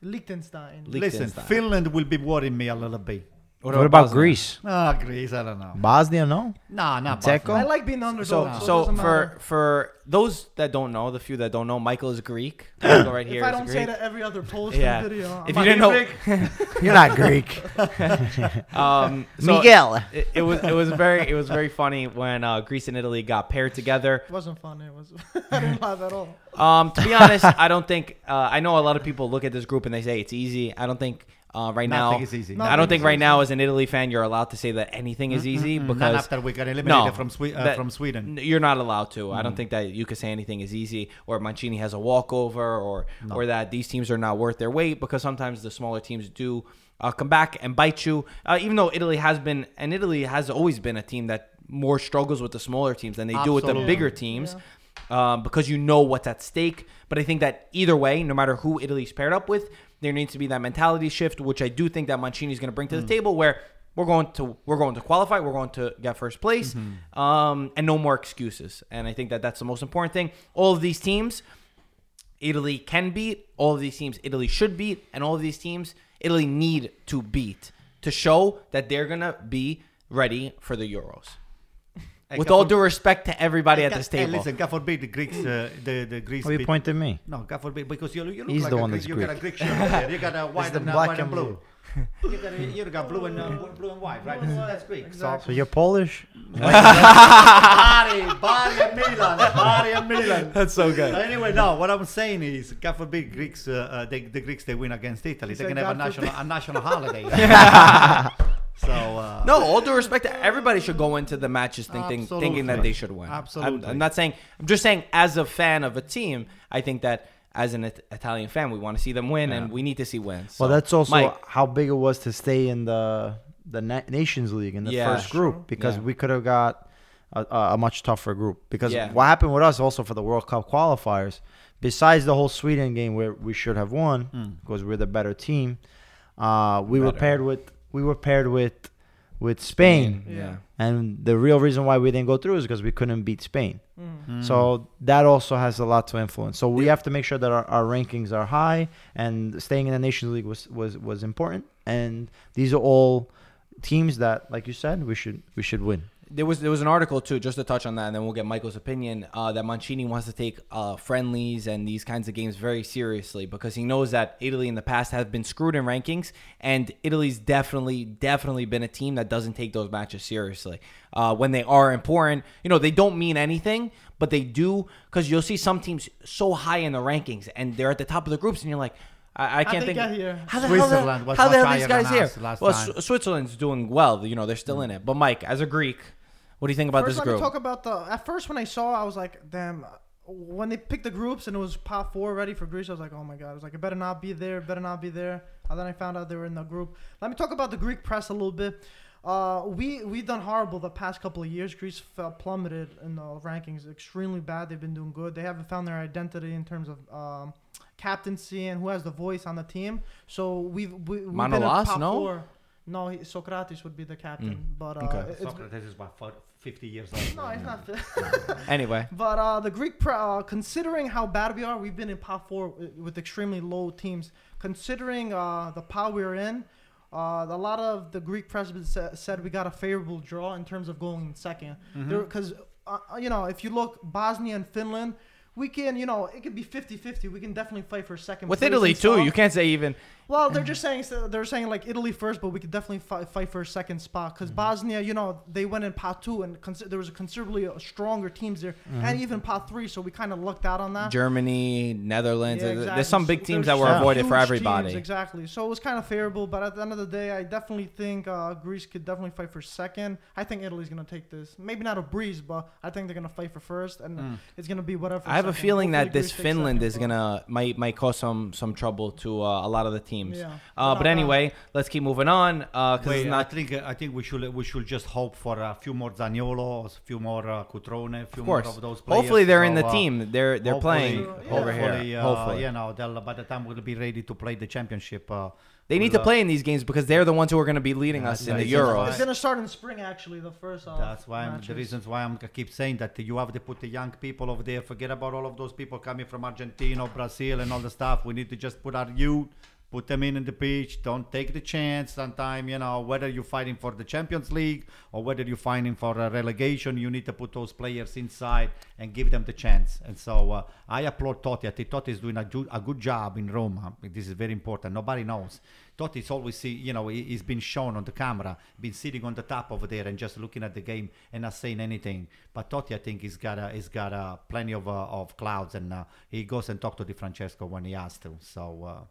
Speaker 3: Liechtenstein.
Speaker 2: Listen,
Speaker 1: Liechtenstein.
Speaker 2: Finland will be worrying me a little bit.
Speaker 4: What, about
Speaker 1: Bosnia?
Speaker 4: Greece?
Speaker 2: Ah, Greece, I don't know.
Speaker 4: Bosnia, no?
Speaker 2: Nah, not
Speaker 4: Czech-
Speaker 3: I
Speaker 2: Bosnia.
Speaker 3: like being the
Speaker 1: So,
Speaker 3: underdog. So, it
Speaker 1: so
Speaker 3: doesn't
Speaker 1: for
Speaker 3: matter.
Speaker 1: for those that don't know, the few that don't know, Michael is Greek. Michael right here
Speaker 3: if I
Speaker 1: is
Speaker 3: don't
Speaker 1: Greek.
Speaker 3: say that every other post
Speaker 1: yeah.
Speaker 3: and video, I'm
Speaker 1: if you
Speaker 3: not
Speaker 1: didn't know,
Speaker 4: You're not Greek.
Speaker 1: um, so
Speaker 4: Miguel.
Speaker 1: It, it was it was very it was very funny when uh, Greece and Italy got paired together.
Speaker 3: It wasn't fun. It was. (laughs) I didn't laugh at all.
Speaker 1: Um, to be honest, I don't think. Uh, I know a lot of people look at this group and they say it's easy. I don't think uh, right
Speaker 2: Nothing
Speaker 1: now.
Speaker 2: is easy. Mm-hmm,
Speaker 1: I don't
Speaker 3: Nothing
Speaker 1: think
Speaker 3: is
Speaker 1: right
Speaker 3: easy.
Speaker 1: now, as an Italy fan, you're allowed to say that anything is easy
Speaker 2: Not
Speaker 1: because
Speaker 2: after we got eliminated
Speaker 1: no,
Speaker 2: from, Swe- uh,
Speaker 1: that-
Speaker 2: from Sweden.
Speaker 1: n- you're not allowed to. I
Speaker 2: Mm-hmm.
Speaker 1: don't think that you could say anything is easy, or Mancini has a walkover, or or that these teams are not worth their weight because sometimes the smaller teams do uh, come back and bite you. Uh, even though Italy has been and Italy has always been a team that more struggles with the smaller teams than they do with the
Speaker 2: Absolutely.
Speaker 1: bigger teams. Um, because you know what's at stake, but I think that either way, no matter who Italy's paired up with, there needs to be that mentality shift, which I do think that Mancini's going to bring to the table. Where we're going to we're going to qualify we're going to get first place um, and no more excuses and i think that that's the most important thing all of these teams italy can beat all of these teams italy should beat and all of these teams italy need to beat to show that they're gonna be ready for the
Speaker 2: (laughs)
Speaker 1: euros with all due respect to everybody at this
Speaker 2: Hey,
Speaker 1: table
Speaker 2: listen, God forbid the Greeks, uh, the, the Greeks.
Speaker 4: Oh, you
Speaker 2: beat-
Speaker 4: point at me.
Speaker 2: No, God forbid, because you, you look
Speaker 4: He's
Speaker 2: like
Speaker 4: the
Speaker 2: a
Speaker 4: one
Speaker 2: Greek.
Speaker 4: that's
Speaker 2: you got a
Speaker 4: Greek.
Speaker 2: Greek shirt over there. You got a white,
Speaker 4: the
Speaker 2: and, uh,
Speaker 4: black
Speaker 2: white and
Speaker 4: and
Speaker 2: blue. (laughs) you, got a, you got blue and uh, blue and white, right? That's Greek.
Speaker 4: (laughs) So you're Polish?
Speaker 2: Bari, Bari uh, and Milan, Bari and Milan.
Speaker 1: That's so good.
Speaker 2: Anyway, no, what I'm saying is, God forbid, Greeks, uh, uh, they, the Greeks, they win against Italy. They
Speaker 3: said
Speaker 2: can have a
Speaker 3: God
Speaker 2: national, a national holiday. so uh,
Speaker 1: No, all due respect, everybody should go into the matches thinking thinking that
Speaker 2: Absolutely.
Speaker 1: they should win. I'm-
Speaker 2: Absolutely.
Speaker 1: I'm, not saying. I'm just saying, as a fan of a team, I think that as an It- Italian fan, we want to see them win, and we need to see wins.
Speaker 4: Well,
Speaker 1: So,
Speaker 4: that's also
Speaker 1: Mike,
Speaker 4: how big it was to stay in the the Na- Nations League in the
Speaker 1: Yeah.
Speaker 4: first group because
Speaker 1: Yeah.
Speaker 4: we could have got a, a a much tougher group. Because
Speaker 1: Yeah.
Speaker 4: what happened with us also for the World Cup qualifiers, besides the whole Sweden game where we should have won because we're the better team, uh, we
Speaker 1: Hmm.
Speaker 4: were
Speaker 1: Better.
Speaker 4: paired with we were paired with with Spain.
Speaker 1: yeah.
Speaker 4: And the real reason why we didn't go through is because we couldn't beat Spain. Mm-hmm. So that also has a lot to influence. So we have to make sure that our, our rankings are high and staying in the Nations League was, was, was important. And these are all teams that, like you said, we should we should win.
Speaker 1: There was there was an article too, just to touch on that, and then we'll get Michael's opinion. Uh, that Mancini wants to take uh, friendlies and these kinds of games very seriously because he knows that Italy in the past have been screwed in rankings, and Italy's definitely definitely been a team that doesn't take those matches seriously. Uh, when they are important, you know they don't mean anything, but they do because you'll see some teams so high in the rankings and they're at the top of the groups, and you're like. I, I can't
Speaker 3: they
Speaker 1: think.
Speaker 3: get here?
Speaker 1: How the hell?
Speaker 2: Switzerland
Speaker 1: the-
Speaker 2: was
Speaker 1: How the
Speaker 2: much
Speaker 1: hell these
Speaker 2: higher
Speaker 1: guys
Speaker 2: than
Speaker 1: here?
Speaker 2: us last
Speaker 1: Well,
Speaker 2: time.
Speaker 1: Sw- Switzerland's doing well. You know, they're still in it. But Mike, as a Greek, what do you think about
Speaker 3: Mm. first,
Speaker 1: this
Speaker 3: let me
Speaker 1: group?
Speaker 3: talk about the. At first, when I saw, I was like, damn. When they picked the groups and it was top four ready for Greece, I was like, oh my god. I was like, it better not be there. Better not be there. And then I found out they were in the group. Let me talk about the Greek press a little bit. Uh, we we've done horrible the past couple of years. Greece fell, plummeted in the rankings, extremely bad. They've been doing good. They haven't found their identity in terms of um, captaincy and who has the voice on the team. So we've we, we've been in
Speaker 1: Manolas,
Speaker 3: top
Speaker 1: no? Mm.
Speaker 3: four. No, he, Socrates would be the captain, but uh,
Speaker 1: Okay.
Speaker 3: it- it's,
Speaker 2: Socrates is about fo- 50 years old.
Speaker 3: no, it's not.
Speaker 1: Anyway,
Speaker 3: (laughs) But uh, the Greek, pre- uh, considering how bad we are, we've been in pot four w- with extremely low teams. Considering uh, the pot we're in, uh, a lot of the Greek press sa- said we got a favorable draw in terms of going 2nd
Speaker 1: Mm-hmm.
Speaker 3: Because, uh, you know, if you look, Bosnia and Finland, we can, you know, it could be 50 50. We can definitely fight for second.
Speaker 1: with
Speaker 3: place
Speaker 1: Italy
Speaker 3: and stuff.
Speaker 1: too, you can't say even.
Speaker 3: Well, they're just saying so they're saying like Italy first, but we could definitely fight, fight for a second spot because Bosnia, you know, they went in pot two and consi- there was a considerably uh, stronger teams there, and even pot three, so we kind of lucked out on that.
Speaker 1: Germany, Netherlands.
Speaker 3: Uh,
Speaker 1: uh,
Speaker 3: Yeah,
Speaker 1: there's-
Speaker 3: exactly.
Speaker 1: There's some big
Speaker 3: So
Speaker 1: teams
Speaker 3: there's
Speaker 1: that were
Speaker 3: some
Speaker 1: avoided for
Speaker 3: huge
Speaker 1: everybody.
Speaker 3: teams, exactly. So it was kind of favorable, but at the end of the day, I definitely think uh, Greece could definitely fight for second. I think Italy's gonna take this. Maybe not a breeze, but I think they're gonna fight for first, and it's gonna be whatever.
Speaker 1: I have a
Speaker 3: second.
Speaker 1: feeling
Speaker 3: Hopefully
Speaker 1: that this
Speaker 3: Greece takes
Speaker 1: Finland
Speaker 3: second,
Speaker 1: is
Speaker 3: but-
Speaker 1: gonna might might cause some some trouble to uh, a lot of the teams.
Speaker 3: Yeah.
Speaker 1: Uh, but
Speaker 3: Uh,
Speaker 1: anyway, let's keep moving on uh, because
Speaker 2: Wait,
Speaker 1: it's
Speaker 2: I
Speaker 1: not.
Speaker 2: think I think we should we should just hope for a few more Zaniolo, a few more uh, Cutrone, a few
Speaker 1: Of course.
Speaker 2: more of those players.
Speaker 1: Hopefully, they're in
Speaker 2: So,
Speaker 1: the
Speaker 2: uh,
Speaker 1: team. They're they're playing
Speaker 2: hopefully-
Speaker 1: over
Speaker 2: hopefully,
Speaker 1: here.
Speaker 2: uh,
Speaker 1: hopefully,
Speaker 2: you know, they'll, by the time we'll be ready to play the championship. Uh,
Speaker 1: they need
Speaker 2: we'll,
Speaker 1: to
Speaker 2: uh,
Speaker 1: play in these games because they're the ones who are going to be leading
Speaker 2: Yeah,
Speaker 1: us
Speaker 2: that's
Speaker 1: in the
Speaker 2: right. It's in the
Speaker 1: Euros.
Speaker 3: It's gonna start in spring, actually. The first. Uh,
Speaker 2: That's why I'm, the
Speaker 3: matches.
Speaker 2: reasons why I'm, I keep saying that you have to put the young people over there. Forget about all of those people coming from Argentina, Brazil, and all the stuff. We need to just put our youth, put them in in the pitch. Don't take the chance. Sometime you know whether you're fighting for the Champions League or whether you're fighting for a relegation, you need to put those players inside and give them the chance. And so uh, I applaud Totti. I think Totti is doing a, ju- a good job in Roma. This is very important. Nobody knows. Totti's always see, you know, he, he's been shown on the camera, been sitting on the top over there and just looking at the game and not saying anything. But Totti, I think, he's got a, he's got a plenty of uh, of clouds, and uh, he goes and talks to Di Francesco when he has to. So uh,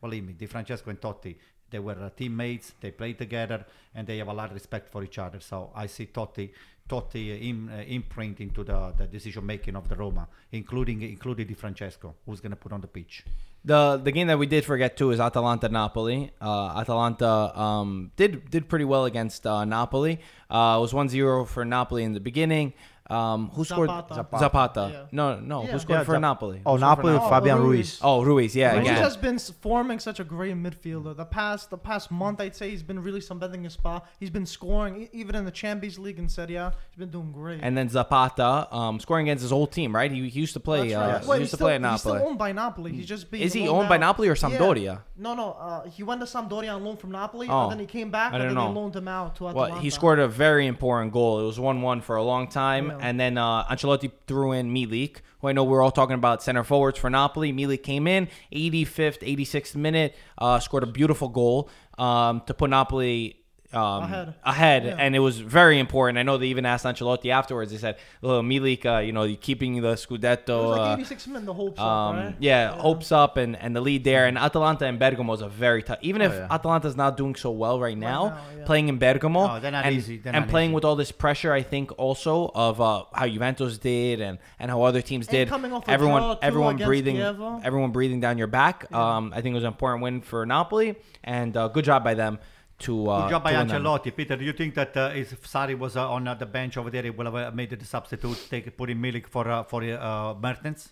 Speaker 2: believe me, Di Francesco and Totti, they were uh, teammates. They played together, and they have a lot of respect for each other. So I see Totti, Totti uh, im- uh, imprint into the, the decision making of the Roma, including including Di Francesco, who's going to put on the pitch.
Speaker 1: The the game that we did forget too is Atalanta Napoli. Uh, Atalanta um, did did pretty well against uh, Napoli. Uh, it was 1-0 for Napoli in the beginning. Um, who scored
Speaker 3: Zapata.
Speaker 1: Zapata?
Speaker 3: Zapata. Yeah.
Speaker 1: No, no,
Speaker 3: Yeah.
Speaker 1: who scored
Speaker 4: Yeah,
Speaker 1: for
Speaker 4: Zap-
Speaker 1: Napoli?
Speaker 4: Oh,
Speaker 1: Who scored for
Speaker 4: Napoli,
Speaker 3: Napoli?
Speaker 4: Fabian
Speaker 3: Oh,
Speaker 4: Ruiz.
Speaker 1: Oh, Ruiz. Yeah,
Speaker 3: Ruiz
Speaker 1: again.
Speaker 3: has been s- forming such a great midfielder. The past the past month, I'd say he's been really cementing his spot. He's been scoring e- even in the Champions League and Serie A. He's been doing great.
Speaker 1: And then Zapata um, scoring against his old team, right? He, he used to play.
Speaker 3: That's
Speaker 1: Uh,
Speaker 3: right.
Speaker 1: he
Speaker 3: Well,
Speaker 1: used
Speaker 3: he's
Speaker 1: to
Speaker 3: still,
Speaker 1: play at
Speaker 3: He's
Speaker 1: Napoli.
Speaker 3: still owned by Napoli. He's just being
Speaker 1: Is he
Speaker 3: loaned
Speaker 1: owned by
Speaker 3: out.
Speaker 1: Napoli or Sampdoria?
Speaker 3: No, no. Uh, he went to Sampdoria on loan from Napoli,
Speaker 1: Oh.
Speaker 3: and then he came back,
Speaker 1: I
Speaker 3: and
Speaker 1: don't
Speaker 3: then
Speaker 1: know.
Speaker 3: they loaned him out to Atalanta.
Speaker 1: Well, he scored a very important goal. It was one-one for a long time,
Speaker 3: Yeah.
Speaker 1: and then uh, Ancelotti threw in Milik, who I know we're all talking about center forwards for Napoli. Milik came in, 85th, 86th minute, uh, scored a beautiful goal um, to put Napoli. Um, ahead,
Speaker 3: Ahead. Yeah.
Speaker 1: and it was very important. I know they even asked Ancelotti afterwards. They said, "Well, Milik, uh, you know, you're keeping the
Speaker 3: It
Speaker 1: Scudetto,
Speaker 3: was
Speaker 1: uh,
Speaker 3: like 86 minutes. The hopes
Speaker 1: um,
Speaker 3: up, right?
Speaker 1: yeah, hopes up and, and the lead there. And Atalanta and Bergamo is a very tough. Even if
Speaker 4: yeah.
Speaker 1: Atalanta's not doing so well right now,
Speaker 3: now, yeah.
Speaker 1: playing in Bergamo
Speaker 2: No, they're not
Speaker 1: and,
Speaker 2: easy. They're
Speaker 1: and
Speaker 2: not
Speaker 1: playing
Speaker 2: easy.
Speaker 1: with all this pressure, I think also of uh, how Juventus did and, and how other teams
Speaker 3: And
Speaker 1: did.
Speaker 3: coming off a
Speaker 1: everyone
Speaker 3: draw, too,
Speaker 1: everyone
Speaker 3: against
Speaker 1: breathing
Speaker 3: Chievo.
Speaker 1: everyone breathing down your back. Um, I think it was an important win for Napoli and uh, good job by them to uh,
Speaker 2: Good job by
Speaker 1: to win them.
Speaker 2: Ancelotti. Peter, do you think that uh, if Sari was uh, on uh, the bench over there, he would have uh, made the substitute, take put in Milik for uh, for uh, Mertens?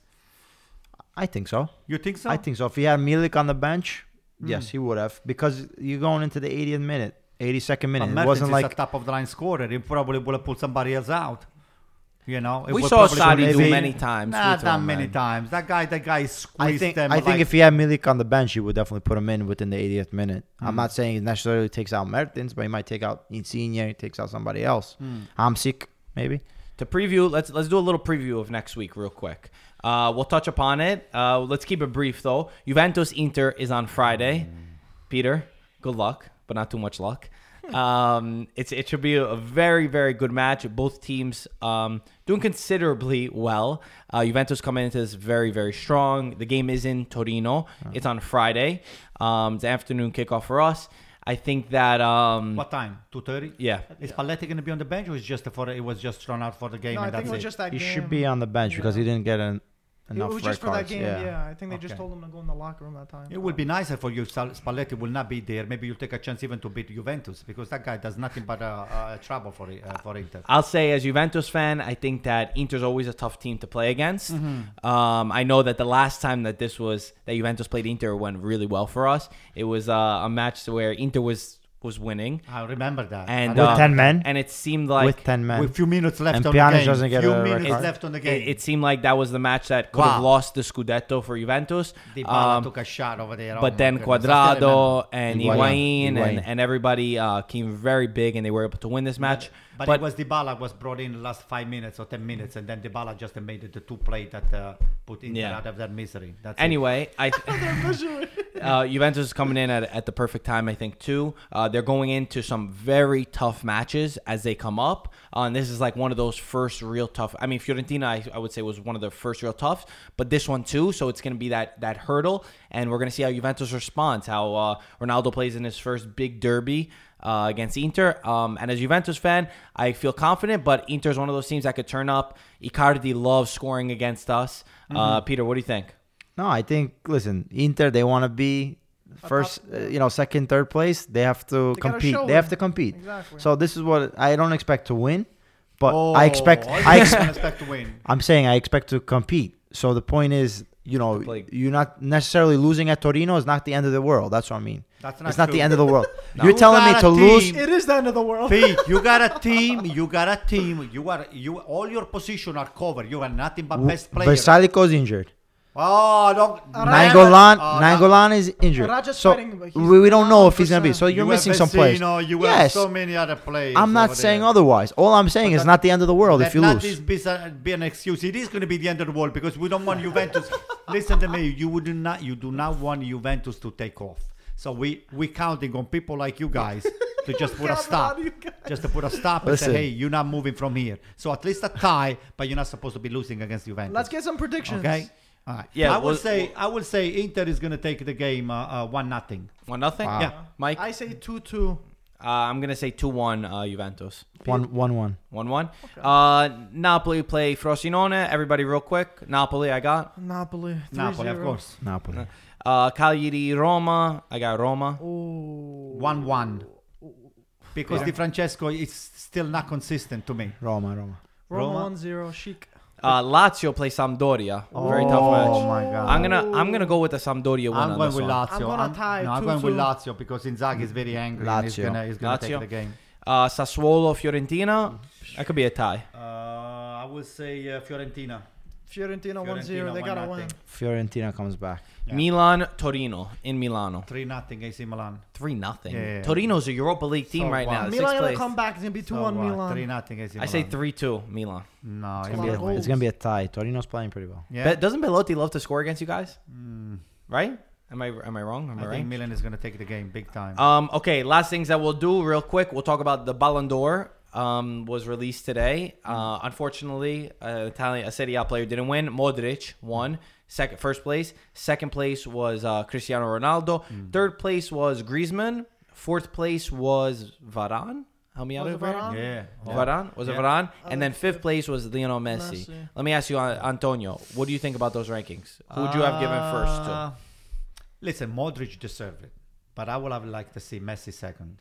Speaker 4: I think so.
Speaker 2: You think so?
Speaker 4: I think so. If he had Milik on the bench, yes, he would have because you're going into the 80th minute, 82nd
Speaker 2: But
Speaker 4: minute.
Speaker 2: Mertens
Speaker 4: it wasn't
Speaker 2: is
Speaker 4: like
Speaker 2: a top of the line scorer. He probably would have put somebody else out. You know, it
Speaker 1: We
Speaker 2: would
Speaker 1: saw
Speaker 2: probably-
Speaker 1: Sari do
Speaker 4: maybe-
Speaker 1: many times.
Speaker 2: Not
Speaker 1: Sweet
Speaker 2: that
Speaker 1: one,
Speaker 2: many
Speaker 1: man.
Speaker 2: times. That guy, that guy squeezed
Speaker 4: I think
Speaker 2: them.
Speaker 4: I think
Speaker 2: like-
Speaker 4: if he had Milik on the bench, he would definitely put him in within the 80th minute.
Speaker 3: Mm.
Speaker 4: I'm not saying he necessarily takes out Mertens, but he might take out Insigne, he takes out somebody else.
Speaker 3: Mm.
Speaker 4: Hamsik, maybe.
Speaker 1: to preview let's let's do a little preview of next week real quick uh, we'll touch upon it uh, let's keep it brief though juventus inter is on friday peter good luck but not too much luck um, it's it should be a very very good match both teams um, doing considerably well uh, juventus coming into this very very strong the game is in torino it's on friday um, it's afternoon kickoff for us i think that um,
Speaker 2: what time? Two thirty.
Speaker 1: yeah
Speaker 2: Is Paletti going to be on the bench, or is just for it was just thrown out for the game?
Speaker 3: No, I
Speaker 2: and
Speaker 3: think
Speaker 2: that's
Speaker 3: it was just that
Speaker 4: He
Speaker 3: game.
Speaker 4: should be on the bench because he didn't get an,
Speaker 3: It
Speaker 4: enough
Speaker 3: was
Speaker 4: red
Speaker 3: just for that
Speaker 4: cards.
Speaker 3: game.
Speaker 4: yeah.
Speaker 3: Yeah, I think they just
Speaker 2: Okay.
Speaker 3: told him to go in the locker room that time.
Speaker 2: It would be nicer for you if Sal- Spalletti will not be there. Maybe you'll take a chance even to beat Juventus because that guy does nothing but uh, uh, trouble for it, uh, for Inter.
Speaker 1: I'll say as Juventus fan, I think that Inter's always a tough team to play against. Um, I know that the last time that this was that Juventus played Inter went really well for us. It was uh, a match where Inter was was winning,
Speaker 2: I remember that.
Speaker 1: and
Speaker 2: I
Speaker 4: With
Speaker 1: uh,
Speaker 4: 10 men?
Speaker 1: and it seemed like
Speaker 4: with ten men.
Speaker 2: with few minutes left
Speaker 4: And
Speaker 2: on the
Speaker 4: Pjanic
Speaker 2: game.
Speaker 4: doesn't get
Speaker 2: few
Speaker 4: a red
Speaker 2: minutes
Speaker 4: card.
Speaker 2: left on the game.
Speaker 1: it, it seemed like that was the match that could have
Speaker 2: Wow.
Speaker 1: lost the Scudetto for Juventus.
Speaker 2: Dybala
Speaker 1: Um,
Speaker 2: took a shot over there.
Speaker 1: but
Speaker 2: Oh,
Speaker 1: then
Speaker 2: my goodness. I still remember.
Speaker 1: Cuadrado and
Speaker 4: Higuain.
Speaker 1: Higuain,
Speaker 4: Higuain.
Speaker 1: And, and everybody uh, came very big, and they were able to win this match.
Speaker 2: But, it was Dybala was brought in the last five minutes or ten minutes, and then Dybala just made it the two play that uh, put Inter
Speaker 1: Yeah.
Speaker 2: out of that misery. That's it.
Speaker 1: Anyway,
Speaker 2: (laughs)
Speaker 1: I (laughs) uh, Juventus is coming in at, at the perfect time, I think, too. Uh, they're going into some very tough matches as they come up. Uh, and this is like one of those first real tough. I mean, Fiorentina, I, I would say, was one of the first real toughs, but this one, too. So it's going to be that, that hurdle. And we're going to see how Juventus responds, how uh, Ronaldo plays in his first big derby. Uh, against Inter, um, and as Juventus fan, I feel confident. But Inter is one of those teams that could turn up. Icardi loves scoring against us. Uh,
Speaker 2: Mm-hmm.
Speaker 1: Peter, what do you think?
Speaker 4: No, I think listen, Inter they want to be first, uh, you know, second, third place. They have to
Speaker 3: gotta
Speaker 4: compete.
Speaker 3: show
Speaker 4: They have
Speaker 3: it.
Speaker 4: to compete.
Speaker 3: Exactly.
Speaker 4: So this is what I don't expect to win, but
Speaker 2: Oh,
Speaker 4: I
Speaker 2: (laughs)
Speaker 3: (laughs)
Speaker 4: expect I
Speaker 2: just
Speaker 4: ex-
Speaker 2: don't expect to win.
Speaker 4: I'm saying I expect to compete. So the point is, you know,
Speaker 1: play.
Speaker 4: you're not necessarily losing at Torino is not the end of the world. That's what I mean.
Speaker 2: That's not
Speaker 4: it's not
Speaker 2: true.
Speaker 4: the end of the
Speaker 2: (laughs)
Speaker 4: world. You're
Speaker 2: You
Speaker 4: telling me
Speaker 2: got a
Speaker 4: to lose.
Speaker 2: team.
Speaker 3: It is the end of the world.
Speaker 2: Pete, you got a team. You got a team. You are you. All your position are covered. You are nothing but best player.
Speaker 4: Versalico's injured.
Speaker 2: oh, don't.
Speaker 4: Nangolan,
Speaker 2: Oh,
Speaker 4: Nangolan is injured.
Speaker 3: Raja's
Speaker 4: so
Speaker 3: fighting, but he's
Speaker 4: we, we don't know if he's gonna be.
Speaker 3: 100%.
Speaker 4: So
Speaker 2: You
Speaker 4: you're
Speaker 2: have
Speaker 4: missing some players.
Speaker 2: Vecino, You have
Speaker 4: yes,
Speaker 2: so many other players.
Speaker 4: I'm
Speaker 2: over
Speaker 4: not saying
Speaker 2: there.
Speaker 4: otherwise. All I'm saying
Speaker 2: But
Speaker 4: is
Speaker 2: that-
Speaker 4: not the end of the world
Speaker 2: Let
Speaker 4: if you
Speaker 2: not
Speaker 4: lose.
Speaker 2: this be, s- be an excuse. It is going to be the end of the world because we don't want
Speaker 4: (laughs)
Speaker 2: Juventus. Listen to me. You would not. You do not want Juventus to take off. So we we counting on people like you guys to just put a
Speaker 3: counting
Speaker 2: stop.
Speaker 3: on you guys.
Speaker 2: Just to put a stop and
Speaker 4: Listen.
Speaker 2: say, hey, you're not moving from here. So at least a tie, but you're not supposed to be losing against Juventus.
Speaker 3: Let's get some predictions.
Speaker 2: Okay. All right.
Speaker 1: Yeah,
Speaker 2: I would
Speaker 1: well-
Speaker 2: say I would say Inter is going to take the game uh, uh, one nothing.
Speaker 1: One nothing.
Speaker 4: Wow.
Speaker 2: Yeah.
Speaker 1: Mike.
Speaker 3: I
Speaker 1: Uh,
Speaker 3: say two two.
Speaker 1: I'm gonna say two one. Uh, Juventus.
Speaker 4: one, one, one.
Speaker 1: One one. Uh, Napoli play Frosinone. Everybody, real quick. Napoli, I got.
Speaker 3: Napoli. 3-0.
Speaker 2: Napoli, of course.
Speaker 4: Napoli.
Speaker 1: Uh, Cagliari, Roma. I got Roma.
Speaker 3: Ooh.
Speaker 2: One one. Because Di Francesco is still not consistent to me.
Speaker 4: Roma, Roma.
Speaker 3: Roma
Speaker 2: Roma.
Speaker 3: one zero. Chic.
Speaker 1: Uh, Lazio play Sampdoria. Very tough match.
Speaker 2: my god.
Speaker 1: I'm gonna I'm gonna go with the Sampdoria win
Speaker 2: Oh. I'm
Speaker 1: on
Speaker 2: going
Speaker 1: this
Speaker 2: with
Speaker 1: one.
Speaker 2: Lazio.
Speaker 3: I'm gonna tie
Speaker 2: no, I'm
Speaker 3: 2-2.
Speaker 2: going with Lazio because Inzaghi is very angry. And he's
Speaker 4: Lazio.
Speaker 2: gonna, he's gonna
Speaker 1: Lazio.
Speaker 2: take the game.
Speaker 1: uh, Sassuolo,
Speaker 2: Mm.
Speaker 1: Fiorentina. That could be a tie.
Speaker 2: Uh, I would say uh, Fiorentina.
Speaker 3: Fiorentina one zero.
Speaker 2: Fiorentina,
Speaker 3: They
Speaker 2: one
Speaker 3: gotta
Speaker 2: nothing.
Speaker 3: win.
Speaker 4: Fiorentina comes back.
Speaker 2: Yeah.
Speaker 1: Milan, Torino in Milano.
Speaker 2: Three nothing AC Milan.
Speaker 1: Three nothing.
Speaker 2: Yeah, yeah, yeah.
Speaker 1: Torino's a Europa League team
Speaker 2: So
Speaker 1: right now.
Speaker 2: what?
Speaker 1: sixth
Speaker 3: Milan gonna
Speaker 1: place.
Speaker 3: come back. It's gonna be two one
Speaker 2: Oh, Three
Speaker 3: Milan.
Speaker 2: nothing AC Milan.
Speaker 1: I say three two Milan.
Speaker 2: No, it's
Speaker 4: It's
Speaker 3: lot of
Speaker 4: gonna, be a, it's
Speaker 3: goals.
Speaker 4: gonna be a tie. Torino's playing pretty well.
Speaker 2: Yeah.
Speaker 1: But doesn't Belotti love to score against you guys?
Speaker 2: Mm.
Speaker 1: Right? Am I am I wrong? Am
Speaker 2: I
Speaker 1: I, right?
Speaker 2: think Milan is gonna take the game big time.
Speaker 1: Um, okay, last things that we'll do real quick. We'll talk about the Ballon d'Or. Um, was released today. Uh, unfortunately, uh, Italian a Serie A player didn't win. Modric won second, first place. Second place was uh, Cristiano Ronaldo. Third place was Griezmann. Fourth place was Varane. Help me out
Speaker 3: Was
Speaker 1: over
Speaker 3: it
Speaker 1: here.
Speaker 3: Varane?
Speaker 2: Um, yeah.
Speaker 1: Varane was it
Speaker 2: Yeah.
Speaker 1: Varane, and
Speaker 3: think
Speaker 1: then fifth place was Lionel Messi.
Speaker 3: Messi.
Speaker 1: Let me ask you, uh, Antonio, what do you think about those rankings? Who would you have given first to?
Speaker 2: Uh, Listen, Modric deserved it, but I would have liked to see Messi second.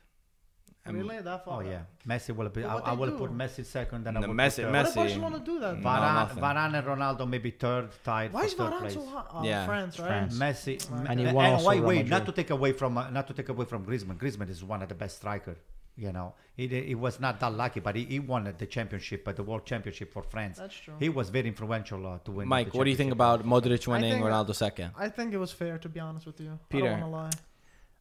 Speaker 3: Really? That
Speaker 2: Oh
Speaker 3: far?
Speaker 2: yeah, Messi will be.
Speaker 3: But
Speaker 2: I,
Speaker 3: what
Speaker 2: I
Speaker 3: they
Speaker 2: will
Speaker 3: do?
Speaker 2: put Messi second, and I
Speaker 1: No,
Speaker 2: will
Speaker 1: Messi-
Speaker 2: put, uh,
Speaker 3: Why
Speaker 1: Messi.
Speaker 3: did Barcelona do that?
Speaker 1: No,
Speaker 2: Varane,
Speaker 1: nothing.
Speaker 2: Varane and Ronaldo maybe third, tied.
Speaker 3: Why
Speaker 2: for
Speaker 3: is
Speaker 2: third
Speaker 3: Varane
Speaker 2: place.
Speaker 3: so hot? Uh,
Speaker 1: Yeah.
Speaker 3: France, right?
Speaker 4: France.
Speaker 2: Messi,
Speaker 4: And he
Speaker 2: and,
Speaker 4: won also
Speaker 2: wait,
Speaker 4: Real
Speaker 2: wait, not
Speaker 4: Madrid.
Speaker 2: to take away from uh, not to take away from Griezmann. Griezmann is one of the best striker. You know, he, di- he was not that lucky, but he, he won the championship, uh, the world championship for France.
Speaker 3: That's true.
Speaker 2: He was very influential uh, to win.
Speaker 1: Mike,
Speaker 2: the
Speaker 1: what do you think
Speaker 2: championship.
Speaker 1: about Modric winning,
Speaker 3: think-
Speaker 1: Ronaldo second?
Speaker 3: I think it was fair, to be honest with you.
Speaker 1: Peter.
Speaker 3: I don't want to lie.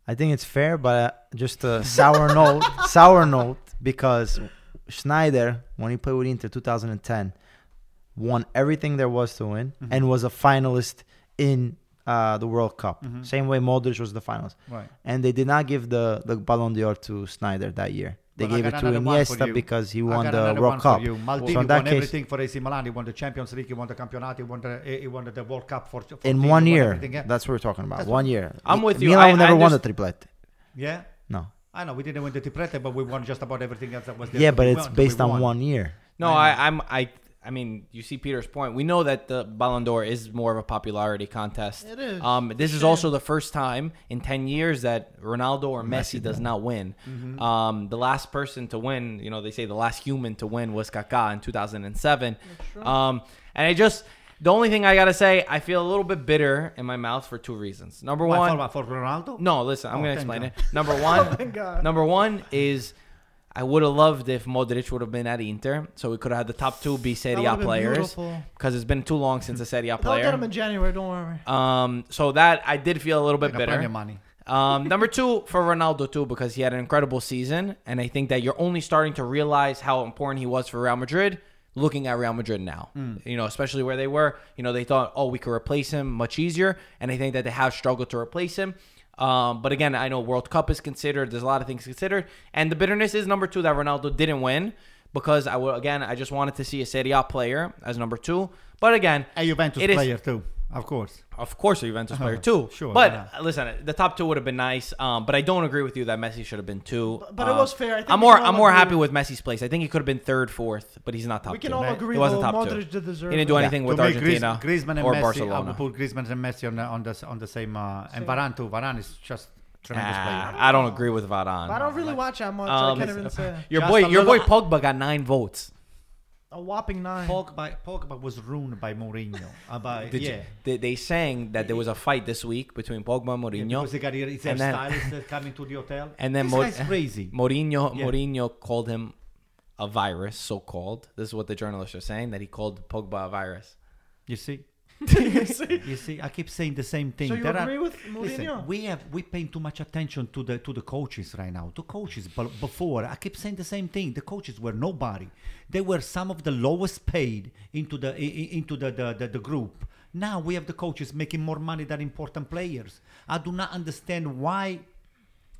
Speaker 4: I think it's fair, but uh, just a sour (laughs) note, sour note, because Schneider, when he played with Inter 2010, won everything there was to win
Speaker 2: Mm-hmm.
Speaker 4: and was a finalist in uh, the World Cup. Same way Modric was the finalist.
Speaker 2: Mm-hmm. Right.
Speaker 4: And they did not give the, the Ballon d'Or to Schneider that year. They
Speaker 2: Well, I
Speaker 4: gave it
Speaker 2: got
Speaker 4: to
Speaker 2: another one for
Speaker 4: Iniesta
Speaker 2: you.
Speaker 4: because he
Speaker 2: I
Speaker 4: won
Speaker 2: got
Speaker 4: the
Speaker 2: another one
Speaker 4: World
Speaker 2: for
Speaker 4: Cup.
Speaker 2: You. Maldini
Speaker 4: so in
Speaker 2: won
Speaker 4: that case,
Speaker 2: everything for AC Milan. He won the Champions League. He won the Campeonato. He won the he won the World Cup for, for
Speaker 4: in
Speaker 2: team,
Speaker 4: one
Speaker 2: he won
Speaker 4: year,
Speaker 2: everything, Yeah.
Speaker 4: that's what we're talking about.
Speaker 2: That's
Speaker 4: One year.
Speaker 1: I'm
Speaker 4: Mi-
Speaker 1: with you.
Speaker 4: Milan
Speaker 1: I-
Speaker 4: never
Speaker 1: I
Speaker 4: won the
Speaker 1: underst-
Speaker 4: triplete.
Speaker 2: yeah,
Speaker 4: No.
Speaker 2: I know we didn't win the Tiprete, but we won just about everything else that was there.
Speaker 4: Yeah,
Speaker 2: to
Speaker 4: but
Speaker 2: be
Speaker 4: it's
Speaker 2: won, to be
Speaker 4: based on
Speaker 2: won.
Speaker 4: one year.
Speaker 1: No, I, I'm I I mean, you see Peter's point. We know that the Ballon d'Or is more of a popularity contest.
Speaker 3: It is.
Speaker 1: Um, this is also the first time in ten years that Ronaldo or Messi, does not win. Um, the last person to win,
Speaker 3: (laughs)
Speaker 1: you know, they say the last human to win was Kaká in 2007. Um, and I just The only thing I gotta say, I feel a little bit bitter in my mouth for two reasons. Number
Speaker 2: Why,
Speaker 1: one,
Speaker 2: for, what, for Ronaldo?
Speaker 1: No, listen, I'm
Speaker 2: Oh,
Speaker 1: gonna
Speaker 2: thank
Speaker 1: explain
Speaker 2: God.
Speaker 1: it. Number (laughs) one,
Speaker 3: thank God.
Speaker 1: number one is I would have loved if Modric would have been at Inter, so we could have had the top two be Serie
Speaker 3: would've
Speaker 1: A
Speaker 3: been
Speaker 1: players
Speaker 3: beautiful.
Speaker 1: because it's been too long since a Serie A
Speaker 3: They'll get him
Speaker 1: player.
Speaker 3: in January. Don't worry.
Speaker 1: Um, so that I did feel a little
Speaker 2: Like
Speaker 1: bit
Speaker 2: a plenty
Speaker 1: bitter.
Speaker 2: of money.
Speaker 1: Um, number two for Ronaldo too, because he had an incredible season, and I think that you're only starting to realize how important he was for Real Madrid. Looking at Real Madrid now, you know, especially where they were, you know, they thought, oh, we could replace him much easier, and I think that they have struggled to replace him. Um, but again, I know World Cup is considered. There's a lot of things considered, and the bitterness is number two that Ronaldo didn't win because I will again, I just wanted to see a Serie A player as number two. But again,
Speaker 2: A Juventus
Speaker 1: it is-
Speaker 2: player too, of course.
Speaker 1: of course, a Juventus
Speaker 3: Uh-huh.
Speaker 1: player too.
Speaker 2: sure,
Speaker 1: but
Speaker 2: why
Speaker 1: uh, listen, the top two would have been nice. Um, but I don't agree with you that Messi should have been two.
Speaker 3: But- but it
Speaker 1: Um,
Speaker 3: was fair. I think
Speaker 1: I'm
Speaker 3: we
Speaker 1: more
Speaker 3: can
Speaker 1: I'm
Speaker 3: all
Speaker 1: more
Speaker 3: agree.
Speaker 1: happy with Messi's place. I think he could have been third, fourth, but he's not top.
Speaker 3: We can
Speaker 1: two.
Speaker 3: all
Speaker 1: Right.
Speaker 3: agree,
Speaker 1: He wasn't
Speaker 3: though,
Speaker 1: top
Speaker 3: Modric
Speaker 1: two.
Speaker 3: did deserve
Speaker 1: He didn't
Speaker 3: it.
Speaker 1: do
Speaker 3: Yeah.
Speaker 1: anything with
Speaker 2: to me, Grizz-
Speaker 1: Argentina
Speaker 2: Griezmann and
Speaker 1: or
Speaker 2: Messi, I
Speaker 1: Barcelona.
Speaker 2: would put Griezmann and Messi on the on the, on the same uh, and Varane too. Varane is just tremendous
Speaker 1: Ah,
Speaker 2: player.
Speaker 1: I don't agree with Varane.
Speaker 3: But I don't really watch that much.
Speaker 1: Um,
Speaker 3: I can't even say
Speaker 1: your
Speaker 2: Just
Speaker 1: boy,
Speaker 2: a
Speaker 1: your boy
Speaker 2: little-
Speaker 1: Pogba got nine votes.
Speaker 3: a whopping nine. (laughs)
Speaker 2: Pogba, Pogba was ruined by Mourinho. Uh, by,
Speaker 1: (laughs) Did you-
Speaker 2: yeah.
Speaker 1: they, they sang that there was a fight this week between Pogba and
Speaker 2: Yeah,
Speaker 1: Mourinho,
Speaker 2: because they got here, it's
Speaker 1: and
Speaker 2: their
Speaker 1: then-
Speaker 2: stylist that coming to the hotel.
Speaker 1: and then
Speaker 2: this
Speaker 1: Mo-
Speaker 2: guy's crazy.
Speaker 1: (laughs) Mourinho
Speaker 2: Yeah.
Speaker 1: Mourinho called him a virus, so called. This is what the journalists are saying that he called Pogba a virus.
Speaker 2: You see,
Speaker 3: You see?
Speaker 2: you see, I keep saying the same thing.
Speaker 3: So you
Speaker 2: There are-
Speaker 3: agree with
Speaker 2: Listen,
Speaker 3: Mourinho?
Speaker 2: we have we paying too much attention to the to the coaches right now. To coaches, but before I keep saying the same thing. The coaches were nobody. They were some of the lowest paid into the i- i- into the the, the, the group. Now we have the coaches making more money than important players. I do not understand why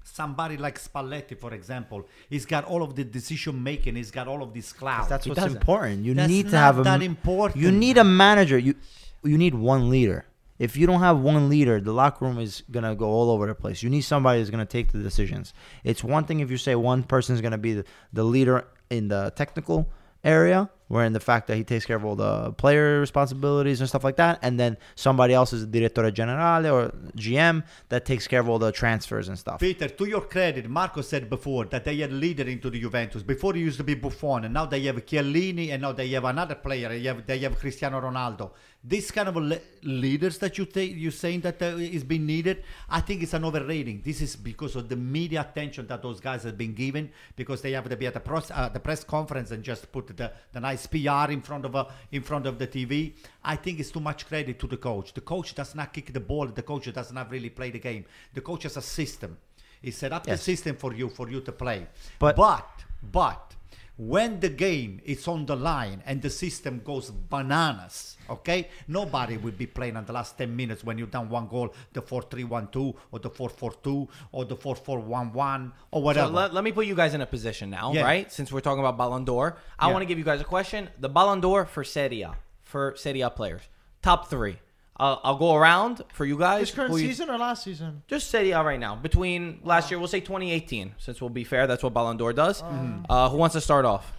Speaker 2: somebody like Spalletti, for example, he's got all of the decision making. He's got all of this cloud.
Speaker 4: That's
Speaker 2: He
Speaker 4: what's
Speaker 2: doesn't.
Speaker 4: important. You
Speaker 2: That's
Speaker 4: need to
Speaker 2: not
Speaker 4: have a
Speaker 2: that
Speaker 4: m-
Speaker 2: important.
Speaker 4: You need a manager. You you need one leader. If you don't have one leader, the locker room is gonna go all over the place. You need somebody that's gonna take the decisions. It's one thing if you say one person is gonna be the, the leader in the technical area, wherein the fact that he takes care of all the player responsibilities and stuff like that, and then somebody else is the direttore generale or GM that takes care of all the transfers and stuff.
Speaker 2: Peter, to your credit, Marco said before that they had leader into the Juventus. Before it used to be Buffon, and now they have Chiellini, and now they have another player. They have, they have Cristiano Ronaldo. This kind of le- leaders that you take, you saying that uh, is being needed, I think it's an overrating. This is because of the media attention that those guys have been given because they have to be at the press, uh, the press conference and just put the, the nice PR in front of uh, in front of the TV. I think it's too much credit to the coach. The coach does not kick the ball. The coach does not really play the game. The coach has a system. He set up
Speaker 4: Yes.
Speaker 2: the system for you for you to play.
Speaker 4: But-
Speaker 2: But but but when the game is on the line and the system goes bananas, okay, nobody will be playing on the last ten minutes when you down one goal, the four three one two or the four four two or the four four one one or
Speaker 1: So
Speaker 2: whatever.
Speaker 1: let, let me put you guys in a position now,
Speaker 2: Yeah.
Speaker 1: right? Since we're talking about Ballon d'Or, I
Speaker 2: Yeah.
Speaker 1: want to give you guys a question. The Ballon d'Or for Serie A, for Serie A players, top three. Uh, I'll go around for you guys.
Speaker 3: This current
Speaker 1: Who you-
Speaker 3: season or last season?
Speaker 1: just Serie A right now. Between last year, we'll say 2018, since we'll be fair. That's what Ballon d'Or does.
Speaker 2: Oh. Mm-hmm.
Speaker 1: Uh, who wants to start off?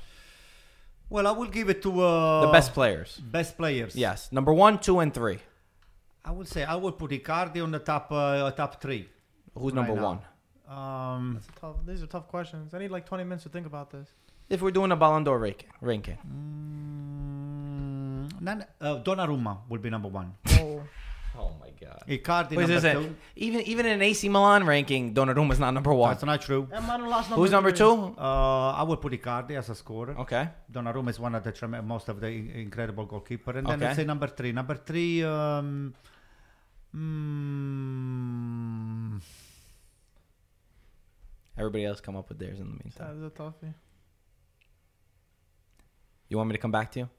Speaker 2: well, I will give it to uh,
Speaker 1: The best players.
Speaker 2: best players.
Speaker 1: Yes, number one, two, and three.
Speaker 2: I will say I will put Icardi on the top uh, top three.
Speaker 1: Who's
Speaker 2: Right
Speaker 1: number
Speaker 2: now.
Speaker 1: one?
Speaker 2: Um,
Speaker 3: It's tough. These are tough questions. I need like 20 minutes to think
Speaker 1: (laughs)
Speaker 3: about this.
Speaker 1: If we're doing a Ballon d'Or ranking, ranking.
Speaker 2: mm, none- uh, Donnarumma will be number one.
Speaker 3: Oh,
Speaker 1: Oh my god.
Speaker 2: Icardi
Speaker 1: Wait,
Speaker 2: number
Speaker 1: is it?
Speaker 2: two.
Speaker 1: Even even in an AC Milan ranking, Donnarumma's not number one.
Speaker 2: That's not true.
Speaker 3: and Manu lost number
Speaker 1: Who's number
Speaker 3: three.
Speaker 1: two?
Speaker 2: Uh, I would put Icardi as a scorer.
Speaker 1: Okay.
Speaker 2: Donnarumma is one of the trem- most of the in- incredible goalkeeper, and then
Speaker 1: Okay.
Speaker 2: let's say number three. Number three, um, mm,
Speaker 1: Everybody else come up with theirs in the meantime.
Speaker 3: That is a toughie.
Speaker 1: You want me to come back to you?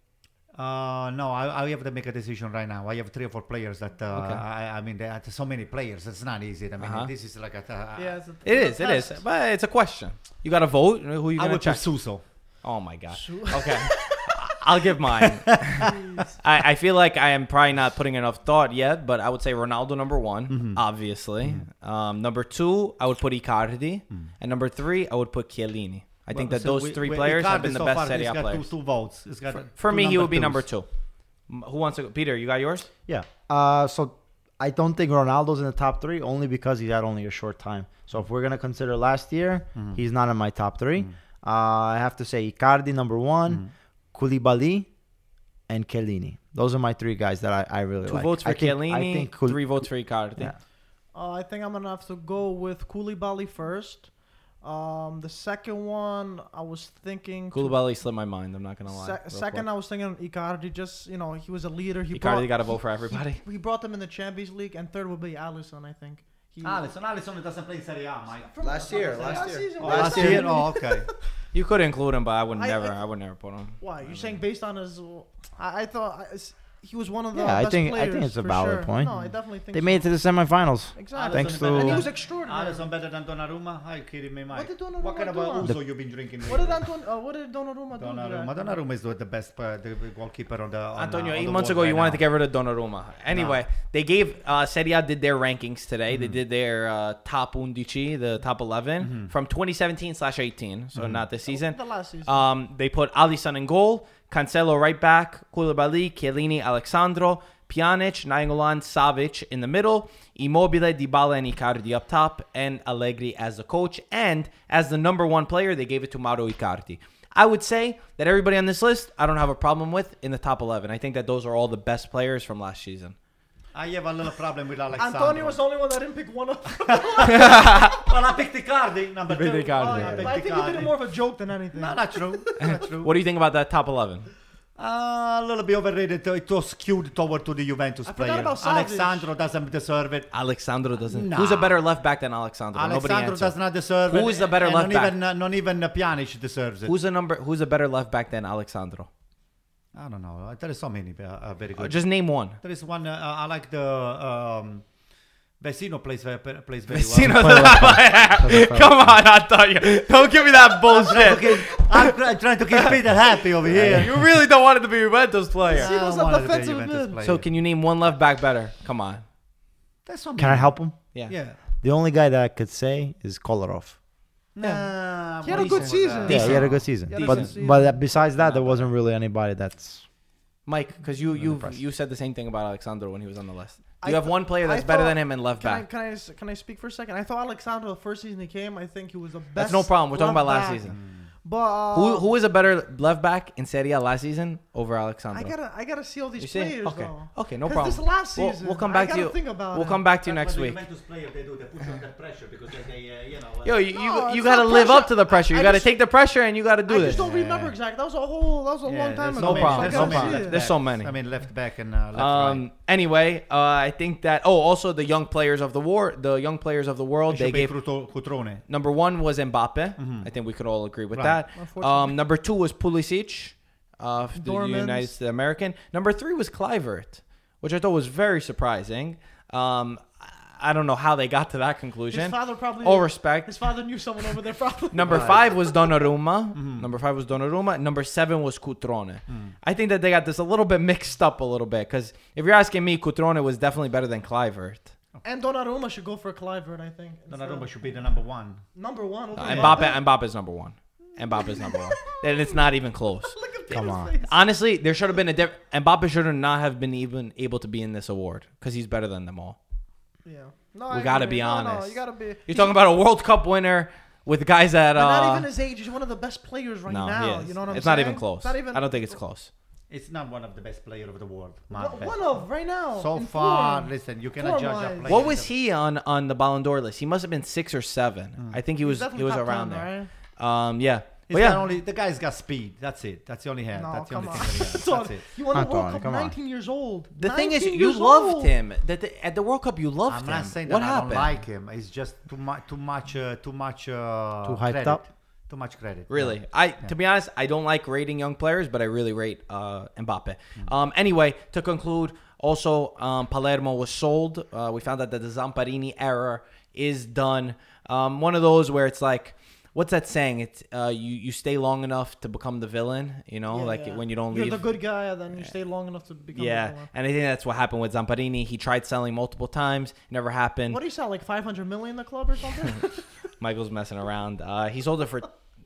Speaker 2: uh, no, I, I have to make a decision right now. I have three or four players that uh,
Speaker 1: Okay.
Speaker 2: I, I mean, there are so many players. It's not easy. I mean,
Speaker 1: Uh-huh.
Speaker 2: this is like a. Uh,
Speaker 3: Yeah, it's a
Speaker 1: It is, it is. But it's a question. You got to vote. Who you
Speaker 2: I
Speaker 1: gonna
Speaker 2: would put
Speaker 1: check?
Speaker 2: Suso.
Speaker 1: Oh my god.
Speaker 2: (laughs)
Speaker 3: Sure.
Speaker 1: Okay. I'll give mine. (laughs) I, I feel like I am probably not putting enough thought yet, but I would say Ronaldo number one,
Speaker 2: Mm-hmm.
Speaker 1: obviously. Um, number two, I would put Icardi, and number three, I would put Chiellini. I think
Speaker 2: Mm.
Speaker 1: that
Speaker 2: Well, so
Speaker 1: those
Speaker 2: we-
Speaker 1: three
Speaker 2: we-
Speaker 1: players have
Speaker 2: Icardi
Speaker 1: been the
Speaker 2: so far,
Speaker 1: best Serie
Speaker 2: he's
Speaker 1: A
Speaker 2: got
Speaker 1: players.
Speaker 2: Two, two votes. He's got
Speaker 1: For
Speaker 2: two
Speaker 1: me, he would be
Speaker 2: twos.
Speaker 1: number two. M- Who wants to go? Peter, you got yours?
Speaker 2: Yeah.
Speaker 4: Uh, so I don't think Ronaldo's in the top three only because he had only a short time. So if we're gonna consider last year,
Speaker 2: Mm-hmm.
Speaker 4: he's not in my
Speaker 2: Mm-hmm.
Speaker 4: top three. Uh, I have to say Icardi number one, Koulibaly, and Chiellini. Those are my three guys that I, I really
Speaker 1: Two
Speaker 4: like.
Speaker 1: votes for
Speaker 4: I think,
Speaker 1: Chiellini,
Speaker 4: I think Kul-
Speaker 1: three votes for Icardi.
Speaker 4: Yeah.
Speaker 3: Uh, I think I'm gonna have to go with Koulibaly first. Um, the second one I was thinking. to-
Speaker 1: Koulibaly slipped my mind. I'm not gonna lie.
Speaker 3: Se-
Speaker 1: real
Speaker 3: second,
Speaker 1: quick.
Speaker 3: I was thinking Icardi. Just you know, he was a leader. He
Speaker 1: Icardi
Speaker 3: brought,
Speaker 1: got to vote for
Speaker 3: (laughs)
Speaker 1: everybody.
Speaker 3: He brought them in the Champions League, and third would be Allison. I think. He,
Speaker 2: Alisson, Alisson doesn't play in Serie A, Mike.
Speaker 3: From-
Speaker 4: Last year,
Speaker 3: from
Speaker 4: last year.
Speaker 3: season,
Speaker 2: Oh,
Speaker 3: last
Speaker 2: Ah, last
Speaker 3: season.
Speaker 2: year?
Speaker 1: (laughs)
Speaker 2: Oh, okay.
Speaker 1: You could include him, but I would
Speaker 3: I-
Speaker 1: never.
Speaker 3: I-
Speaker 1: I, would never put him.
Speaker 3: Why? You're saying based on his? I, I thought I, it's- he was one of the
Speaker 4: Yeah, I
Speaker 3: best
Speaker 4: think- I
Speaker 3: players.
Speaker 4: think it's a
Speaker 3: for
Speaker 4: valid
Speaker 3: sure.
Speaker 4: point.
Speaker 3: No, I definitely think
Speaker 4: They made it to the semifinals.
Speaker 3: Exactly.
Speaker 4: Thanks to-
Speaker 3: and he was extraordinary.
Speaker 2: Alisson better than Donnarumma? Are you kidding me, Mike?
Speaker 3: did
Speaker 2: what
Speaker 3: Donnarumma
Speaker 2: kind of
Speaker 3: do on-
Speaker 2: a Uso you been drinking?
Speaker 3: What did
Speaker 2: lately?
Speaker 3: Anton? Uh, what did Donnarumma do?
Speaker 2: Donnarumma.
Speaker 3: Jack?
Speaker 2: Donnarumma is the best uh, the goalkeeper on the. On,
Speaker 1: Antonio,
Speaker 2: uh, on
Speaker 1: eight
Speaker 2: the
Speaker 1: months
Speaker 2: world
Speaker 1: ago,
Speaker 2: right
Speaker 1: you wanted
Speaker 2: now.
Speaker 1: to get rid of Donnarumma. Anyway, they gave uh, Serie A did their rankings today. They did their uh, top undici, the top 11 from 2017 slash 18. So not this season.
Speaker 3: The last season.
Speaker 1: Um, they put Alisson in goal, Cancelo right back, Koulibaly, Chiellini, Alexandro, Pjanic, Nainggolan, Savic in the middle, Immobile, Dybala, and Icardi up top, and Allegri as the coach. And as the number one player, they gave it to Mauro Icardi. I would say that everybody on this list, I don't have a problem with in the top 11. I think that those are all the best players from last season.
Speaker 2: I have a little problem with Alexander.
Speaker 3: Antonio was the only one that didn't pick one of them.
Speaker 2: Well, I picked Icardi. Number
Speaker 1: You picked
Speaker 2: two.
Speaker 1: Icardi,
Speaker 2: Oh,
Speaker 1: yeah.
Speaker 2: I
Speaker 3: But
Speaker 2: picked
Speaker 3: I think he did it
Speaker 2: Icardi.
Speaker 3: more of a joke than anything.
Speaker 2: No, not true. Not true.
Speaker 1: What do you think about that top 11?
Speaker 2: Uh, a little bit overrated. It was skewed toward to the Juventus
Speaker 3: I forgot
Speaker 2: player.
Speaker 3: about Savic.
Speaker 2: Alessandro doesn't deserve it.
Speaker 1: Alexandro doesn't.
Speaker 2: Nah.
Speaker 1: Who's a better left back than Alessandro? Nobody
Speaker 2: Alessandro
Speaker 1: answered.
Speaker 2: does not deserve it.
Speaker 1: Who is the better
Speaker 2: and
Speaker 1: left
Speaker 2: not
Speaker 1: back?
Speaker 2: Even, uh, not even uh, Pjanic deserves it.
Speaker 1: Who's a number? Who's a better left back than Alexandro?
Speaker 2: I don't know. There is so many uh, uh, very
Speaker 1: Uh,
Speaker 2: good.
Speaker 1: Just name one.
Speaker 2: there is one. Uh, uh, I like the um, Vecino plays ve- pe- plays
Speaker 1: (laughs)
Speaker 2: very
Speaker 1: Vecino
Speaker 2: well.
Speaker 1: de la Valle. Come on, Antonio. Don't give me (laughs) that bullshit.
Speaker 2: Okay, I'm try- trying to keep
Speaker 1: (laughs)
Speaker 2: Peter happy over here.
Speaker 1: You really don't want it to be Juventus player.
Speaker 3: Vecino was
Speaker 2: I
Speaker 3: a
Speaker 2: wanted to be a
Speaker 3: defensive
Speaker 2: Juventus
Speaker 3: mid.
Speaker 2: player.
Speaker 1: So can you name one left back better? Come on.
Speaker 2: There's so
Speaker 4: Can I
Speaker 2: many.
Speaker 4: help him?
Speaker 1: Yeah.
Speaker 2: Yeah.
Speaker 4: The only guy that I could say is Kolarov.
Speaker 2: Nah,
Speaker 3: He had a
Speaker 2: Morrison
Speaker 3: good
Speaker 2: was,
Speaker 3: season.
Speaker 2: uh,
Speaker 4: Yeah, he had a
Speaker 1: Decent.
Speaker 4: good season.
Speaker 3: He had a
Speaker 4: But
Speaker 3: good season.
Speaker 4: but that- besides that, there wasn't really anybody that's.
Speaker 1: Mike, because you you
Speaker 4: impressed.
Speaker 1: you said the same thing about Alexandro when he was on the list.
Speaker 3: I
Speaker 1: You have
Speaker 3: th-
Speaker 1: one player
Speaker 3: I
Speaker 1: that's better
Speaker 3: thought-
Speaker 1: than him and left
Speaker 3: Can I,
Speaker 1: back.
Speaker 3: can I s- can I speak for a second? I thought Alexandro the first season he came, I think he was the best.
Speaker 1: That's no problem. We're talking about
Speaker 3: left
Speaker 1: last
Speaker 3: back.
Speaker 1: season.
Speaker 3: But uh,
Speaker 1: Who who is a better left back in Serie A last season over Alexandro?
Speaker 3: I gotta I gotta see all these
Speaker 1: You see?
Speaker 3: players
Speaker 1: Okay.
Speaker 3: though.
Speaker 1: Okay, no
Speaker 3: 'Cause This
Speaker 1: problem.
Speaker 3: last
Speaker 1: We'll-
Speaker 3: season,
Speaker 1: we'll come
Speaker 3: I
Speaker 1: back to
Speaker 3: gotta
Speaker 1: you-
Speaker 3: Think about
Speaker 1: We'll
Speaker 3: it.
Speaker 1: come back to you
Speaker 2: That's
Speaker 1: next week.
Speaker 2: what the Juventus player, they do. They put you under pressure because they- they, uh, you know, uh,
Speaker 1: Yo, you
Speaker 3: No,
Speaker 1: you, you
Speaker 3: it's
Speaker 1: gotta
Speaker 3: not
Speaker 1: live up
Speaker 3: pressure.
Speaker 1: to the pressure. You
Speaker 3: I
Speaker 1: gotta
Speaker 3: just-
Speaker 1: take the pressure and you gotta do
Speaker 3: I
Speaker 1: this.
Speaker 3: just don't remember exactly. That was a whole. That was a
Speaker 2: Yeah,
Speaker 3: long time
Speaker 2: there's
Speaker 3: ago.
Speaker 1: no
Speaker 2: so
Speaker 1: problem.
Speaker 2: many-
Speaker 3: I
Speaker 1: There's
Speaker 2: so
Speaker 1: no
Speaker 3: gotta
Speaker 1: problem.
Speaker 2: many
Speaker 3: see
Speaker 2: left
Speaker 3: it.
Speaker 1: There's so
Speaker 2: backs.
Speaker 1: many.
Speaker 2: I mean, left back and uh, left
Speaker 1: Um.
Speaker 2: right.
Speaker 1: Anyway, uh, I think that. Oh, also the young players of the war, the young players of the world.
Speaker 2: It should
Speaker 1: They
Speaker 2: be
Speaker 1: gave
Speaker 2: Cruto- Cutrone.
Speaker 1: number one was Mbappe. I think we could all agree with
Speaker 2: Right.
Speaker 1: that. Um, number two was Pulisic, uh, the
Speaker 3: Dormans.
Speaker 1: United States American. Number three was Clivert, which I thought was very surprising. Um, I- I don't know how they got to that conclusion.
Speaker 3: His father probably.
Speaker 1: all respect.
Speaker 3: His father knew someone over there probably. (laughs)
Speaker 1: Number five was Donnarumma.
Speaker 3: Mm-hmm.
Speaker 1: Number five was Donnarumma. Number seven was Cutrone.
Speaker 3: Mm.
Speaker 1: I think that they got this a little bit mixed up a little bit because if you're asking me, Cutrone was definitely better than Clivert.
Speaker 3: And Donnarumma should go for Clivert, I think.
Speaker 2: Donnarumma should be the number one.
Speaker 3: Number one.
Speaker 1: Uh, Mbappe, Mbappe's number one. Mbappe's number
Speaker 3: (laughs)
Speaker 1: one, and it's not even close.
Speaker 4: Come on.
Speaker 1: Honestly, there should have been a diff- Mbappe should not have been even able to be in this award because he's better than them all.
Speaker 3: Yeah. No,
Speaker 1: We
Speaker 3: I
Speaker 1: gotta
Speaker 3: agree.
Speaker 1: be
Speaker 3: No, no,
Speaker 1: honest.
Speaker 3: you gotta be.
Speaker 1: You're talking about a World Cup winner with guys that uh,
Speaker 3: But not even his age. He's one of the best players right
Speaker 1: no,
Speaker 3: now.
Speaker 1: he is.
Speaker 3: You know what I'm
Speaker 1: it's
Speaker 3: saying?
Speaker 1: not even close.
Speaker 3: Not even.
Speaker 1: I don't think it's close.
Speaker 2: It's not one of the best players of the world. my
Speaker 3: One-
Speaker 2: best.
Speaker 3: One of right now.
Speaker 2: so
Speaker 3: in
Speaker 2: far,
Speaker 3: form.
Speaker 2: listen, you cannot judge a
Speaker 3: Form-wise.
Speaker 2: player.
Speaker 1: What was he on on the Ballon d'Or list? He must have been six or seven.
Speaker 2: Hmm.
Speaker 1: I think he was
Speaker 3: definitely
Speaker 1: he was
Speaker 3: top
Speaker 1: around
Speaker 3: 10,
Speaker 1: there. Um, yeah,
Speaker 2: He's
Speaker 1: but yeah,
Speaker 2: got only, the guy's got speed. That's it. That's the only hand.
Speaker 3: No,
Speaker 2: That's the only
Speaker 3: come
Speaker 2: thing
Speaker 3: on.
Speaker 2: that he
Speaker 1: (laughs)
Speaker 3: (laughs)
Speaker 2: has.
Speaker 3: That's all.
Speaker 2: That's it.
Speaker 3: You won a
Speaker 4: Antonio,
Speaker 3: World Cup
Speaker 4: come on.
Speaker 3: 19 years old.
Speaker 1: the thing is,
Speaker 3: 19
Speaker 1: you
Speaker 3: years
Speaker 1: loved
Speaker 3: old.
Speaker 1: him. That the, at the World Cup, you loved
Speaker 2: I'm
Speaker 1: him.
Speaker 2: not saying that
Speaker 1: what
Speaker 2: I
Speaker 1: happened?
Speaker 2: don't like him. It's just too much, too much, uh, too much, uh,
Speaker 4: Too hyped
Speaker 2: credit.
Speaker 4: up?
Speaker 2: Too much credit.
Speaker 1: Really,
Speaker 2: Yeah.
Speaker 1: I to be honest, I don't like rating young players, but I really rate uh, Mbappe.
Speaker 2: Hmm.
Speaker 1: Um, anyway, to conclude, also um, Palermo was sold. Uh, we found out that the Zamparini error is done. Um, one of those where it's like, what's that saying? It's uh, you you stay long enough to become the villain. You know,
Speaker 3: Yeah,
Speaker 1: like
Speaker 3: yeah.
Speaker 1: when you don't
Speaker 3: You're
Speaker 1: leave.
Speaker 3: the good guy, and then you stay long enough to become.
Speaker 1: Yeah,
Speaker 3: The good one.
Speaker 1: and I think that's what happened with Zamparini. He tried selling multiple times, never happened.
Speaker 3: What do you sell? Like 500 million in the club or something?
Speaker 1: (laughs) Michael's messing around. Uh, he sold it for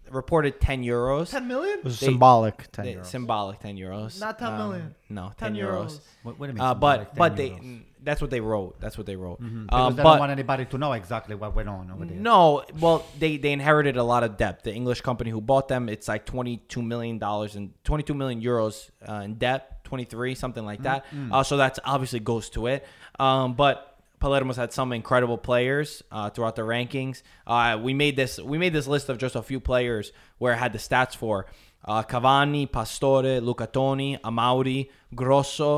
Speaker 1: reported 10 euros.
Speaker 3: 10 million?
Speaker 4: It was
Speaker 1: They-
Speaker 4: symbolic. 10
Speaker 1: They-
Speaker 4: euros.
Speaker 1: Symbolic 10 euros. Um,
Speaker 3: Not 10 million.
Speaker 1: No, 10,
Speaker 3: 10
Speaker 1: euros.
Speaker 3: euros.
Speaker 2: What, what do you mean?
Speaker 1: Uh,
Speaker 2: like
Speaker 1: but
Speaker 2: 10
Speaker 1: but they
Speaker 2: euros? Mm-hmm.
Speaker 1: that's what they wrote. That's what they wrote.
Speaker 2: Because
Speaker 1: Um,
Speaker 2: they don't
Speaker 1: but Mm.
Speaker 2: want anybody to know exactly what went on over there.
Speaker 1: no, well they they inherited a lot of debt. The English company who bought them, it's like 22 million dollars and 22 million euros uh, in debt. 23, something like that. Uh, so that's obviously goes to it. Um, but Palermo's had some incredible players uh, throughout the rankings. Uh, we made this we made this list of just a few players where I had the stats for uh, Cavani, Pastore, Lucatoni, Amauri, Grosso,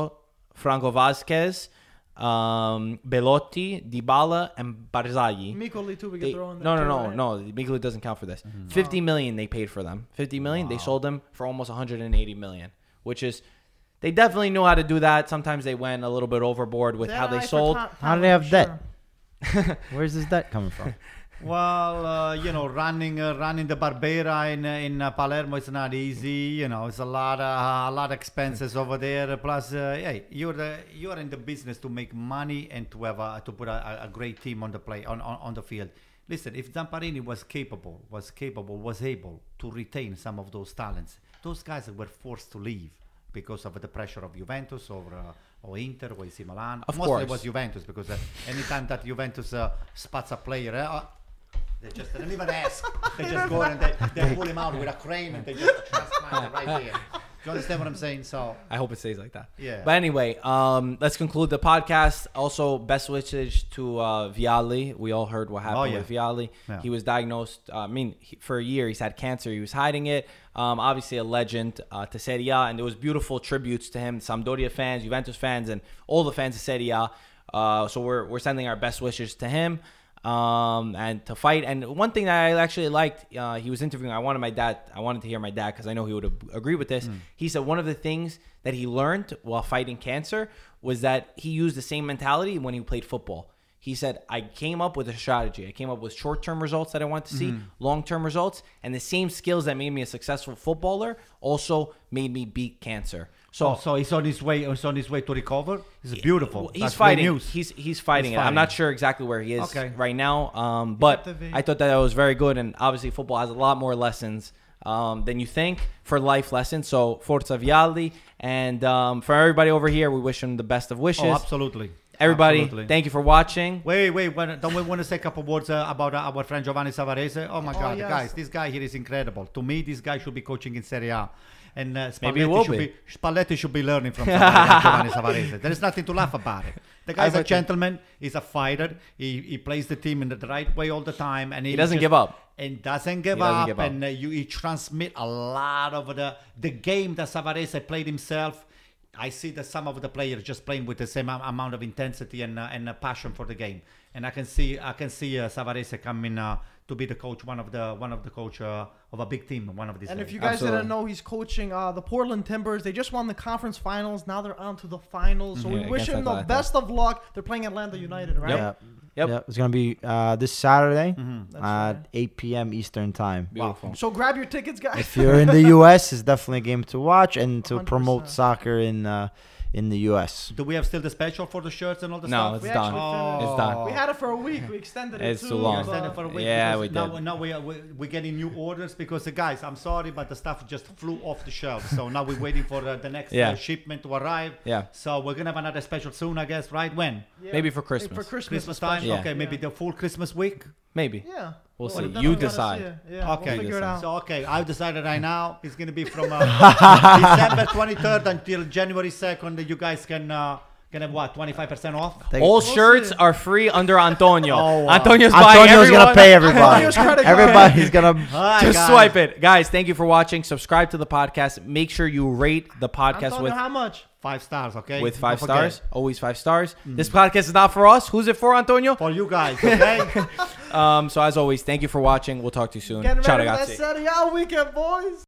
Speaker 1: Franco Vasquez, um, Belotti, Dybala, and Barzagli.
Speaker 3: Mikoli too. We
Speaker 1: They-
Speaker 3: can throw in there
Speaker 1: no, no,
Speaker 3: too,
Speaker 1: no,
Speaker 3: right? Oh.
Speaker 1: no. Miglu doesn't count for this.
Speaker 2: Mm-hmm.
Speaker 1: Fifty million they paid for them. Fifty million. They sold them for almost 180 million, which is they definitely knew how to do that. Sometimes they went a little bit overboard with
Speaker 3: That
Speaker 1: how
Speaker 3: eye
Speaker 1: they
Speaker 3: for
Speaker 1: sold.
Speaker 3: ta-
Speaker 4: How do they
Speaker 3: talent,
Speaker 4: have debt?
Speaker 3: sure.
Speaker 4: Where's this debt coming (laughs) from?
Speaker 2: Well, uh, you know, running uh, running the Barbera in uh, in uh, Palermo is not easy. You know, it's a lot of, uh, a lot of expenses over there. Plus, uh, hey, you're the, you're in the business to make money and to have a, to put a, a- a great team on the play on, on, on the field. Listen, if Zamparini was capable, was capable, was able to retain some of those talents, those guys were forced to leave because of the pressure of Juventus or uh, or Inter or AC Milan.
Speaker 1: Of
Speaker 2: Mostly it
Speaker 1: course.
Speaker 2: was Juventus because uh, anytime that Juventus uh, spots a player, uh, uh, they just they don't even
Speaker 1: (laughs)
Speaker 2: ask. They just go and they, they pull him out with a crane and they just
Speaker 1: (laughs)
Speaker 2: transplant it right there. Do you understand what I'm saying? So
Speaker 1: I hope it stays like that.
Speaker 2: Yeah.
Speaker 1: But anyway, um, let's conclude the podcast. Also, best wishes to uh, Vialli. We all heard what happened
Speaker 2: Oh, yeah.
Speaker 1: with Vialli.
Speaker 2: Yeah.
Speaker 1: He was diagnosed. Uh, I mean, he, for a year he's had cancer. He was hiding it. Um, obviously, a legend uh, to Serie A, and there was beautiful tributes to him. Sampdoria fans, Juventus fans, and all the fans of Serie A. Uh, so we're we're sending our best wishes to him. Um, and to fight. And one thing that I actually liked, uh, he was interviewing. I wanted my dad. I wanted to hear my dad because I know he would ab- agree with this. He said one of the things that he learned while fighting cancer was that he used the same mentality when he played football. He said, I came up with a strategy. I came up with short term results that I wanted to see,
Speaker 2: Mm-hmm.
Speaker 1: long term results, and the same skills that made me a successful footballer also made me beat cancer. So,
Speaker 2: oh, so he's on his way. He's on his way to recover. It's beautiful.
Speaker 1: He's
Speaker 2: That's great
Speaker 1: fighting.
Speaker 2: News.
Speaker 1: He's he's fighting
Speaker 2: He's
Speaker 1: it. I'm not
Speaker 2: fighting.
Speaker 1: sure exactly where he is
Speaker 2: Okay.
Speaker 1: right now. Um, but
Speaker 3: captivated.
Speaker 1: I thought that that was very good, and obviously football has a lot more lessons um, than you think for life lessons. So Forza Vialli, and um, for everybody over here, we wish him the best of wishes.
Speaker 2: oh, absolutely.
Speaker 1: Everybody,
Speaker 2: Absolutely.
Speaker 1: thank you for watching.
Speaker 2: Wait, wait, wait, don't we want to say a couple words uh, about uh, our friend Giovanni Savarese? Oh my
Speaker 3: Oh,
Speaker 2: God,
Speaker 3: yes.
Speaker 2: guys, this guy here is incredible. To me, this guy should be coaching in Serie A. And uh, Spalletti,
Speaker 1: Maybe he will be.
Speaker 2: should be. Spalletti should be learning from Savarese,
Speaker 1: (laughs)
Speaker 2: Giovanni Savarese. There is nothing to laugh about it. The guy's a
Speaker 1: would-
Speaker 2: gentleman. He's a fighter. He, he plays the team in the right way all the time, and he,
Speaker 1: doesn't give up.
Speaker 2: And doesn't give,
Speaker 1: He doesn't
Speaker 2: up,
Speaker 1: give up.
Speaker 2: And uh, you, he transmit a lot of the the game that Savarese played himself. I see that some of the players just playing with the same am- amount of intensity and uh, and uh, passion for the game, and I can see I can see uh, Savarese coming uh, to be the coach, one of the one of the coach uh, of a big team, one of these.
Speaker 3: And if
Speaker 2: days.
Speaker 3: you guys
Speaker 1: Absolutely.
Speaker 3: didn't know, he's coaching uh, the Portland Timbers. They just won the conference finals. Now they're on to the finals. So
Speaker 1: Mhm.
Speaker 3: we
Speaker 1: Yeah,
Speaker 3: wish
Speaker 1: against
Speaker 3: him the
Speaker 1: Atlanta.
Speaker 3: best of luck. They're playing Atlanta United, right? Mm-hmm.
Speaker 1: Yep. Yep.
Speaker 4: It's gonna be uh, this Saturday at
Speaker 3: That's
Speaker 1: Uh,
Speaker 3: right.
Speaker 4: 8 p.m. Eastern
Speaker 1: (laughs)
Speaker 4: time.
Speaker 1: Beautiful.
Speaker 3: So grab your tickets, guys.
Speaker 4: If you're in the U.S., it's definitely a game to watch and to promote
Speaker 3: 100%.
Speaker 4: soccer in uh, in the U.S.
Speaker 2: do we have still the special for the shirts and all the
Speaker 1: No,
Speaker 2: stuff?
Speaker 1: it's
Speaker 3: We
Speaker 1: done.
Speaker 3: actually
Speaker 1: It's
Speaker 2: finished.
Speaker 1: done.
Speaker 2: Oh.
Speaker 3: we had it for a week. We extended it.
Speaker 1: It's
Speaker 3: too,
Speaker 1: too long.
Speaker 3: but-
Speaker 2: Extended for a week
Speaker 1: Yeah,
Speaker 2: because
Speaker 1: we
Speaker 2: now,
Speaker 1: did.
Speaker 2: now we are we, we're getting new orders because the guys i'm sorry but the stuff just flew off the shelf so now we're waiting for uh, the next
Speaker 1: Yeah.
Speaker 2: uh, shipment to arrive
Speaker 1: Yeah.
Speaker 2: so we're gonna have another special soon i guess right when
Speaker 3: Yeah.
Speaker 1: Maybe for
Speaker 3: Hey,
Speaker 1: Christmas.
Speaker 3: For Christmas,
Speaker 2: christmas time
Speaker 1: Yeah.
Speaker 2: okay maybe the full christmas week
Speaker 1: Maybe.
Speaker 3: Yeah.
Speaker 1: We'll see.
Speaker 3: then
Speaker 1: You
Speaker 3: we gotta
Speaker 1: decide.
Speaker 3: see it. Yeah,
Speaker 2: okay
Speaker 3: We'll figure it out.
Speaker 2: so okay i've decided right now it's gonna be from uh, december 23rd until january 2nd you guys can uh, can have what 25% off
Speaker 4: Thank-
Speaker 1: All
Speaker 3: see.
Speaker 1: shirts are free under Antonio.
Speaker 2: Oh, wow.
Speaker 1: Antonio's buying
Speaker 4: Antonio's gonna
Speaker 1: everyone.
Speaker 4: pay everybody.
Speaker 3: Antonio's credit card.
Speaker 4: Everybody's gonna.
Speaker 2: All right,
Speaker 1: (laughs) Just
Speaker 2: guys.
Speaker 1: swipe it, guys. Thank you for watching. Subscribe to the podcast. Make sure you rate the podcast
Speaker 3: Antonio,
Speaker 1: with
Speaker 3: how
Speaker 1: (laughs)
Speaker 3: much?
Speaker 2: five stars okay
Speaker 1: with
Speaker 2: Don't
Speaker 1: five
Speaker 2: forget.
Speaker 1: stars. Always five stars. This podcast is not for us. Who's it for, Antonio?
Speaker 2: for you guys okay
Speaker 1: Um, so as always, thank you for watching. We'll talk to you soon.
Speaker 3: Getting
Speaker 1: Ciao,
Speaker 3: ready for that
Speaker 1: ragazzi.
Speaker 3: Serie A weekend, boys.